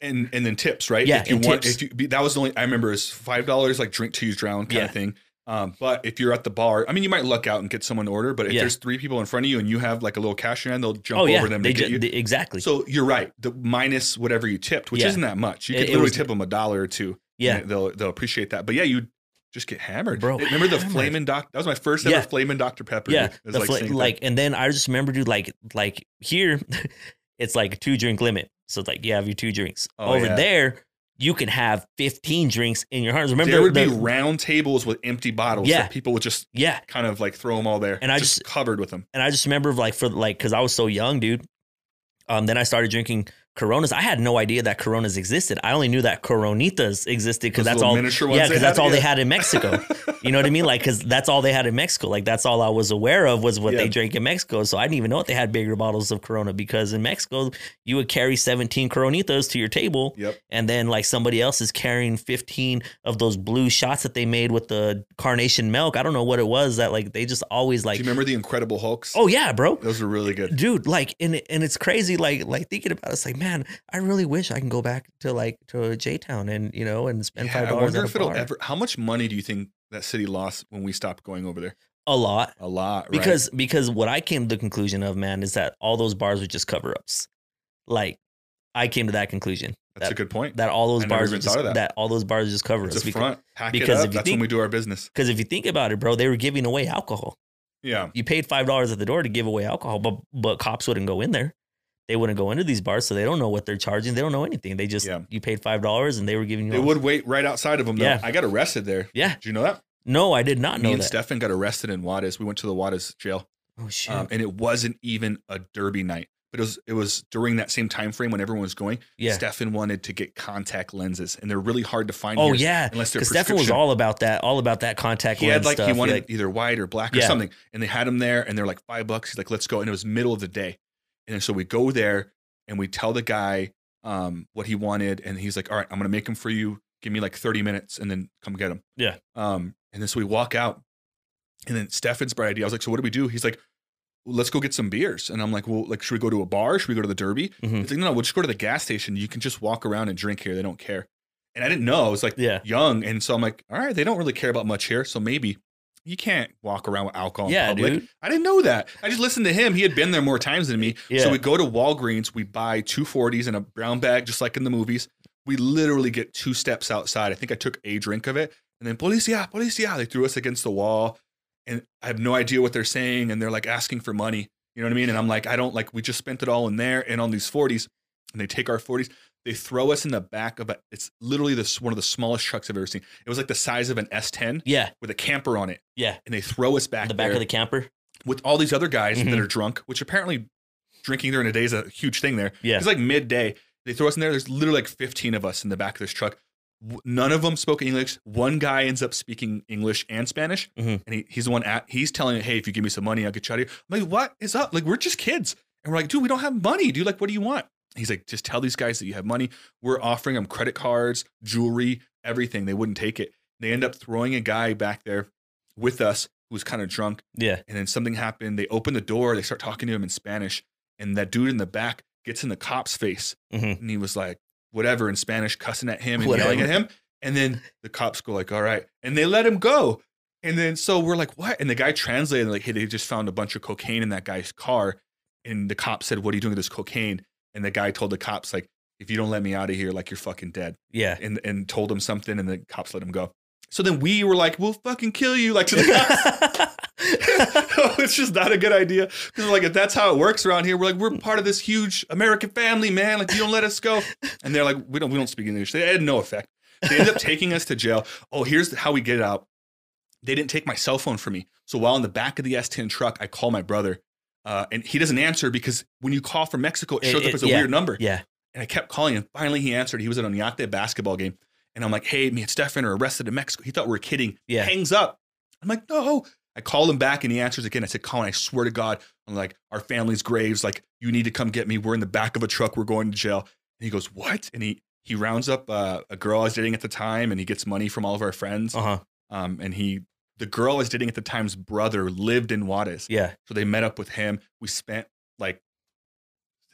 Speaker 1: and and then tips, right?
Speaker 2: Yeah,
Speaker 1: if you
Speaker 2: and
Speaker 1: want,
Speaker 2: tips.
Speaker 1: if you be- that was the only I remember is five dollars, like drink till you drown kind
Speaker 2: Yeah.
Speaker 1: of thing. Um, but if you're at the bar, I mean, you might luck out and get someone to order. But if
Speaker 2: Yeah. Oh,
Speaker 1: there's three people in front of you and you have like a little cash in hand, they'll jump over them
Speaker 2: They
Speaker 1: to get
Speaker 2: ju-
Speaker 1: you.
Speaker 2: they- exactly.
Speaker 1: so you're right. The minus whatever you tipped, which
Speaker 2: Yeah.
Speaker 1: isn't that much. You
Speaker 2: It-
Speaker 1: could
Speaker 2: it
Speaker 1: literally
Speaker 2: was-
Speaker 1: tip them a dollar or two.
Speaker 2: yeah,
Speaker 1: and they'll they'll appreciate that. But yeah, you just get hammered.
Speaker 2: Bro,
Speaker 1: remember the
Speaker 2: hammered.
Speaker 1: flaming doc? That was my first ever
Speaker 2: Yeah.
Speaker 1: flaming Dr Pepper.
Speaker 2: yeah.
Speaker 1: It was
Speaker 2: the
Speaker 1: like,
Speaker 2: fla-
Speaker 1: saying that.
Speaker 2: like, and then I just remember, dude, like, like here, it's like a two drink limit. So it's like, you have your two drinks.
Speaker 1: Oh,
Speaker 2: Over
Speaker 1: yeah.
Speaker 2: there, you can have fifteen drinks in your arms. Remember,
Speaker 1: there would
Speaker 2: the-
Speaker 1: be round tables with empty bottles.
Speaker 2: Yeah.
Speaker 1: that people would just
Speaker 2: yeah.
Speaker 1: kind of like throw them all there,
Speaker 2: And I
Speaker 1: just
Speaker 2: just-
Speaker 1: covered with them.
Speaker 2: And I just remember, like, for like, because I was so young, dude. Um, then I started drinking Coronas. I had no idea that Coronas existed. I only knew that Coronitas existed because
Speaker 1: Those
Speaker 2: that's
Speaker 1: little
Speaker 2: all.
Speaker 1: miniature ones
Speaker 2: Yeah,
Speaker 1: they
Speaker 2: because that's
Speaker 1: had?
Speaker 2: all they
Speaker 1: Yeah.
Speaker 2: had in Mexico. You know what I mean? Like, because that's all they had in Mexico. Like, that's all I was aware of was what
Speaker 1: Yeah.
Speaker 2: they drank in Mexico. So I didn't even know that they had bigger bottles of Corona because in Mexico, you would carry 17 Coronitas to your table.
Speaker 1: Yep.
Speaker 2: And then, like, somebody else is carrying 15 of those blue shots that they made with the carnation milk. I don't know what it was that, like, they just always, like,
Speaker 1: Do you remember the Incredible Hulks?
Speaker 2: oh, yeah, bro.
Speaker 1: those were really good.
Speaker 2: Dude, like, and it- and it's crazy, like, like thinking about it, it's like, man, I really wish I can go back to like to J Town and you know and spend
Speaker 1: Yeah,
Speaker 2: five
Speaker 1: I
Speaker 2: dollars
Speaker 1: wonder
Speaker 2: at a
Speaker 1: if it'll
Speaker 2: bar.
Speaker 1: ever. How much money do you think that city lost when we stopped going over there?
Speaker 2: a lot
Speaker 1: a lot right?
Speaker 2: because because what I came to the conclusion of, man, is that all those bars were just cover ups. Like I came to that conclusion
Speaker 1: that's
Speaker 2: that-
Speaker 1: a good point.
Speaker 2: that all those
Speaker 1: I never
Speaker 2: bars were
Speaker 1: even
Speaker 2: just,
Speaker 1: thought of
Speaker 2: that.
Speaker 1: that.
Speaker 2: all those bars were just cover
Speaker 1: it's
Speaker 2: ups
Speaker 1: a front. Pack it
Speaker 2: because if
Speaker 1: up.
Speaker 2: you
Speaker 1: That's
Speaker 2: think-
Speaker 1: when we do our business.
Speaker 2: because if you think about it, bro, they were giving away alcohol.
Speaker 1: Yeah,
Speaker 2: You paid five dollars at the door to give away alcohol, but but cops wouldn't go in there. They wouldn't go into these bars, so they don't know what they're charging. They don't know anything. They just
Speaker 1: Yeah.
Speaker 2: you paid five dollars and they were giving you.
Speaker 1: they
Speaker 2: all-
Speaker 1: would wait right outside of them. Though.
Speaker 2: Yeah.
Speaker 1: I got arrested there.
Speaker 2: Yeah.
Speaker 1: Do you know that?
Speaker 2: No, I did not know
Speaker 1: Me and
Speaker 2: that.
Speaker 1: Stefan got arrested in Juarez. We went to the Juarez jail,
Speaker 2: oh shit.
Speaker 1: um, and it wasn't even a derby night. But it was it was during that same time frame when everyone was going.
Speaker 2: yeah.
Speaker 1: Stefan wanted to get contact lenses, and they're really hard to find.
Speaker 2: oh
Speaker 1: here
Speaker 2: yeah.
Speaker 1: unless they're
Speaker 2: Because Stefan was
Speaker 1: prescription.
Speaker 2: all about that, all about that contact
Speaker 1: He
Speaker 2: lens
Speaker 1: had like
Speaker 2: stuff.
Speaker 1: he wanted
Speaker 2: like,
Speaker 1: either white or black
Speaker 2: Yeah.
Speaker 1: or something, and they had him there, and they're like five bucks. He's like, "Let's go," and it was middle of the day, and then so we go there and we tell the guy um, what he wanted, and he's like, "All right, I'm gonna make him for you. Give me like 30 minutes, and then come get him."
Speaker 2: Yeah.
Speaker 1: Um, and then so we walk out, and then Stefan's bright idea. I was like, "So what do we do?" He's like, well, "Let's go get some beers," and I'm like, "Well, like should we go to a bar? Should we go to the Derby?"
Speaker 2: Mhm.
Speaker 1: It's like, "No, no, we'll just go to the gas station. You can just walk around and drink here. They don't care." And I didn't know. I was like
Speaker 2: Yeah.
Speaker 1: young. And so I'm like, all right, they don't really care about much here. So maybe you can't walk around with alcohol in
Speaker 2: Yeah,
Speaker 1: public.
Speaker 2: dude.
Speaker 1: I didn't know that. I just listened to him. He had been there more times than me.
Speaker 2: Yeah.
Speaker 1: So we go to Walgreens, we buy two forties in a brown bag, just like in the movies. We literally get two steps outside. I think I took a drink of it. And then policia, policia, they threw us against the wall. And I have no idea what they're saying. And they're like asking for money. You know what I mean? And I'm like, I don't like, we just spent it all in there and on these 40s. And they take our 40s. They throw us in the back of a, it's literally this one of the smallest trucks I've ever seen. It was like the size of an S10
Speaker 2: Yeah.
Speaker 1: with a camper on it.
Speaker 2: Yeah.
Speaker 1: And they throw us back
Speaker 2: The back
Speaker 1: there
Speaker 2: of the camper.
Speaker 1: with all these other guys
Speaker 2: Mhm.
Speaker 1: that are drunk, which apparently drinking during the day is a huge thing there.
Speaker 2: Yeah.
Speaker 1: It's like midday. They throw us in there. There's literally like 15 of us in the back of this truck. W- None of them spoke English. One guy ends up speaking English and Spanish,
Speaker 2: Mhm.
Speaker 1: and he, he's the one at. He's telling, "Hey, if you give me some money, I'll get you out of here." I'm like, "What is up? Like, we're just kids." And we're like, "Dude, we don't have money, dude. Like, what do you want?" He's like, "Just tell these guys that you have money. We're offering them credit cards, jewelry, everything. They wouldn't take it. They end up throwing a guy back there with us who was kind of drunk."
Speaker 2: Yeah.
Speaker 1: and then something happened. They open the door, they start talking to him in Spanish, and that dude in the back gets in the cop's face,
Speaker 2: Mhm.
Speaker 1: and he was like, whatever in Spanish, cussing at him and
Speaker 2: Whatever.
Speaker 1: yelling at him. And then the cops go like, all right, and they let him go. And then so we're like, what? And the guy translated like, hey, they just found a bunch of cocaine in that guy's car, and the cop said, what are you doing with this cocaine? And the guy told the cops like, if you don't let me out of here, like you're fucking dead
Speaker 2: Yeah.
Speaker 1: and and told him something, and the cops let him go. So then we were like, "We'll fucking kill you!" Like to the cops. it's just not a good idea because like if that's how it works around here, we're like we're part of this huge American family, man. Like you don't let us go, and they're like, "We don't, we don't speak English." They had no effect. They ended up taking us to jail. Oh, here's how we get out. They didn't take my cell phone from me, so while in the back of the S10 truck, I call my brother, uh, and he doesn't answer because when you call from Mexico, it
Speaker 2: It-
Speaker 1: shows
Speaker 2: it-
Speaker 1: up as a
Speaker 2: yeah.
Speaker 1: weird number.
Speaker 2: yeah.
Speaker 1: And I kept calling him. Finally, he answered. He was at an Oñate basketball game. And I'm like, hey, me and Stefan are arrested in Mexico. He thought we were kidding.
Speaker 2: Yeah.
Speaker 1: Hangs up. I'm like, no. I called him back and he answers again. I said, Colin, I swear to God, I'm like, our family's graves. Like, you need to come get me. We're in the back of a truck. We're going to jail. And he goes, what? And he, he rounds up uh, a girl I was dating at the time and he gets money from all of our friends.
Speaker 2: Uh huh.
Speaker 1: Um, and he, the girl I was dating at the time's brother lived in Juarez.
Speaker 2: Yeah.
Speaker 1: So they met up with him. We spent like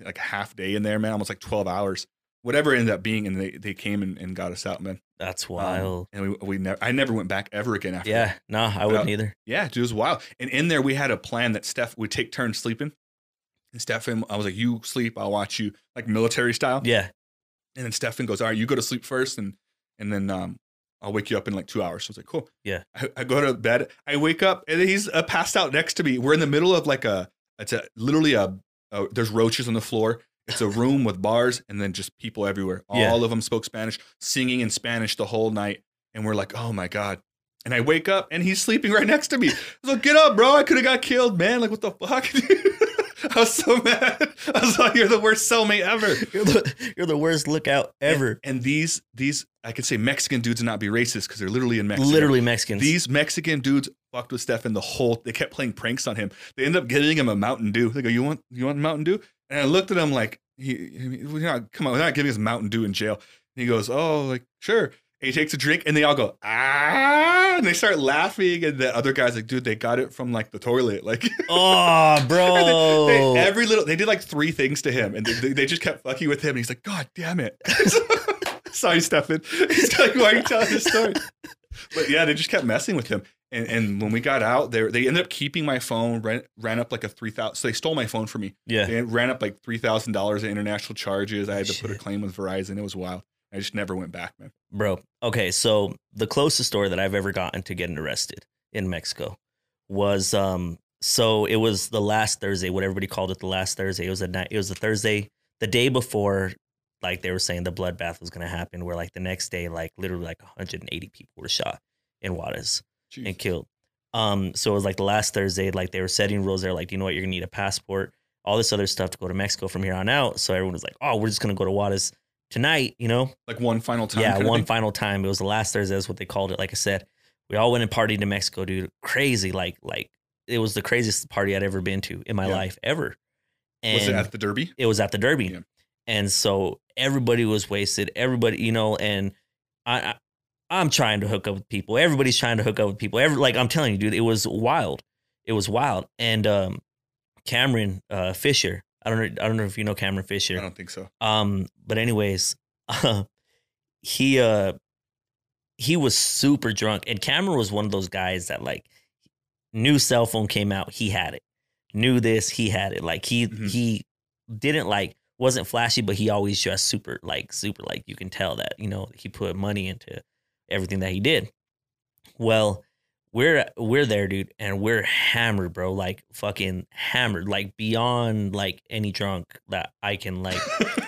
Speaker 1: like a half day in there, man, almost like 12 hours, whatever it ended up being. And they, they came and, and got us out, man.
Speaker 2: That's
Speaker 1: Um,
Speaker 2: wild.
Speaker 1: and we, we never, I never went back ever again after
Speaker 2: yeah.
Speaker 1: that.
Speaker 2: No, I wouldn't either.
Speaker 1: Yeah, dude, it was wild. And in there, we had a plan that Steph would take turns sleeping. And Stefan, I was like, you sleep, I'll watch you, like military style.
Speaker 2: Yeah.
Speaker 1: And then Stefan goes, all right, you go to sleep first. And, and then um, I'll wake you up in like two hours. So I was like, cool.
Speaker 2: Yeah.
Speaker 1: I, I go to bed. I wake up and he's uh, passed out next to me. We're in the middle of like a, it's a literally a, a there's roaches on the floor. It's a room with bars and then just people everywhere. All
Speaker 2: Yeah.
Speaker 1: of them spoke Spanish, singing in Spanish the whole night. And we're like, oh my God. And I wake up and he's sleeping right next to me. I was like, get up, bro. I could have got killed, man. Like, what the fuck? dude? I was so mad. I was like, you're the worst cellmate ever.
Speaker 2: You're the, you're the worst lookout ever.
Speaker 1: And these these I could say Mexican dudes and not be racist because they're literally in Mexico.
Speaker 2: Literally Mexicans.
Speaker 1: These Mexican dudes fucked with Stefan the whole they kept playing pranks on him. They ended up getting him a Mountain Dew. They go, You want you want Mountain Dew? And I looked at him like he, he- we're not come on, we're not giving us Mountain Dew in jail. And he goes, Oh, like, sure. And he takes a drink and they all go, ah, and they start laughing. And the other guy's like, dude, they got it from like the toilet. Like
Speaker 2: oh, bro.
Speaker 1: they, every little they did like three things to him, and they, they just kept fucking with him. And he's like, "God damn it!" Sorry, Stefan. He's like, "Why are you telling this story?" But yeah, they just kept messing with him, And, and when we got out there, they ended up keeping my phone, ran, ran up like a 3000 So they stole my phone from me.
Speaker 2: Yeah.
Speaker 1: They ran up like $3,000 in international charges. I had to put a
Speaker 2: Shit.
Speaker 1: claim with Verizon. It was wild. I just never went back, man.
Speaker 2: Bro, okay, so the closest store that I've ever gotten to getting arrested in Mexico was um so it was the last Thursday, what everybody called it the last Thursday. It was a night it was the Thursday, the day before like they were saying the bloodbath was gonna happen, where like the next day, like literally like 180 people were shot in Juarez
Speaker 1: Jeez.
Speaker 2: and killed. Um, so it was like the last Thursday, like they were setting rules. They're like, you know what, you're gonna need a passport, all this other stuff to go to Mexico from here on out. So everyone was like, oh, we're just gonna go to Juarez tonight, you know?
Speaker 1: Like one final time.
Speaker 2: Yeah,
Speaker 1: kinda
Speaker 2: one
Speaker 1: thing.
Speaker 2: final time. It was the last Thursday. That's what they called it. Like I said, we all went and partied in Mexico, dude. Crazy, like like it was the craziest party I'd ever been to in my
Speaker 1: Yeah.
Speaker 2: life ever. And
Speaker 1: Was it at the Derby?
Speaker 2: it was at the Derby,
Speaker 1: Yeah.
Speaker 2: and so everybody was wasted. Everybody, you know, and I. I I'm trying to hook up with people. Everybody's trying to hook up with people. Every like I'm telling you, dude, it was wild. It was wild. And um, Cameron uh, Fisher, I don't know, I don't know if you know Cameron Fisher.
Speaker 1: I don't think so.
Speaker 2: Um, but anyways, he uh he was super drunk, and Cameron was one of those guys that like new cell phone came out, he had it. Knew this, he had it. Like he
Speaker 1: Mhm.
Speaker 2: he didn't like wasn't flashy, but he always dressed super like super like you can tell that you know he put money into everything that he did. Well, we're we're there, dude, and we're hammered, bro. Like fucking hammered, like beyond like any drunk that I can like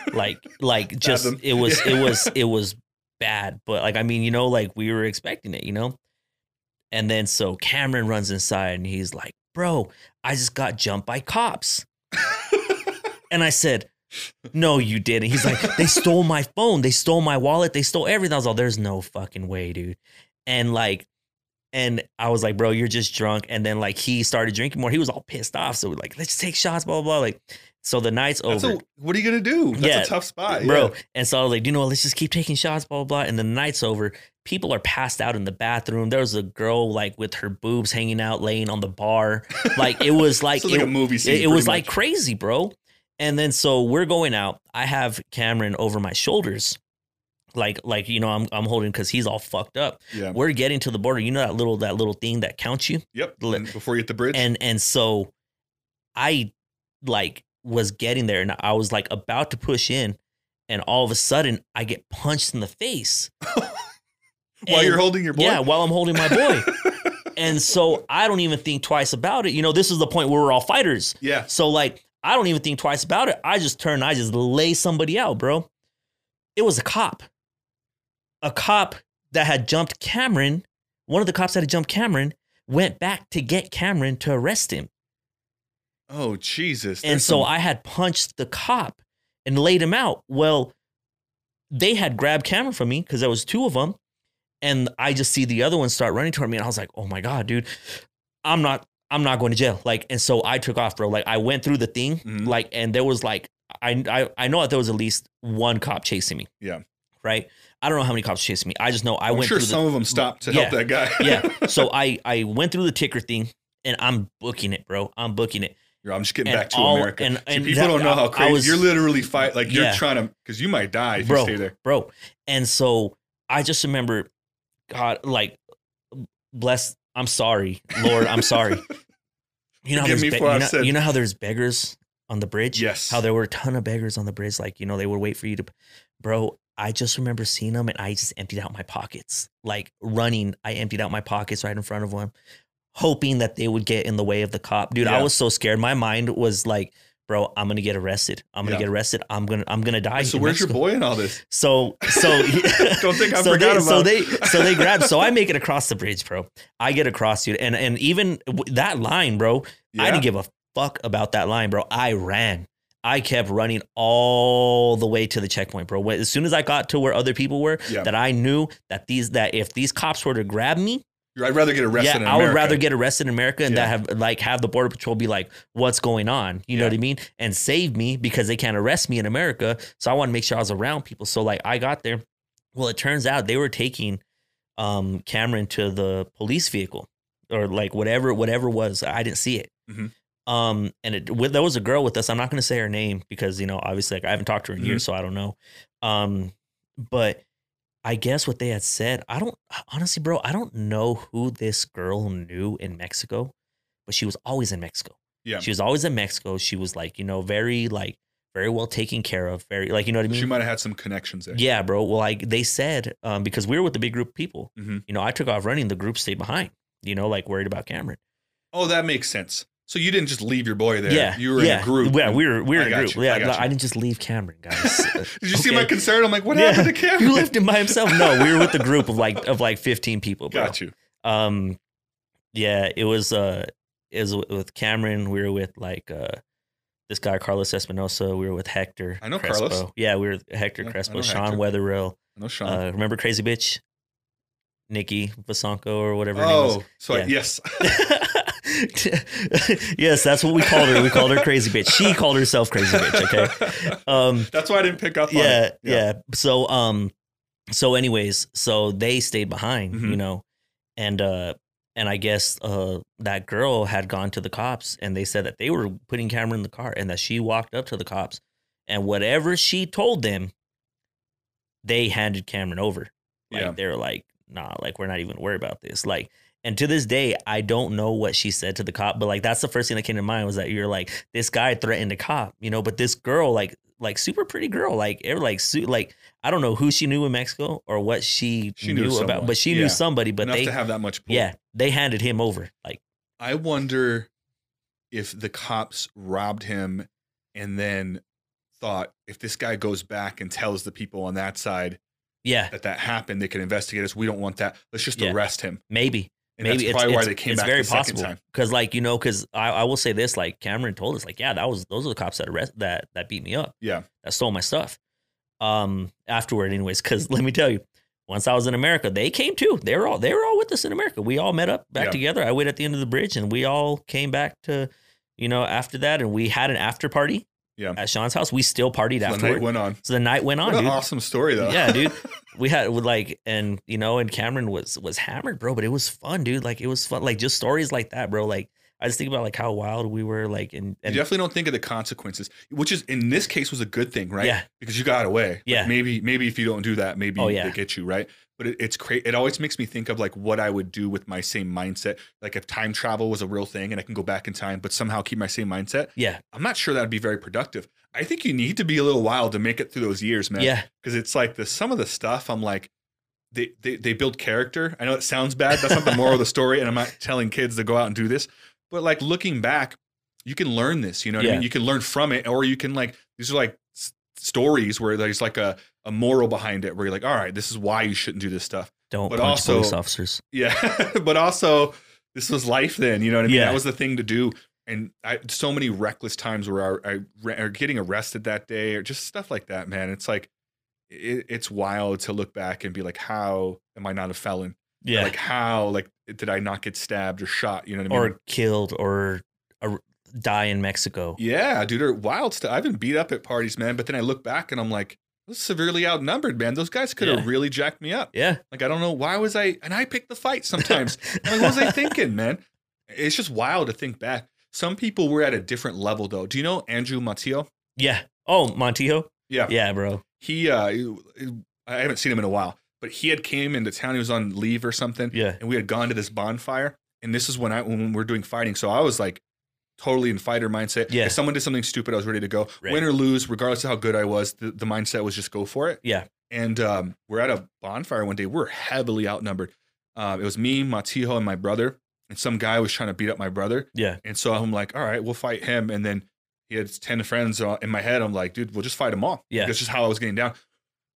Speaker 2: like like just
Speaker 1: Fathom.
Speaker 2: it was it was it was bad but like i mean you know like we were expecting it you know and then so cameron runs inside and he's like bro i just got jumped by cops and i said no you didn't he's like they stole my phone they stole my wallet they stole everything i was like there's no fucking way dude and like and I was like, bro, you're just drunk. And then like he started drinking more. He was all pissed off. So we're like, let's take shots, blah, blah, blah. Like, so the night's
Speaker 1: That's
Speaker 2: over
Speaker 1: a, what are you gonna do? That's
Speaker 2: Yeah,
Speaker 1: a tough spot,
Speaker 2: bro. And so I was like, you know what? Let's just keep taking shots, blah, blah, blah. And the night's over. People are passed out in the bathroom. There was a girl like with her boobs hanging out, laying on the bar. Like it was
Speaker 1: Like,
Speaker 2: like,
Speaker 1: so it's like
Speaker 2: it-
Speaker 1: a movie scene.
Speaker 2: it, it was
Speaker 1: pretty
Speaker 2: like crazy, bro. And then so we're going out. I have Cameron over my shoulders. Like, like, you know, I'm I'm holding because he's all fucked up.
Speaker 1: much. yeah.
Speaker 2: We're getting to the border. You know that little that little thing that counts you?
Speaker 1: Yep.
Speaker 2: Li-
Speaker 1: And before you hit the bridge,
Speaker 2: and and so i like was getting there and i was like about to push in and all of a sudden i get punched in the face
Speaker 1: while
Speaker 2: and-
Speaker 1: you're holding your boy,
Speaker 2: yeah while i'm holding my boy and so i don't even think twice about it you know this is the point where we're all fighters
Speaker 1: yeah.
Speaker 2: so like i don't even think twice about it i just turn and i just lay somebody out bro it was a cop a cop that had jumped cameron one of the cops that had jumped cameron went back to get cameron to arrest him
Speaker 1: Oh Jesus.
Speaker 2: and
Speaker 1: There's
Speaker 2: so
Speaker 1: some-
Speaker 2: I had punched the cop and laid him out. Well, they had grabbed Cameron from me because there was two of them, and I just see the other one start running toward me, and I was like, "Oh my god, dude, I'm not, I'm not going to jail." Like, and so I took off, bro. Like, I went through the thing,
Speaker 1: Mhm.
Speaker 2: like, and there was like, I, I, I know that there was at least one cop chasing me.
Speaker 1: Yeah.
Speaker 2: Right. I don't know how many cops chasing me. I just know I
Speaker 1: I'm
Speaker 2: went
Speaker 1: sure
Speaker 2: through the
Speaker 1: some of them stopped to help
Speaker 2: Yeah.
Speaker 1: that guy.
Speaker 2: yeah. So I, I went through the ticker thing, and I'm booking it, bro. I'm booking it.
Speaker 1: Yo, I'm just getting
Speaker 2: and
Speaker 1: back to
Speaker 2: all-
Speaker 1: America.
Speaker 2: and-
Speaker 1: See,
Speaker 2: and
Speaker 1: people
Speaker 2: that-
Speaker 1: don't know
Speaker 2: I-
Speaker 1: how
Speaker 2: I
Speaker 1: crazy
Speaker 2: was-
Speaker 1: you're literally fight like you're
Speaker 2: Yeah.
Speaker 1: trying to because you might die if
Speaker 2: Bro.
Speaker 1: you stay there.
Speaker 2: bro. And so I just remember, God, like, bless. I'm sorry, Lord. I'm sorry. You know, how
Speaker 1: Forgive
Speaker 2: there's
Speaker 1: me
Speaker 2: be-
Speaker 1: for what
Speaker 2: you,
Speaker 1: I've
Speaker 2: know,
Speaker 1: said.
Speaker 2: you know how there's beggars on the bridge.
Speaker 1: Yes.
Speaker 2: How there were a ton of beggars on the bridge. Like you know, they would wait for you to, bro. I just remember seeing them, and I just emptied out my pockets. Like running, I emptied out my pockets right in front of them, hoping that they would get in the way of the cop. Dude, I
Speaker 1: Yeah.
Speaker 2: was so scared. My mind was like, bro, I'm gonna get arrested. I'm gonna
Speaker 1: Yeah.
Speaker 2: get arrested. I'm gonna, I'm gonna die.
Speaker 1: so
Speaker 2: in
Speaker 1: where's your
Speaker 2: Mexico."
Speaker 1: boy in all this?
Speaker 2: So so
Speaker 1: Don't think I
Speaker 2: so
Speaker 1: forgot
Speaker 2: they,
Speaker 1: about.
Speaker 2: So they so they grab. So I make it across the bridge, bro. I get across you, and and even w- that line, bro. I
Speaker 1: Yeah.
Speaker 2: didn't give a fuck about that line, bro. I ran. I kept running all the way to the checkpoint, bro. When- As soon as I got to where other people were,
Speaker 1: Yeah.
Speaker 2: that I knew that these that if these cops were to grab me,
Speaker 1: I'd rather get arrested. in
Speaker 2: yeah, I would
Speaker 1: America.
Speaker 2: rather get arrested in America and
Speaker 1: Yeah.
Speaker 2: that have like have the border patrol be like, "What's going on?" You know
Speaker 1: Yeah.
Speaker 2: what I mean? And save me because they can't arrest me in America. So I want to make sure I was around people. So like I got there. Well, it turns out they were taking um, Cameron to the police vehicle or like whatever whatever was. I didn't see it.
Speaker 1: Mhm.
Speaker 2: Um, and it with, there was a girl with us. I'm not going to say her
Speaker 1: Mm-hmm.
Speaker 2: name because you know obviously like, I haven't talked to her in years, so I don't know. Um, but I guess what they had said, I don't honestly, bro, I don't know who this girl knew in Mexico, but she was always in Mexico.
Speaker 1: Yeah.
Speaker 2: She was always in Mexico. She was like, you know, very like very well taken care of, very like you know what I mean?
Speaker 1: She might have had some connections there.
Speaker 2: Yeah, bro. Well, like they said, um, because we were with the big group of people,
Speaker 1: Mhm.
Speaker 2: you know, I took off running, the group stayed behind, you know, like worried about Cameron.
Speaker 1: Oh, that makes sense. So you didn't just leave your boy there.
Speaker 2: Yeah.
Speaker 1: You were
Speaker 2: yeah.
Speaker 1: in a group.
Speaker 2: Yeah, we were we were
Speaker 1: I
Speaker 2: in a
Speaker 1: got
Speaker 2: group.
Speaker 1: you, I
Speaker 2: Yeah,
Speaker 1: got
Speaker 2: like, I
Speaker 1: you.
Speaker 2: didn't just leave Cameron, guys. Uh,
Speaker 1: Did you see my
Speaker 2: okay.
Speaker 1: concern? I'm like, what
Speaker 2: Yeah.
Speaker 1: happened to Cameron?
Speaker 2: you left him by himself. No, we were with the group of like of like fifteen people, bro.
Speaker 1: Got you.
Speaker 2: Um yeah, it was uh it was with- with Cameron, we were with like uh this guy Carlos Espinosa, we were with Hector.
Speaker 1: I know
Speaker 2: Crespo.
Speaker 1: Carlos.
Speaker 2: Yeah, we were with Hector
Speaker 1: I- I
Speaker 2: Crespo,
Speaker 1: know
Speaker 2: Sean
Speaker 1: Hector.
Speaker 2: Weatherill.
Speaker 1: No, Sean.
Speaker 2: Uh, remember Crazy Bitch? Nikki Vasanko or whatever her name was.
Speaker 1: oh, so I,
Speaker 2: Yeah.
Speaker 1: yes. Oh.
Speaker 2: yes, that's what we called her. We called her crazy bitch. She called herself crazy bitch. Okay. Um.
Speaker 1: That's why I didn't pick up on
Speaker 2: Yeah,
Speaker 1: it.
Speaker 2: yeah. So um. So anyways, so they stayed behind, you
Speaker 1: Mhm.
Speaker 2: know, and uh, and I guess uh, that girl had gone to the cops, and they said that they were putting Cameron in the car, and that she walked up to the cops, and whatever she told them, they handed Cameron over. Like
Speaker 1: Yeah.
Speaker 2: they were like, nah, like we're not even worried about this. Like, and to this day, I don't know what she said to the cop, but like that's the first thing that came to mind was that you're like, this guy threatened a cop, you know, but this girl, like, like super pretty girl, like ever like su- like I don't know who she knew in Mexico or what she,
Speaker 1: She knew
Speaker 2: knew,
Speaker 1: someone.
Speaker 2: about, but she
Speaker 1: Yeah.
Speaker 2: knew somebody, but
Speaker 1: Enough
Speaker 2: they
Speaker 1: to have that much. Pull.
Speaker 2: yeah, they handed him over. Like
Speaker 1: I wonder if the cops robbed him and then thought if this guy goes back and tells the people on that side
Speaker 2: yeah,
Speaker 1: that that happened, they can investigate us. We don't want that. Let's just
Speaker 2: Yeah.
Speaker 1: arrest him.
Speaker 2: maybe.
Speaker 1: And
Speaker 2: maybe
Speaker 1: that's
Speaker 2: it's,
Speaker 1: probably
Speaker 2: it's,
Speaker 1: why they came
Speaker 2: it's
Speaker 1: back
Speaker 2: very
Speaker 1: the second
Speaker 2: possible
Speaker 1: time.
Speaker 2: because like you know because I, I will say this like Cameron told us like yeah that was those are the cops that arrest that that beat me up
Speaker 1: Yeah.
Speaker 2: that stole my stuff um afterward anyways because let me tell you once i was in america they came too they were all they were all with us in america we all met up back
Speaker 1: Yeah.
Speaker 2: together i waited at the end of the bridge and we all came back to you know after that and we had an after party
Speaker 1: Yeah.
Speaker 2: at sean's house we still partied
Speaker 1: So the night
Speaker 2: afterward
Speaker 1: went on.
Speaker 2: so the night went on
Speaker 1: what an
Speaker 2: dude
Speaker 1: awesome story, though.
Speaker 2: yeah dude we had with like and you know and cameron was was hammered bro but it was fun dude like it was fun like just stories like that bro like i just think about like how wild we were like and,
Speaker 1: you
Speaker 2: and
Speaker 1: definitely don't think of the consequences, which is in this case was a good thing, right?
Speaker 2: yeah
Speaker 1: Because you got away. Like,
Speaker 2: Yeah.
Speaker 1: maybe maybe if you don't do that, maybe
Speaker 2: Oh, yeah.
Speaker 1: they get you right. But it, it's crazy. It always makes me think of like what I would do with my same mindset. Like if time travel was a real thing and I can go back in time, but somehow keep my same mindset.
Speaker 2: yeah
Speaker 1: I'm not sure that would be very productive. I think you need to be a little wild to make it through those years, man.
Speaker 2: yeah
Speaker 1: Because it's like the some of the stuff I'm like. They, they, they build character. I know it sounds bad. That's not the moral of the story. And I'm not telling kids to go out and do this. But like looking back, you can learn this. You know what I
Speaker 2: Yeah.
Speaker 1: mean? You can learn from it, or you can like these are like s- stories where there's like a, a moral behind it where you're like, all right, this is why you shouldn't do this stuff.
Speaker 2: don't
Speaker 1: But
Speaker 2: punch
Speaker 1: also-
Speaker 2: police officers
Speaker 1: Yeah. but also, this was life then. You know what I mean?
Speaker 2: Yeah.
Speaker 1: That was the thing to do. And I, so many reckless times where I, I re- are getting arrested that day or just stuff like that, man. It's like, it, it's wild to look back and be like, how am I not a felon?
Speaker 2: yeah
Speaker 1: Like, how, like, did I not get stabbed or shot? You know what I mean?
Speaker 2: or killed or, or die in mexico
Speaker 1: Yeah, dude, are wild stuff. I've been beat up at parties, man. But then I look back and I'm like, I was severely outnumbered, man. Those guys could have
Speaker 2: Yeah.
Speaker 1: really jacked me up.
Speaker 2: yeah
Speaker 1: Like, I don't know why was I, and I picked the fight sometimes. I'm like, what was I thinking, man? It's just wild to think back. Some people were at a different level, though. Do you know Andrew Matteo?
Speaker 2: yeah oh montijo
Speaker 1: Yeah.
Speaker 2: yeah bro
Speaker 1: He, uh, I haven't seen him in a while, but he had came into town. He was on leave or something.
Speaker 2: yeah
Speaker 1: and we had gone to this bonfire and this is when i when we're doing fighting so i was like totally in fighter mindset
Speaker 2: Yeah.
Speaker 1: if someone did something stupid i was ready to go
Speaker 2: Right.
Speaker 1: win or lose regardless of how good i was the, the mindset was just go for it
Speaker 2: Yeah.
Speaker 1: and um, we're at a bonfire one day we're heavily outnumbered uh, it was me matijo and my brother and some guy was trying to beat up my brother
Speaker 2: yeah
Speaker 1: and so i'm like all right we'll fight him and then he had 10 friends uh, in my head i'm like dude we'll just fight them all
Speaker 2: Yeah.
Speaker 1: that's just how i was getting down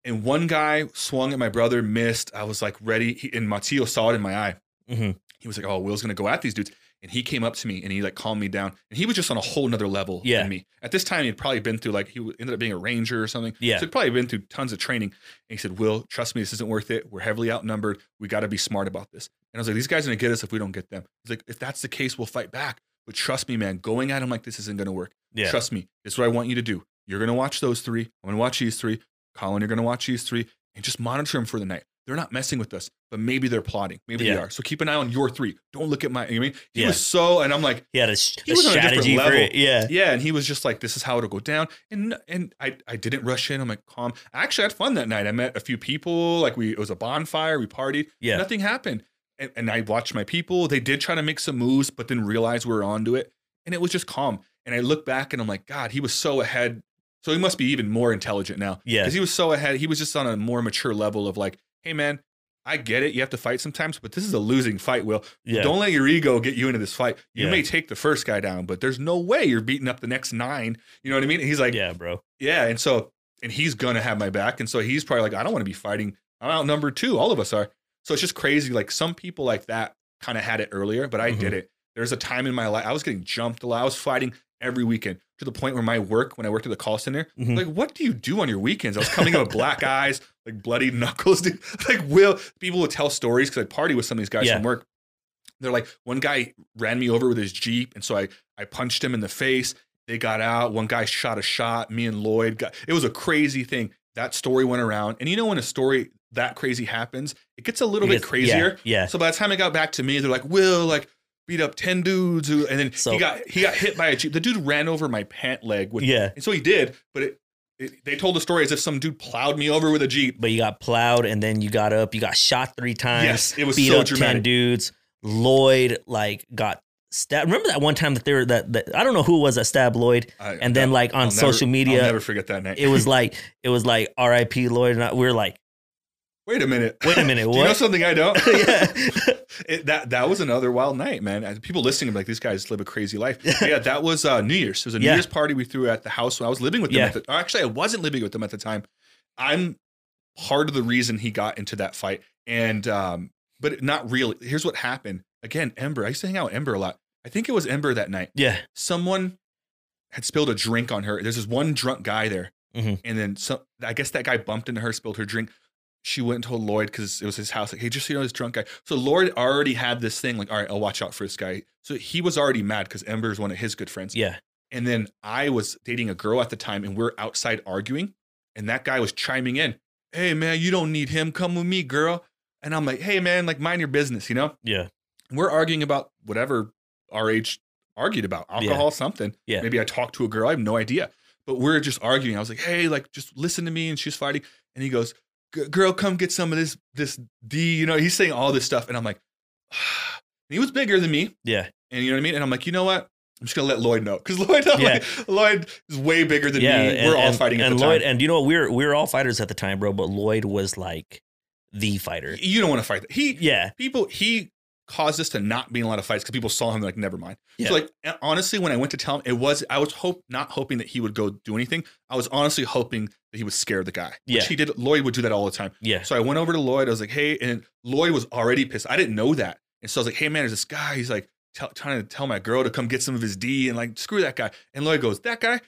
Speaker 1: and one guy swung at my brother missed i was like ready he, and matijo saw it in my eye
Speaker 2: hmm
Speaker 1: he was like, "Oh, Will's gonna go at these dudes," and he came up to me and he like calmed me down, and he was just on a whole nother level
Speaker 2: Yeah.
Speaker 1: than me. At this time, he'd probably been through like he ended up being a ranger or something,
Speaker 2: Yeah.
Speaker 1: so he'd probably been through tons of training. And he said, "Will, trust me, this isn't worth it. We're heavily outnumbered. We got to be smart about this." And I was like, "These guys are gonna get us if we don't get them." He's like, "If that's the case, we'll fight back, but trust me, man, going at him like this isn't gonna work."
Speaker 2: yeah
Speaker 1: Trust me. This is what I want you to do. You're going to watch those three. I'm going to watch these three. Colin, you're going to watch these three and just monitor them for the night. they're not messing with us, but maybe they're plotting. Maybe they
Speaker 2: Yeah.
Speaker 1: are. So keep an eye on your three. Don't look at my. You know what I mean, he
Speaker 2: Yeah.
Speaker 1: was so, and I'm like,
Speaker 2: He had a, s-
Speaker 1: He
Speaker 2: a
Speaker 1: was on a different
Speaker 2: strategy for
Speaker 1: level.
Speaker 2: it. Yeah.
Speaker 1: yeah, and he was just like, this is how it'll go down. And and I I didn't rush in. I'm like calm. I actually had fun that night. I met a few people. Like we it was a bonfire. We partied.
Speaker 2: Yeah.
Speaker 1: Nothing happened. And, and I watched my people. They did try to make some moves, but then realized we were onto it. And it was just calm. And I look back and I'm like, God, he was so ahead. So he must be even more intelligent now.
Speaker 2: Yeah.
Speaker 1: Because he was so ahead. He was just on a more mature level of like, hey, man, I get it. You have to fight sometimes, but this is a losing fight, Will.
Speaker 2: Yeah.
Speaker 1: Don't let your ego get you into this fight. You
Speaker 2: Yeah.
Speaker 1: may take the first guy down, but there's no way you're beating up the next nine. You know what I mean? And he's like, yeah.
Speaker 2: yeah, bro.
Speaker 1: And so, and he's going to have my back. And so he's probably like, I don't want to be fighting. I'm outnumbered too. All of us are. So it's just crazy. Like some people like that kind of had it earlier, but I
Speaker 2: Mhm.
Speaker 1: did it. There's a time in my life, I was getting jumped a lot. I was fighting every weekend to the point where my work, when I worked at the call center,
Speaker 2: Mhm.
Speaker 1: like, what do you do on your weekends? I was coming up with black eyes, like bloody knuckles. Dude. Like, will people would tell stories because I'd party with some of these guys
Speaker 2: Yeah.
Speaker 1: from work. They're like, one guy ran me over with his Jeep. And so I, I punched him in the face. They got out. One guy shot a shot. Me and Lloyd got, it was a crazy thing. That story went around. And you know, when a story that crazy happens, it gets a little bit
Speaker 2: Because-
Speaker 1: crazier.
Speaker 2: Yeah. yeah.
Speaker 1: So by the time it got back to me, they're like, "Will like beat up ten dudes," who, and then
Speaker 2: So-
Speaker 1: he got he got hit by a jeep. The dude ran over my pant leg, with,
Speaker 2: Yeah.
Speaker 1: and so he did. But it, it, they told the story as if some dude plowed me over with a jeep.
Speaker 2: But you got plowed and then you got up, you got shot three times.
Speaker 1: Yes, it was
Speaker 2: beat
Speaker 1: so
Speaker 2: up ten
Speaker 1: dramatic.
Speaker 2: dudes. Lloyd like got stabbed. Remember that one time that they were that, that I don't know who it was that stabbed Lloyd,
Speaker 1: I-
Speaker 2: and then
Speaker 1: that-
Speaker 2: like on
Speaker 1: I'll never-
Speaker 2: social
Speaker 1: I'll
Speaker 2: media,
Speaker 1: never forget that night.
Speaker 2: it was like it was like R.I.P. Lloyd, and I, we were like,
Speaker 1: wait a minute,
Speaker 2: wait a minute,
Speaker 1: Do you know
Speaker 2: what?
Speaker 1: something I don't?
Speaker 2: yeah,
Speaker 1: It, that that was another wild night, man. And People listening are like these guys live a crazy life. yeah, that was uh, New Year's. It was a New
Speaker 2: Yeah.
Speaker 1: Year's party we threw at the house when I was living with them.
Speaker 2: Yeah.
Speaker 1: At the, or actually, I wasn't living with them at the time. I'm part of the reason he got into that fight, and um, but not really. Here's what happened. Again, Ember. I used to hang out with Ember a lot. I think it was Ember that night
Speaker 2: yeah,
Speaker 1: someone had spilled a drink on her. There's this one drunk guy there,
Speaker 2: Mhm.
Speaker 1: and then some. I guess that guy bumped into her, spilled her drink. She went and told Lloyd because it was his house. Like, hey, just so you know, this drunk guy. So Lloyd already had this thing. Like, all right, I'll watch out for this guy. So he was already mad because Ember is one of his good friends.
Speaker 2: yeah.
Speaker 1: And then I was dating a girl at the time, and we're outside arguing, and that guy was chiming in, "Hey man, you don't need him. Come with me, girl." And I'm like, "Hey man, like mind your business," you know
Speaker 2: Yeah.
Speaker 1: we're arguing about whatever our age argued about alcohol something
Speaker 2: Yeah.
Speaker 1: maybe i talked to a girl i have no idea but we're just arguing i was like hey like just listen to me and she's fighting and he goes "G- girl come get some of this this d you know he's saying all this stuff and i'm like and he was bigger than me
Speaker 2: Yeah.
Speaker 1: and you know what i mean and i'm like you know what i'm just gonna let lloyd know because lloyd I'm
Speaker 2: Yeah.
Speaker 1: like, lloyd is way bigger than
Speaker 2: yeah,
Speaker 1: me
Speaker 2: and-
Speaker 1: we're all
Speaker 2: and-
Speaker 1: fighting at
Speaker 2: And
Speaker 1: the
Speaker 2: Lloyd,
Speaker 1: time.
Speaker 2: and you know what? We were we were all fighters at the time, bro. But Lloyd was like the fighter.
Speaker 1: you don't want to fight that he
Speaker 2: Yeah,
Speaker 1: people he caused us to not be in a lot of fights because people saw him like never mind
Speaker 2: Yeah.
Speaker 1: so like a- honestly when i went to tell him it was i was hope not hoping that he would go do anything i was honestly hoping that he was scared of the guy
Speaker 2: Yeah.
Speaker 1: which he did lloyd would do that all the time
Speaker 2: yeah,
Speaker 1: so i went over to lloyd i was like hey and lloyd was already pissed i didn't know that and so i was like hey man there's this guy he's like tell trying to tell my girl to come get some of his d and like screw that guy and lloyd goes that guy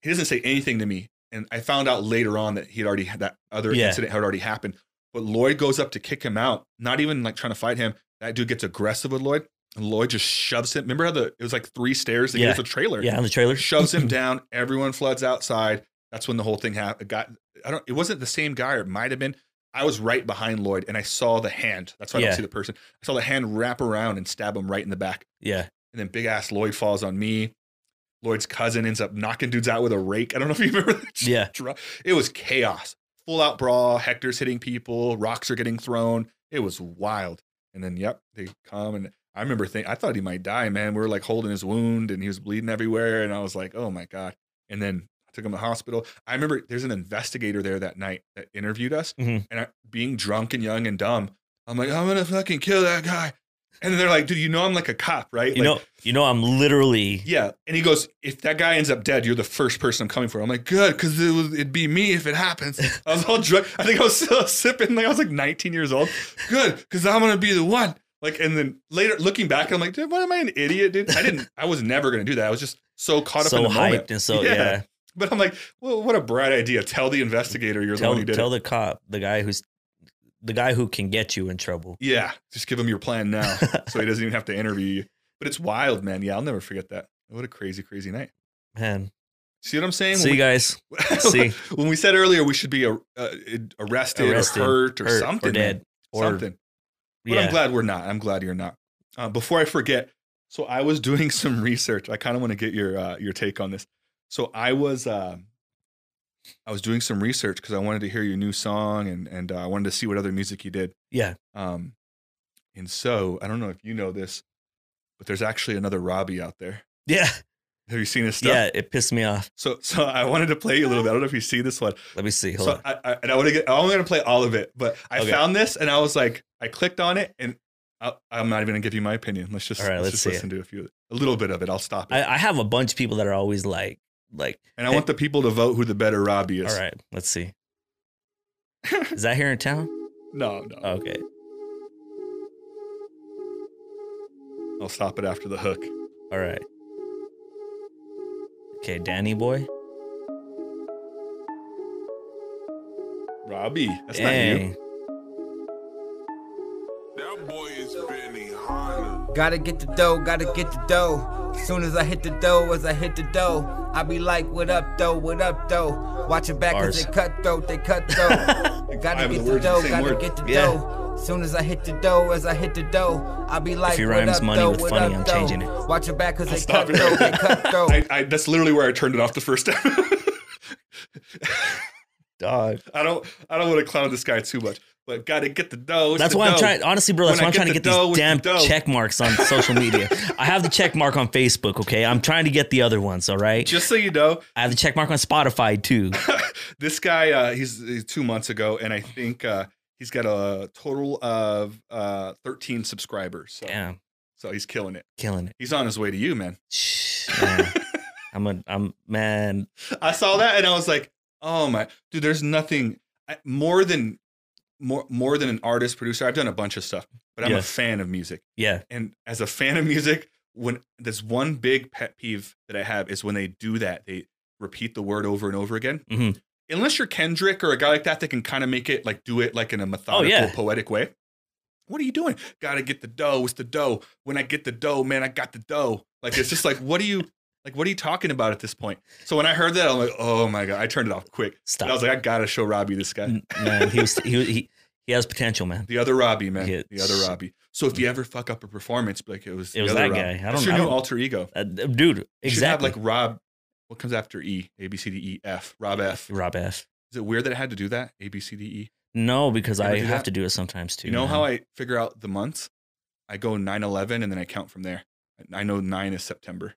Speaker 1: he doesn't say anything to me and i found out later on that he had already had that other
Speaker 2: Yeah.
Speaker 1: incident had already happened but Lloyd goes up to kick him out, not even like trying to fight him. That dude gets aggressive with Lloyd, and Lloyd just shoves him. Remember how the it was like three stairs to
Speaker 2: Yeah.
Speaker 1: get to the trailer?
Speaker 2: yeah. On the trailer,
Speaker 1: Shoves him down. Everyone floods outside. That's when the whole thing happened. Got I don't. It wasn't the same guy, or it might have been. I was right behind Lloyd, and I saw the hand. That's why I
Speaker 2: Yeah.
Speaker 1: don't see the person. I saw the hand wrap around and stab him right in the back.
Speaker 2: Yeah,
Speaker 1: And then big ass Lloyd falls on me. Lloyd's cousin ends up knocking dudes out with a rake. I don't know if you remember that. shit
Speaker 2: yeah.
Speaker 1: dr- it was chaos full out brawl hector's hitting people rocks are getting thrown it was wild and then yep they come and i remember thinking i thought he might die man we were like holding his wound and he was bleeding everywhere and i was like oh my god and then i took him to the hospital i remember there's an investigator there that night that interviewed us
Speaker 2: Mhm.
Speaker 1: and I, being drunk and young and dumb i'm like i'm gonna fucking kill that guy and then they're like dude you know i'm like a cop right
Speaker 2: You
Speaker 1: Like,
Speaker 2: know, you know. I'm literally.
Speaker 1: yeah. And he goes, if that guy ends up dead, you're the first person I'm coming for. I'm like, good, because it was, it'd be me if it happens. I was all drunk. I think I was still sipping. Like I was like 19 years old. Good, because I'm gonna be the one. Like, and then later looking back, I'm like, dude, what am I an idiot, dude? I didn't. I was never gonna do that. I was just so caught up
Speaker 2: so
Speaker 1: in the
Speaker 2: hyped
Speaker 1: moment.
Speaker 2: and so
Speaker 1: Yeah.
Speaker 2: yeah.
Speaker 1: But I'm like, well, what a bright idea. Tell the investigator you're the one
Speaker 2: Tell
Speaker 1: who did
Speaker 2: tell
Speaker 1: it.
Speaker 2: the cop, the guy who's the guy who can get you in trouble.
Speaker 1: yeah, just give him your plan now, so he doesn't even have to interview you. But it's wild, man. Yeah, I'll never forget that. What a crazy, crazy night.
Speaker 2: Man,
Speaker 1: See what I'm saying?
Speaker 2: See you guys.
Speaker 1: guys.
Speaker 2: See.
Speaker 1: when we said earlier we should be a, uh, arrested,
Speaker 2: Arrested,
Speaker 1: or hurt or
Speaker 2: hurt, or
Speaker 1: something, man.
Speaker 2: dead, or-
Speaker 1: something. But
Speaker 2: yeah.
Speaker 1: I'm glad we're not. I'm glad you're not. Uh, before I forget, so I was doing some research. I kind of want to get your uh, your take on this. So I was um I was doing some research because I wanted to hear your new song and and uh, I wanted to see what other music you did.
Speaker 2: Yeah.
Speaker 1: Um, and so I don't know if you know this, but there's actually another Robbie out there.
Speaker 2: Yeah.
Speaker 1: Have you seen his stuff?
Speaker 2: Yeah. It pissed me off.
Speaker 1: So so I wanted to play you a little bit. I don't know if you see this one.
Speaker 2: Let me see. Hold
Speaker 1: So
Speaker 2: on.
Speaker 1: I, I, and I want to get. I'm going to play all of it, but I
Speaker 2: Okay.
Speaker 1: found this and I was like, I clicked on it, and I, I'm not even going to give you my opinion. Let's just
Speaker 2: All right, let's
Speaker 1: just
Speaker 2: see it.
Speaker 1: listen to a few, a little bit of it. I'll stop it,
Speaker 2: I, I have a bunch of people that are always like, like,
Speaker 1: and I want the people to vote who the better Robbie is.
Speaker 2: all right, let's see. Is that here in town?
Speaker 1: No, no,
Speaker 2: Okay.
Speaker 1: I'll stop it after the hook.
Speaker 2: All right. Okay, Danny boy.
Speaker 1: Robbie, that's not you.
Speaker 2: Dang.
Speaker 5: That boy is Benny Hanna.
Speaker 6: Gotta get the dough, gotta get the dough. Soon as I hit the dough, as I hit the dough, I be like, what up though, what up though? Watch your back cause they cutthroat, they cutthroat.
Speaker 1: Five
Speaker 6: gotta
Speaker 1: of the
Speaker 6: get the
Speaker 1: words are the
Speaker 6: dough,
Speaker 1: same
Speaker 6: gotta
Speaker 1: word.
Speaker 6: get the
Speaker 2: Yeah.
Speaker 6: dough. Soon as I hit the dough, as I hit the dough, I be like,
Speaker 2: he
Speaker 6: what
Speaker 2: rhymes
Speaker 6: up
Speaker 2: money
Speaker 6: though,
Speaker 2: with
Speaker 6: what
Speaker 2: funny,
Speaker 6: up
Speaker 2: I'm
Speaker 6: though?
Speaker 2: changing it.
Speaker 6: Watch your back cause they
Speaker 1: Stop it.
Speaker 6: cutthroat, they
Speaker 1: I,
Speaker 6: cutthroat.
Speaker 1: I, that's literally where I turned it off the first time.
Speaker 2: Dog.
Speaker 1: I don't, I don't want to clown this guy too much, but gotta get the dough. it's
Speaker 2: That's
Speaker 1: the
Speaker 2: why I'm
Speaker 1: dough.
Speaker 2: trying. Honestly, bro, that's
Speaker 1: When I
Speaker 2: why I'm
Speaker 1: get the
Speaker 2: trying to get these
Speaker 1: dough, it's
Speaker 2: damn
Speaker 1: the dough.
Speaker 2: check marks on social media. I have the check mark on Facebook. Okay, I'm trying to get the other ones. All right.
Speaker 1: Just so you know,
Speaker 2: I have the check mark on Spotify too.
Speaker 1: this guy uh he's, he's two months ago and i think uh he's got a total of uh 13 subscribers so,
Speaker 2: Damn,
Speaker 1: so he's killing it
Speaker 2: killing it.
Speaker 1: he's on his way to you man
Speaker 2: Shh, man. I'm a, I'm man.
Speaker 1: i saw that and i was like oh my dude there's nothing I- more than more more than an artist producer i've done a bunch of stuff but i'm
Speaker 2: Yeah.
Speaker 1: a fan of music
Speaker 2: Yeah,
Speaker 1: and as a fan of music when there's one big pet peeve that i have is when they do that they repeat the word over and over again
Speaker 2: Mhm.
Speaker 1: unless you're kendrick or a guy like that that can kind of make it like do it like in a methodical
Speaker 2: Oh, yeah.
Speaker 1: poetic way what are you doing gotta get the dough it's the dough when i get the dough man i got the dough like it's just like what are you like what are you talking about at this point so when i heard that i'm like oh my god i turned it off quick
Speaker 2: stop.
Speaker 1: And i was like i gotta show robbie this guy
Speaker 2: N- man, he was he he he has potential, man.
Speaker 1: the other Robbie, man.
Speaker 2: Yeah.
Speaker 1: The other Robbie. So if you ever fuck up a performance, be like it was
Speaker 2: It was
Speaker 1: the
Speaker 2: that
Speaker 1: other
Speaker 2: guy. I
Speaker 1: Robbie.
Speaker 2: don't-
Speaker 1: That's your
Speaker 2: I
Speaker 1: new
Speaker 2: don't-
Speaker 1: alter ego.
Speaker 2: Uh, dude,
Speaker 1: You should have
Speaker 2: exactly.
Speaker 1: like Rob. What comes after E? A B C D E F. Rob F.
Speaker 2: Rob F.
Speaker 1: Is it weird that I had to do that? A B C D E.
Speaker 2: No, because
Speaker 1: You ever
Speaker 2: I
Speaker 1: do
Speaker 2: have
Speaker 1: that?
Speaker 2: to do it sometimes too.
Speaker 1: You know
Speaker 2: man.
Speaker 1: how I figure out the months? I go 9-11 and then I count from there. I know nine is September.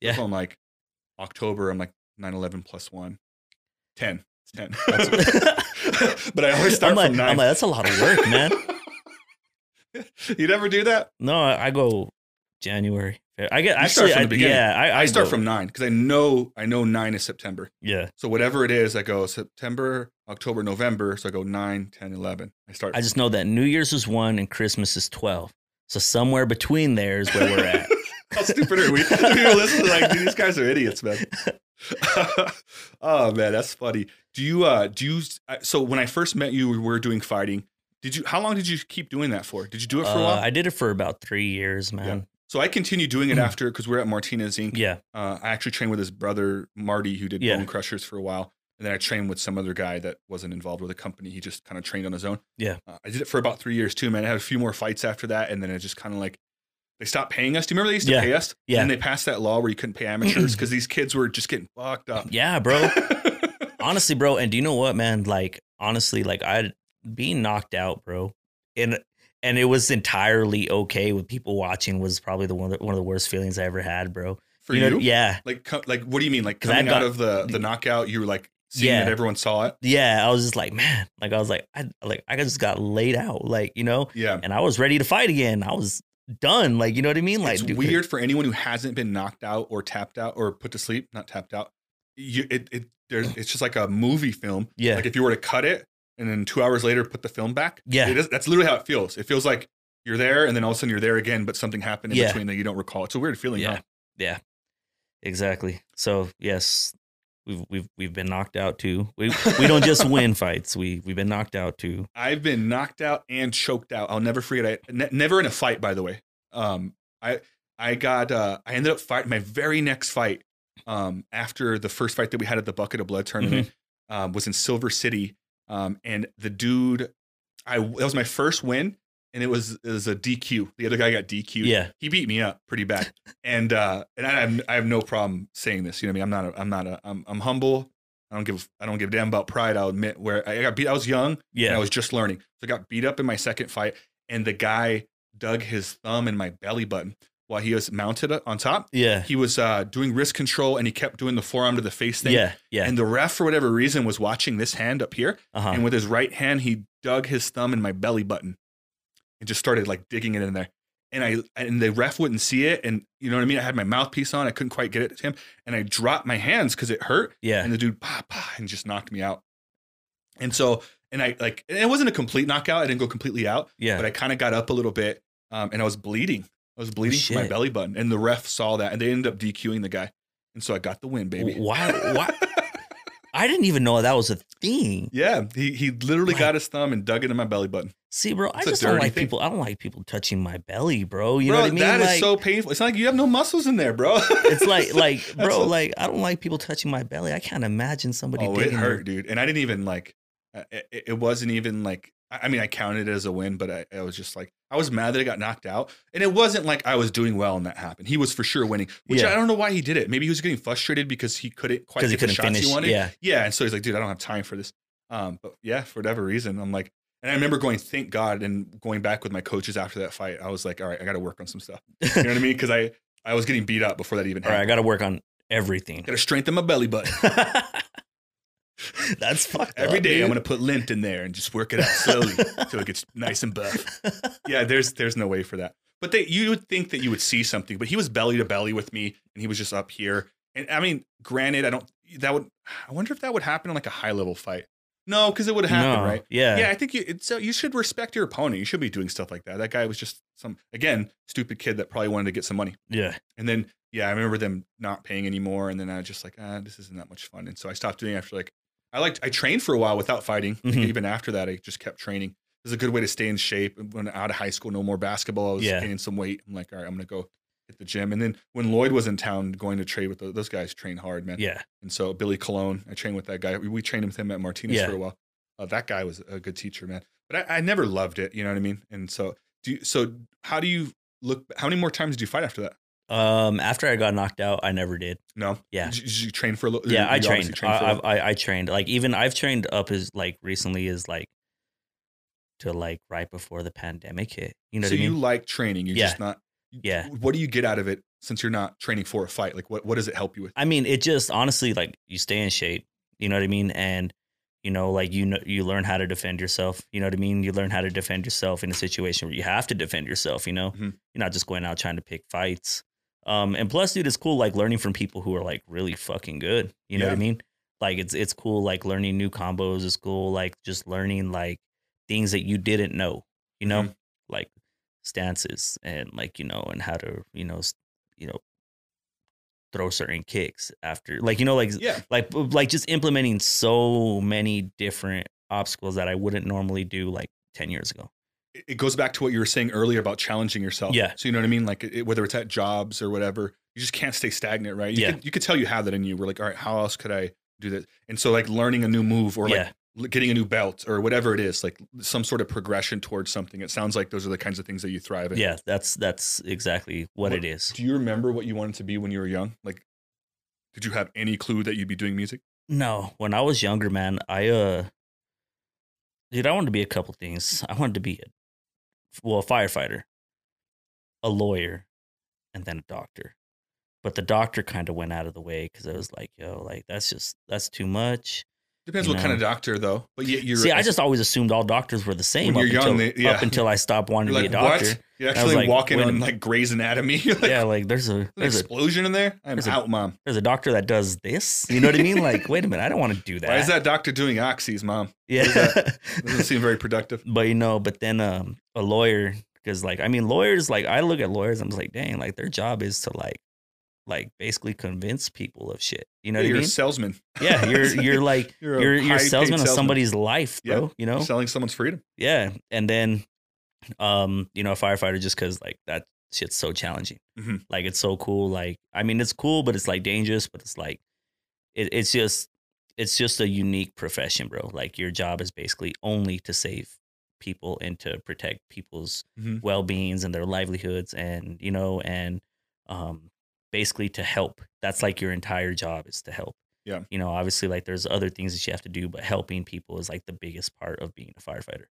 Speaker 2: Yeah.
Speaker 1: So I'm like October. I'm like 9-11 plus one. Ten. It's ten.
Speaker 2: That's-
Speaker 1: but I always start
Speaker 2: I'm like,
Speaker 1: from 9
Speaker 2: I'm like, that's a lot of work, man.
Speaker 1: you never do that?
Speaker 2: no, I, I go January. I get
Speaker 1: You start
Speaker 2: actually,
Speaker 1: from
Speaker 2: I,
Speaker 1: the beginning.
Speaker 2: yeah, I,
Speaker 1: I start from nine because I know I know nine is September.
Speaker 2: yeah.
Speaker 1: So whatever it is, I go September, October, November. So I go 9, 10, 11. I start.
Speaker 2: I just know that New Year's is one and Christmas is twelve. So somewhere between there is where we're at.
Speaker 1: How stupid are we? People listen to like, dude, these guys are idiots, man. oh man, that's funny. Do you uh do you I- so when I first met you, we were doing fighting. Did you how long did you keep doing that for? Did you do it for a
Speaker 2: Uh,
Speaker 1: while?
Speaker 2: I did it for about three years, man.
Speaker 1: so I continued doing it after because we're at Martinez Inc.
Speaker 2: Yeah,
Speaker 1: Uh, I actually trained with his brother Marty, who did
Speaker 2: Yeah.
Speaker 1: Bone Crushers for a while, and then I trained with some other guy that wasn't involved with a company. He just kind of trained on his own.
Speaker 2: Yeah.
Speaker 1: uh, I did it for about three years too, man. I had a few more fights after that, and then it just kind of like they stopped paying us. Do you remember they used to
Speaker 2: Yeah.
Speaker 1: pay us?
Speaker 2: Yeah.
Speaker 1: and then they passed that law where you couldn't pay amateurs because these kids were just getting fucked up.
Speaker 2: yeah, bro. honestly, bro, and do you know what, man? Like, honestly, like I being knocked out, bro, and and it was entirely okay with people watching was probably the one of the, one of the worst feelings I ever had, bro.
Speaker 1: for you,
Speaker 2: you know, yeah,
Speaker 1: like co- like what do you mean? Like
Speaker 2: 'Cause I
Speaker 1: coming
Speaker 2: got-
Speaker 1: out of the the knockout, you were like seeing
Speaker 2: Yeah.
Speaker 1: that everyone saw it.
Speaker 2: yeah. I was just like, man, like I was like, I like I just got laid out, like you know,
Speaker 1: Yeah.
Speaker 2: and I was ready to fight again. I was done, like you know what I mean? Like,
Speaker 1: it's
Speaker 2: dude,
Speaker 1: weird for anyone who hasn't been knocked out or tapped out or put to sleep, not tapped out. You, it, it, there's, it's just like a movie film.
Speaker 2: Mm. Yeah,
Speaker 1: Like if you were to cut it and then two hours later put the film back,
Speaker 2: Yeah.
Speaker 1: it is, that's literally how it feels. It feels like you're there and then all of a sudden you're there again, but something happened in
Speaker 2: Yeah.
Speaker 1: between that you don't recall. It's a weird feeling.
Speaker 2: yeah,
Speaker 1: huh?
Speaker 2: yeah, exactly. So yes. We've, we've, we've been knocked out too. We, we don't just win fights. We we've been knocked out too.
Speaker 1: I've been knocked out and choked out. I'll never forget. I ne- never in a fight, by the way. Um, I I got uh, I ended up fighting my very next fight. um, after the first fight that we had at the Bucket of Blood tournament um, was in Silver City, um, and the dude, I that was my first win, and it was it was a DQ. The other guy got DQ.
Speaker 2: Yeah.
Speaker 1: he beat me up pretty bad, and uh, and I have, I have no problem saying this. You know what I mean? I'm not a, I'm not a I'm, I'm humble. I don't give I don't give a damn about pride. I'll admit where I got beat. I was young.
Speaker 2: Yeah.
Speaker 1: And I was just learning. So I got beat up in my second fight, and the guy dug his thumb in my belly button while he was mounted on top.
Speaker 2: yeah.
Speaker 1: He was uh, doing wrist control, and he kept doing the forearm to the face thing.
Speaker 2: Yeah. Yeah.
Speaker 1: And the ref, for whatever reason, was watching this hand up here,
Speaker 2: Uh-huh.
Speaker 1: and with his right hand, he dug his thumb in my belly button, and just started like digging it in there. And I and the ref wouldn't see it, and you know what I mean. I had my mouthpiece on, I couldn't quite get it to him, and I dropped my hands because it hurt
Speaker 2: yeah.
Speaker 1: and the dude pop pop and just knocked me out. And so, and I like, and it wasn't a complete knockout. I didn't go completely out,
Speaker 2: Yeah.
Speaker 1: but I kind of got up a little bit, um, and I was bleeding. I was bleeding from my
Speaker 2: shit.
Speaker 1: belly button, and the ref saw that, and they ended up DQing the guy. And so I got the win, baby.
Speaker 2: Why? Why? I didn't even know that was a thing.
Speaker 1: Yeah, he he literally
Speaker 2: Wow.
Speaker 1: got his thumb and dug it in my belly button.
Speaker 2: See, bro,
Speaker 1: It's a
Speaker 2: I just don't
Speaker 1: dirty
Speaker 2: like
Speaker 1: thing.
Speaker 2: people. I don't like people touching my belly, bro. You
Speaker 1: bro,
Speaker 2: know what I mean?
Speaker 1: that is
Speaker 2: like,
Speaker 1: so painful. It's not like you have no muscles in there, bro.
Speaker 2: It's like, like,
Speaker 1: That's
Speaker 2: bro,
Speaker 1: a-
Speaker 2: like, I don't like people touching my belly. I can't imagine somebody.
Speaker 1: oh, it
Speaker 2: digging in-
Speaker 1: hurt, dude. And I didn't even like. uh, It, it wasn't even like. I I mean, I counted it as a win, but I, I was just like, I was mad that I got knocked out, and it wasn't like I was doing well and that happened. He was for sure winning, which
Speaker 2: Yeah.
Speaker 1: I don't know why he did it. Maybe he was getting frustrated because he couldn't quite get
Speaker 2: because he
Speaker 1: the
Speaker 2: couldn't
Speaker 1: shots
Speaker 2: finish.
Speaker 1: he wanted.
Speaker 2: Yeah,
Speaker 1: yeah, and so he's like, dude, I don't have time for this. Um, but yeah, for whatever reason, I'm like, and I remember going, thank God, and going back with my coaches after that fight. I was like, all right, I got to work on some stuff. You know what I mean? Because I I was getting beat up before that even
Speaker 2: all right, I
Speaker 1: happened.
Speaker 2: got to work on everything.
Speaker 1: Got to strengthen my belly button.
Speaker 2: That's fucked
Speaker 1: Every
Speaker 2: up,
Speaker 1: day I'm
Speaker 2: dude.
Speaker 1: gonna put lint in there and just work it out slowly until it gets nice and buff. Yeah, there's there's no way for that. But they, you would think that you would see something, but he was belly to belly with me, and he was just up here. And I mean, granted, I don't. That would. I wonder if that would happen in like a high level fight. No, because it would happen,
Speaker 2: No,
Speaker 1: right?
Speaker 2: Yeah,
Speaker 1: Yeah, I think you. It's, uh, you should respect your opponent. You should be doing stuff like that. That guy was just some again stupid kid that probably wanted to get some money.
Speaker 2: yeah.
Speaker 1: And then yeah, I remember them not paying anymore, and then I was just like, ah, this isn't that much fun, and so I stopped doing. It after like, I liked I trained for a while without fighting. Like,
Speaker 2: Mhm.
Speaker 1: even after that, I just kept training. This is a good way to stay in shape. When out of high school, no more basketball. I was
Speaker 2: Yeah.
Speaker 1: gaining some weight. I'm like, all right, I'm gonna go hit the gym. And then when Lloyd was in town, going to trade with those, those guys, train hard, man.
Speaker 2: Yeah.
Speaker 1: And so Billy Cologne, I trained with that guy. We, we trained with him at Martinez
Speaker 2: Yeah.
Speaker 1: for a while. Uh, that guy was a good teacher, man. But I, I never loved it. You know what I mean? And so do you, so. How do you look? How many more times do you fight after that?
Speaker 2: Um, after I got knocked out, I never did.
Speaker 1: No.
Speaker 2: Yeah.
Speaker 1: Did you, did you train for a little?
Speaker 2: yeah, I
Speaker 1: train.
Speaker 2: trained. I, I, I I trained. Like even I've trained up as like recently as like to like right before the pandemic hit. You know
Speaker 1: so
Speaker 2: what I
Speaker 1: you
Speaker 2: mean?
Speaker 1: like training. You're just not.
Speaker 2: Yeah.
Speaker 1: What do you get out of it since you're not training for a fight? Like, what, what does it help you with?
Speaker 2: I mean, it just honestly like you stay in shape. You know what I mean? And you know, like you know, you learn how to defend yourself. You know what I mean? You learn how to defend yourself in a situation where you have to defend yourself. You know,
Speaker 1: Mhm.
Speaker 2: you're not just going out trying to pick fights. Um, and plus, dude, it's cool like learning from people who are like really fucking good. You know what I
Speaker 1: Yeah.
Speaker 2: mean? Like it's it's cool like learning new combos. It's cool like just learning like things that you didn't know. You know, like stances and like you know and how to you know s- you know throw certain kicks after like you know like
Speaker 1: Yeah.
Speaker 2: like like just implementing so many different obstacles that I wouldn't normally do like 10 years ago.
Speaker 1: It- It goes back to what you were saying earlier about challenging yourself.
Speaker 2: Yeah.
Speaker 1: So you know what I mean? Like, it, whether it's at jobs or whatever, you just can't stay stagnant, right? You
Speaker 2: Yeah.
Speaker 1: Could, you could tell you have that in you. We're like, all right, how else could I do this? And so, like, learning a new move or like
Speaker 2: yeah.
Speaker 1: l- getting a new belt or whatever it is, like some sort of progression towards something. It sounds like those are the kinds of things that you thrive in.
Speaker 2: Yeah, that's that's exactly what, it is.
Speaker 1: Do you remember what you wanted to be when you were young? Like, did you have any clue that you'd be doing music?
Speaker 2: No, when I was younger, man, I uh dude, I wanted to be a couple things. I wanted to be a well, a firefighter, a lawyer, and then a doctor. But the doctor kind of went out of the way cuz I was like, yo, like that's just that's too much.
Speaker 1: Depends
Speaker 2: You
Speaker 1: what kind of
Speaker 2: know?
Speaker 1: doctor, though. But yet you're
Speaker 2: See, I just always assumed all doctors were the same
Speaker 1: When
Speaker 2: up,
Speaker 1: you're
Speaker 2: until,
Speaker 1: young, they- yeah.
Speaker 2: up until I stopped wanting
Speaker 1: you're
Speaker 2: to
Speaker 1: like,
Speaker 2: be a doctor.
Speaker 1: what? You're
Speaker 2: was
Speaker 1: actually
Speaker 2: like,
Speaker 1: walking
Speaker 2: wait a
Speaker 1: on
Speaker 2: minute.
Speaker 1: like Grey's Anatomy. You're like,
Speaker 2: yeah, like there's a
Speaker 1: an
Speaker 2: there's a
Speaker 1: explosion in there. I'm
Speaker 2: there's a-
Speaker 1: out, mom.
Speaker 2: there's a doctor that does this. You know what I mean? Like, wait a minute, I don't want to do that.
Speaker 1: Why is that doctor doing oxys, mom?
Speaker 2: Yeah.
Speaker 1: Doesn't seem very productive.
Speaker 2: but you know, but then um, a lawyer because like I mean, lawyers like I look at lawyers, I'm just like, dang, like their job is to like, like basically convince people of shit. You know
Speaker 1: you're
Speaker 2: what I
Speaker 1: a
Speaker 2: mean?
Speaker 1: salesman.
Speaker 2: yeah,
Speaker 1: It's like
Speaker 2: you're you're like
Speaker 1: You're
Speaker 2: you're you're a
Speaker 1: high-paid
Speaker 2: salesman of somebody's life, bro.
Speaker 1: Yeah.
Speaker 2: You know?
Speaker 1: You're selling someone's freedom.
Speaker 2: yeah, and then um, you know, a firefighter just because like that shit's so challenging.
Speaker 1: Mhm.
Speaker 2: Like it's so cool. Like I mean, it's cool, but it's like dangerous. But it's like it, it's just it's just a unique profession, bro. Like your job is basically only to save people and to protect people's
Speaker 1: Mhm.
Speaker 2: well beings and their livelihoods, and you know, and um, basically to help. That's like your entire job is to help.
Speaker 1: Yeah.
Speaker 2: You know, obviously, like there's other things that you have to do, but helping people is like the biggest part of being a firefighter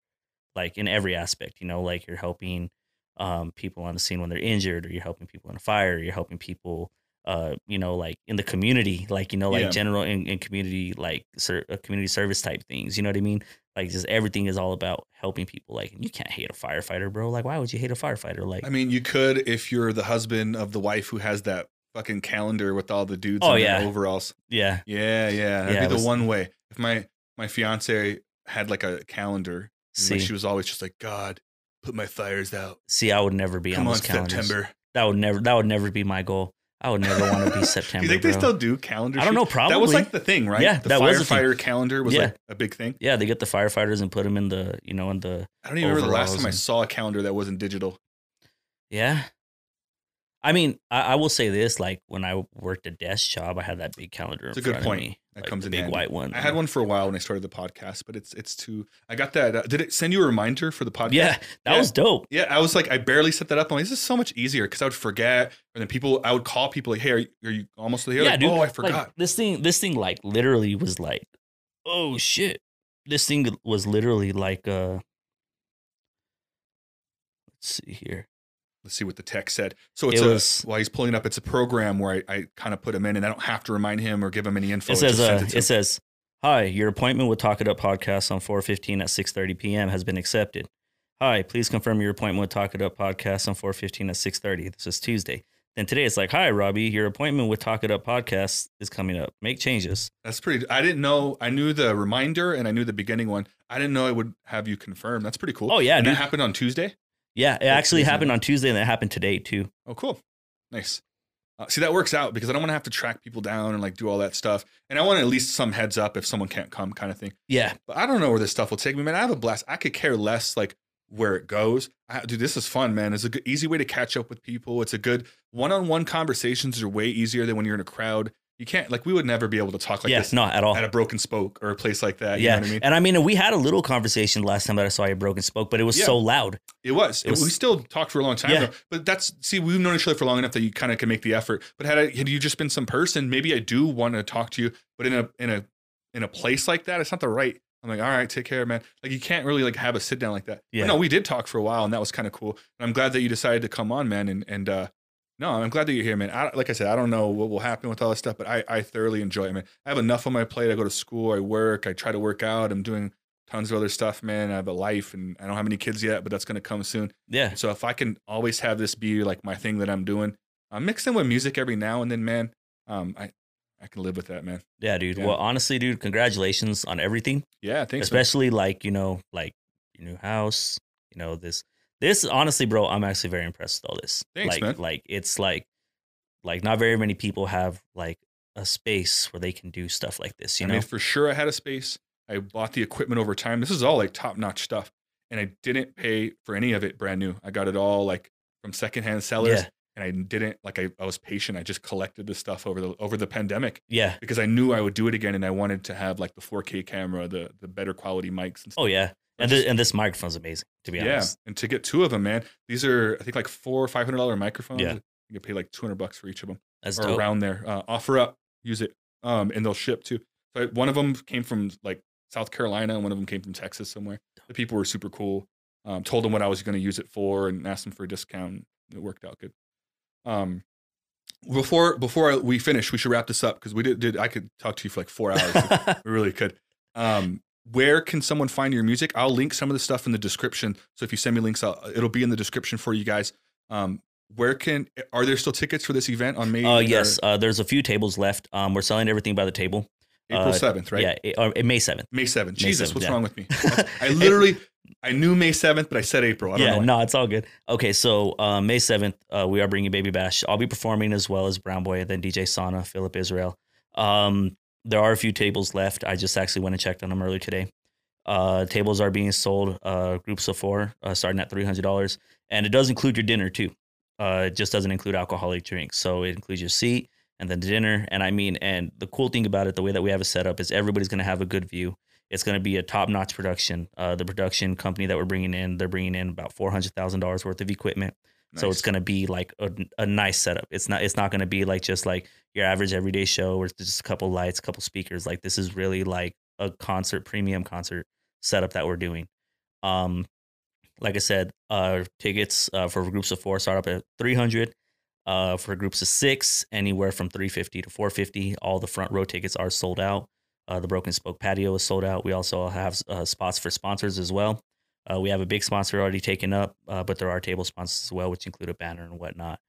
Speaker 2: like in every aspect you know like you're helping um, people on the scene when they're injured or you're helping people in a fire you're helping people uh, you know like in the community like you know like
Speaker 1: Yeah.
Speaker 2: general and, and community like ser- uh, community service type things you know what i mean like just everything is all about helping people like you can't hate a firefighter bro like why would you hate a firefighter like
Speaker 1: I mean, you could if you're the husband of the wife who has that fucking calendar with all the dudes
Speaker 2: Oh,
Speaker 1: in their
Speaker 2: yeah.
Speaker 1: overalls.
Speaker 2: yeah
Speaker 1: Yeah, yeah. That'd
Speaker 2: Yeah,
Speaker 1: be
Speaker 2: it
Speaker 1: the
Speaker 2: was-
Speaker 1: one way. If my my fiance had like a calendar, and,
Speaker 2: see
Speaker 1: like, she was always just like, God, put my fires out.
Speaker 2: see i would never be
Speaker 1: Come
Speaker 2: on
Speaker 1: on,
Speaker 2: those calendars
Speaker 1: September.
Speaker 2: that would never that would never be my goal i would never want to be september
Speaker 1: do you think
Speaker 2: bro.
Speaker 1: they still do calendar?
Speaker 2: i don't
Speaker 1: shoots?
Speaker 2: know probably
Speaker 1: That was like the thing, right?
Speaker 2: Yeah,
Speaker 1: the
Speaker 2: that was the thing.
Speaker 1: firefighter calendar was
Speaker 2: Yeah.
Speaker 1: like a big thing.
Speaker 2: yeah they get the firefighters and put them in the you know in the
Speaker 1: I don't even remember the last
Speaker 2: Overalls
Speaker 1: time I
Speaker 2: and-
Speaker 1: saw a calendar that wasn't digital.
Speaker 2: Yeah. I mean, I, I will say this: like when I worked a desk job, I had that big calendar.
Speaker 1: It's
Speaker 2: in
Speaker 1: a good
Speaker 2: front of
Speaker 1: point.
Speaker 2: me,
Speaker 1: That
Speaker 2: like
Speaker 1: comes
Speaker 2: the
Speaker 1: in
Speaker 2: big
Speaker 1: handy.
Speaker 2: white one.
Speaker 1: I had one for a while when I started the podcast, but it's it's too. I got that. Uh, did it send you a reminder for the podcast?
Speaker 2: Yeah, that
Speaker 1: Yeah.
Speaker 2: was dope.
Speaker 1: Yeah, I was like, I barely set that up. I'm like, this is so much easier because I would forget, and then people, I would call people like, "Hey, are you, are you almost there?"
Speaker 2: yeah,
Speaker 1: like,
Speaker 2: dude.
Speaker 1: oh, I
Speaker 2: like,
Speaker 1: forgot.
Speaker 2: this thing. This thing like literally was like, oh shit. This thing was literally like, uh, let's see here.
Speaker 1: Let's see what the text said. So it's
Speaker 2: It
Speaker 1: a,
Speaker 2: was-
Speaker 1: while he's pulling it up, it's a program where I, I kind of put him in, and I don't have to remind him or give him any info.
Speaker 2: It says,
Speaker 1: just
Speaker 2: uh,
Speaker 1: sends to
Speaker 2: it
Speaker 1: him.
Speaker 2: says, "Hi, your appointment with Talk It Up podcast on 4:15 at 6:30 p.m. has been accepted. Hi, please confirm your appointment with Talk It Up podcast on 4:15 at 6:30. This is Tuesday. Then today it's like, hi, Robbie, your appointment with Talk It Up podcast is coming up. Make changes.
Speaker 1: that's pretty. I didn't know. I knew the reminder and I knew the beginning one. I didn't know it would have you confirm. That's pretty cool.
Speaker 2: Oh yeah,
Speaker 1: and
Speaker 2: dude.
Speaker 1: that happened on Tuesday.
Speaker 2: yeah, it actually
Speaker 1: Tuesday.
Speaker 2: happened on Tuesday and it happened today too.
Speaker 1: Oh, cool. Nice. Uh, see, that works out because I don't want to have to track people down and like do all that stuff. And I want at least some heads up if someone can't come, kind of thing.
Speaker 2: Yeah,
Speaker 1: But I don't know where this stuff will take me, man. I have a blast. I could care less like where it goes. I, dude, this is fun, man. It's a good, easy way to catch up with people. It's a good one-on-one conversations are way easier than when you're in a crowd. You can't like we would never be able to talk like
Speaker 2: yeah,
Speaker 1: this
Speaker 2: not at all.
Speaker 1: at a broken spoke or a place like that. You
Speaker 2: yeah,
Speaker 1: know what I mean?
Speaker 2: and I mean, we had a little conversation last time that I saw you broke and spoke, but it was
Speaker 1: Yeah.
Speaker 2: so loud.
Speaker 1: It was.
Speaker 2: It was-
Speaker 1: we still talked for a long time,
Speaker 2: Yeah.
Speaker 1: though. But that's see, we've known each other for long enough that you kind of can make the effort. But had I, had you just been some person, maybe I do want to talk to you, but in a in a in a place like that, it's not the right. I'm like, all right, take care, man. Like you can't really like have a sit down like that.
Speaker 2: Yeah.
Speaker 1: But no, we did talk for a while, and that was kind of cool. And I'm glad that you decided to come on, man. And and uh, no, I'm glad that you're here, man. I, like I said, I don't know what will happen with all this stuff, but I I thoroughly enjoy it, man. I have enough on my plate. I go to school, I work, I try to work out. I'm doing tons of other stuff, man. I have a life and I don't have any kids yet, but that's going to come soon.
Speaker 2: Yeah,
Speaker 1: So if I can always have this be like my thing that I'm doing, I'm mixing with music every now and then, man. Um, I, I can live with that, man.
Speaker 2: yeah, dude.
Speaker 1: Yeah.
Speaker 2: Well, honestly, dude, congratulations on everything.
Speaker 1: Yeah, thanks. man.
Speaker 2: especially like you know like your new house you know this this honestly bro i'm actually very impressed with all this
Speaker 1: Thanks,
Speaker 2: like
Speaker 1: man.
Speaker 2: like it's like like not very many people have like a space where they can do stuff like this you
Speaker 1: I
Speaker 2: know
Speaker 1: mean, for sure, I had a space. I bought the equipment over time. This is all like top notch stuff, and I didn't pay for any of it brand new. I got it all like from secondhand sellers,
Speaker 2: Yeah.
Speaker 1: and I didn't like I, I was patient. I just collected this stuff over the over the pandemic
Speaker 2: yeah
Speaker 1: because I knew I would do it again, and I wanted to have like the 4K camera, the the better quality mics and stuff.
Speaker 2: oh yeah and, th- and this microphone's amazing to be
Speaker 1: yeah,
Speaker 2: honest
Speaker 1: and to get two of them, man, these are I think like four or five hundred dollar microphones.
Speaker 2: Yeah.
Speaker 1: you can pay like two hundred bucks for each of them,
Speaker 2: that's
Speaker 1: or
Speaker 2: dope
Speaker 1: around there. Uh, offer up, use it, um, and they'll ship too. So I- one of them came from like South Carolina, and one of them came from Texas somewhere. The people were super cool. Um, told them what I was going to use it for, and asked them for a discount. It worked out good. Um, before before we finish, we should wrap this up because we did, did. I could talk to you for like four hours. We really could. Um, where can someone find your music? I'll link some of the stuff in the description. So if you send me links, I'll, it'll be in the description for you guys. Um, where can are there still tickets for this event on May?
Speaker 2: uh
Speaker 1: or
Speaker 2: yes uh there's a few tables left um we're selling everything by the table
Speaker 1: April
Speaker 2: uh,
Speaker 1: seventh, right?
Speaker 2: yeah it, or, uh, may 7th
Speaker 1: May seventh.
Speaker 2: May
Speaker 1: Jesus,
Speaker 2: 7th,
Speaker 1: what's
Speaker 2: yeah.
Speaker 1: wrong with me? I literally, I knew May seventh, but I said April. I don't
Speaker 2: yeah,
Speaker 1: know. why.
Speaker 2: no, it's all good. Okay, so uh, May 7th, uh, we are bringing Baby Bash. I'll be performing as well as Brown Boy, then DJ Sana, Philip Israel. Um, there are a few tables left. I just actually went and checked on them earlier today. Uh, tables are being sold, uh, groups of four, uh, starting at $300. And it does include your dinner too. Uh, it just doesn't include alcoholic drinks. So it includes your seat and then the dinner. And I mean, and the cool thing about it, the way that we have it set up is everybody's going to have a good view. It's going to be a top notch production. Uh, the production company that we're bringing in, they're bringing in about $400,000 worth of equipment. So it's going to be like a, a nice setup. It's not, it's not going to be like just like your average everyday show where it's just a couple lights, a couple speakers. Like this is really like a concert, premium concert setup that we're doing. Um, like I said, uh, tickets uh, for groups of four start up at 300. Uh, for groups of six, anywhere from 350 to 450. All the front row tickets are sold out. Uh, the Broken Spoke patio is sold out. We also have uh, spots for sponsors as well. Uh, we have a big sponsor already taken up, uh, but there are table sponsors as well, which include a banner and whatnot.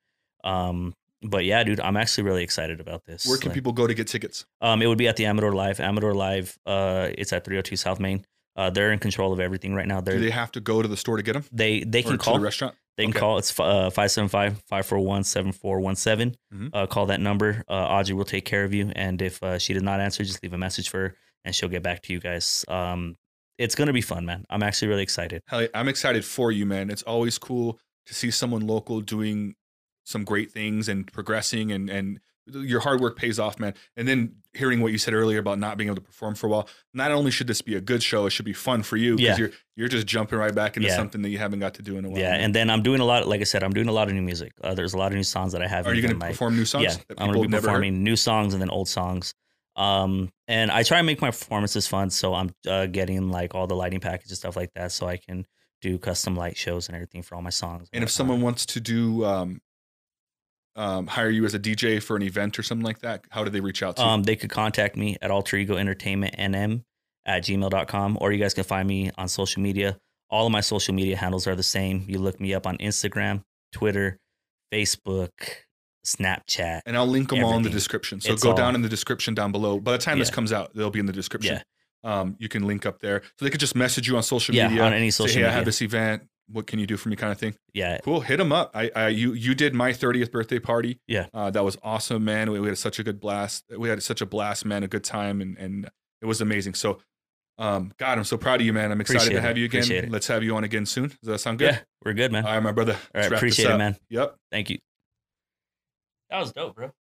Speaker 2: Um, but yeah, dude, I'm actually really excited about this.
Speaker 1: Where can
Speaker 2: Like-
Speaker 1: people go to get tickets?
Speaker 2: um, it would be at the Amador Live. Amador Live, uh, it's at 302 South Main. Uh, they're in control of everything right now. They're,
Speaker 1: Do they
Speaker 2: they
Speaker 1: have to go to the store to get them?
Speaker 2: they can
Speaker 1: or to
Speaker 2: call.
Speaker 1: the restaurant?
Speaker 2: They can
Speaker 1: okay.
Speaker 2: call. It's uh, 575 541 7417.
Speaker 1: Mhm.
Speaker 2: Call that number. Uh, Audrey will take care of you. And if uh, she does not answer, just leave a message for her and she'll get back to you guys. Um, it's going to be fun, man. I'm actually really excited.
Speaker 1: Hell yeah, I'm excited for you, man. It's always cool to see someone local doing some great things and progressing, and and your hard work pays off, man. And then hearing what you said earlier about not being able to perform for a while, not only should this be a good show, it should be fun for you because
Speaker 2: Yeah.
Speaker 1: you're you're just jumping right back into
Speaker 2: Yeah.
Speaker 1: something that you haven't got to do in a while.
Speaker 2: yeah.
Speaker 1: man.
Speaker 2: And then I'm doing a lot, like I said, I'm doing a lot of new music. Uh, there's a lot of new songs that I have.
Speaker 1: are you going to
Speaker 2: my,
Speaker 1: perform new songs?
Speaker 2: Yeah,
Speaker 1: that
Speaker 2: I'm
Speaker 1: people
Speaker 2: gonna be
Speaker 1: have never heard?
Speaker 2: performing new songs and then old songs. Um, and I try and make my performances fun, so I'm uh, getting like all the lighting package and stuff like that, so I can do custom light shows and everything for all my songs. Uh,
Speaker 1: And if
Speaker 2: whatnot.
Speaker 1: someone wants to do um, um, hire you as a DJ for an event or something like that, how do they reach out to
Speaker 2: um, they could contact me at alter ego entertainment nm at gmail.com, or you guys can find me on social media. All of my social media handles are the same. You look me up on Instagram, Twitter, Facebook, Snapchat.
Speaker 1: you? And I'll link them all in the
Speaker 2: everything.
Speaker 1: description. So
Speaker 2: It's
Speaker 1: go
Speaker 2: all-
Speaker 1: down in the description down below. By the time this
Speaker 2: Yeah.
Speaker 1: comes out, they'll be in the description.
Speaker 2: Yeah.
Speaker 1: Um, you can link up there. So they could just message you on social
Speaker 2: Yeah,
Speaker 1: media.
Speaker 2: on any social
Speaker 1: say, hey, I have
Speaker 2: media.
Speaker 1: this event. What can you do for me? Kind of thing.
Speaker 2: Yeah,
Speaker 1: Cool. Hit them up. I, I, you, you did my 30th birthday party.
Speaker 2: Yeah.
Speaker 1: Uh, that was awesome, man. We, we had such a good blast. We had such a blast, man. A good time, and and it was amazing. So, um, God, I'm so proud of you, man. I'm excited
Speaker 2: Appreciate
Speaker 1: to
Speaker 2: it.
Speaker 1: have you
Speaker 2: Appreciate it.
Speaker 1: again. Let's have you on again soon. Does that sound good?
Speaker 2: yeah, we're good, man.
Speaker 1: All right, my brother.
Speaker 2: All
Speaker 1: Let's
Speaker 2: right,
Speaker 1: wrap this
Speaker 2: appreciate it,
Speaker 1: up.
Speaker 2: man.
Speaker 1: Yep.
Speaker 2: Thank you. That was dope, bro.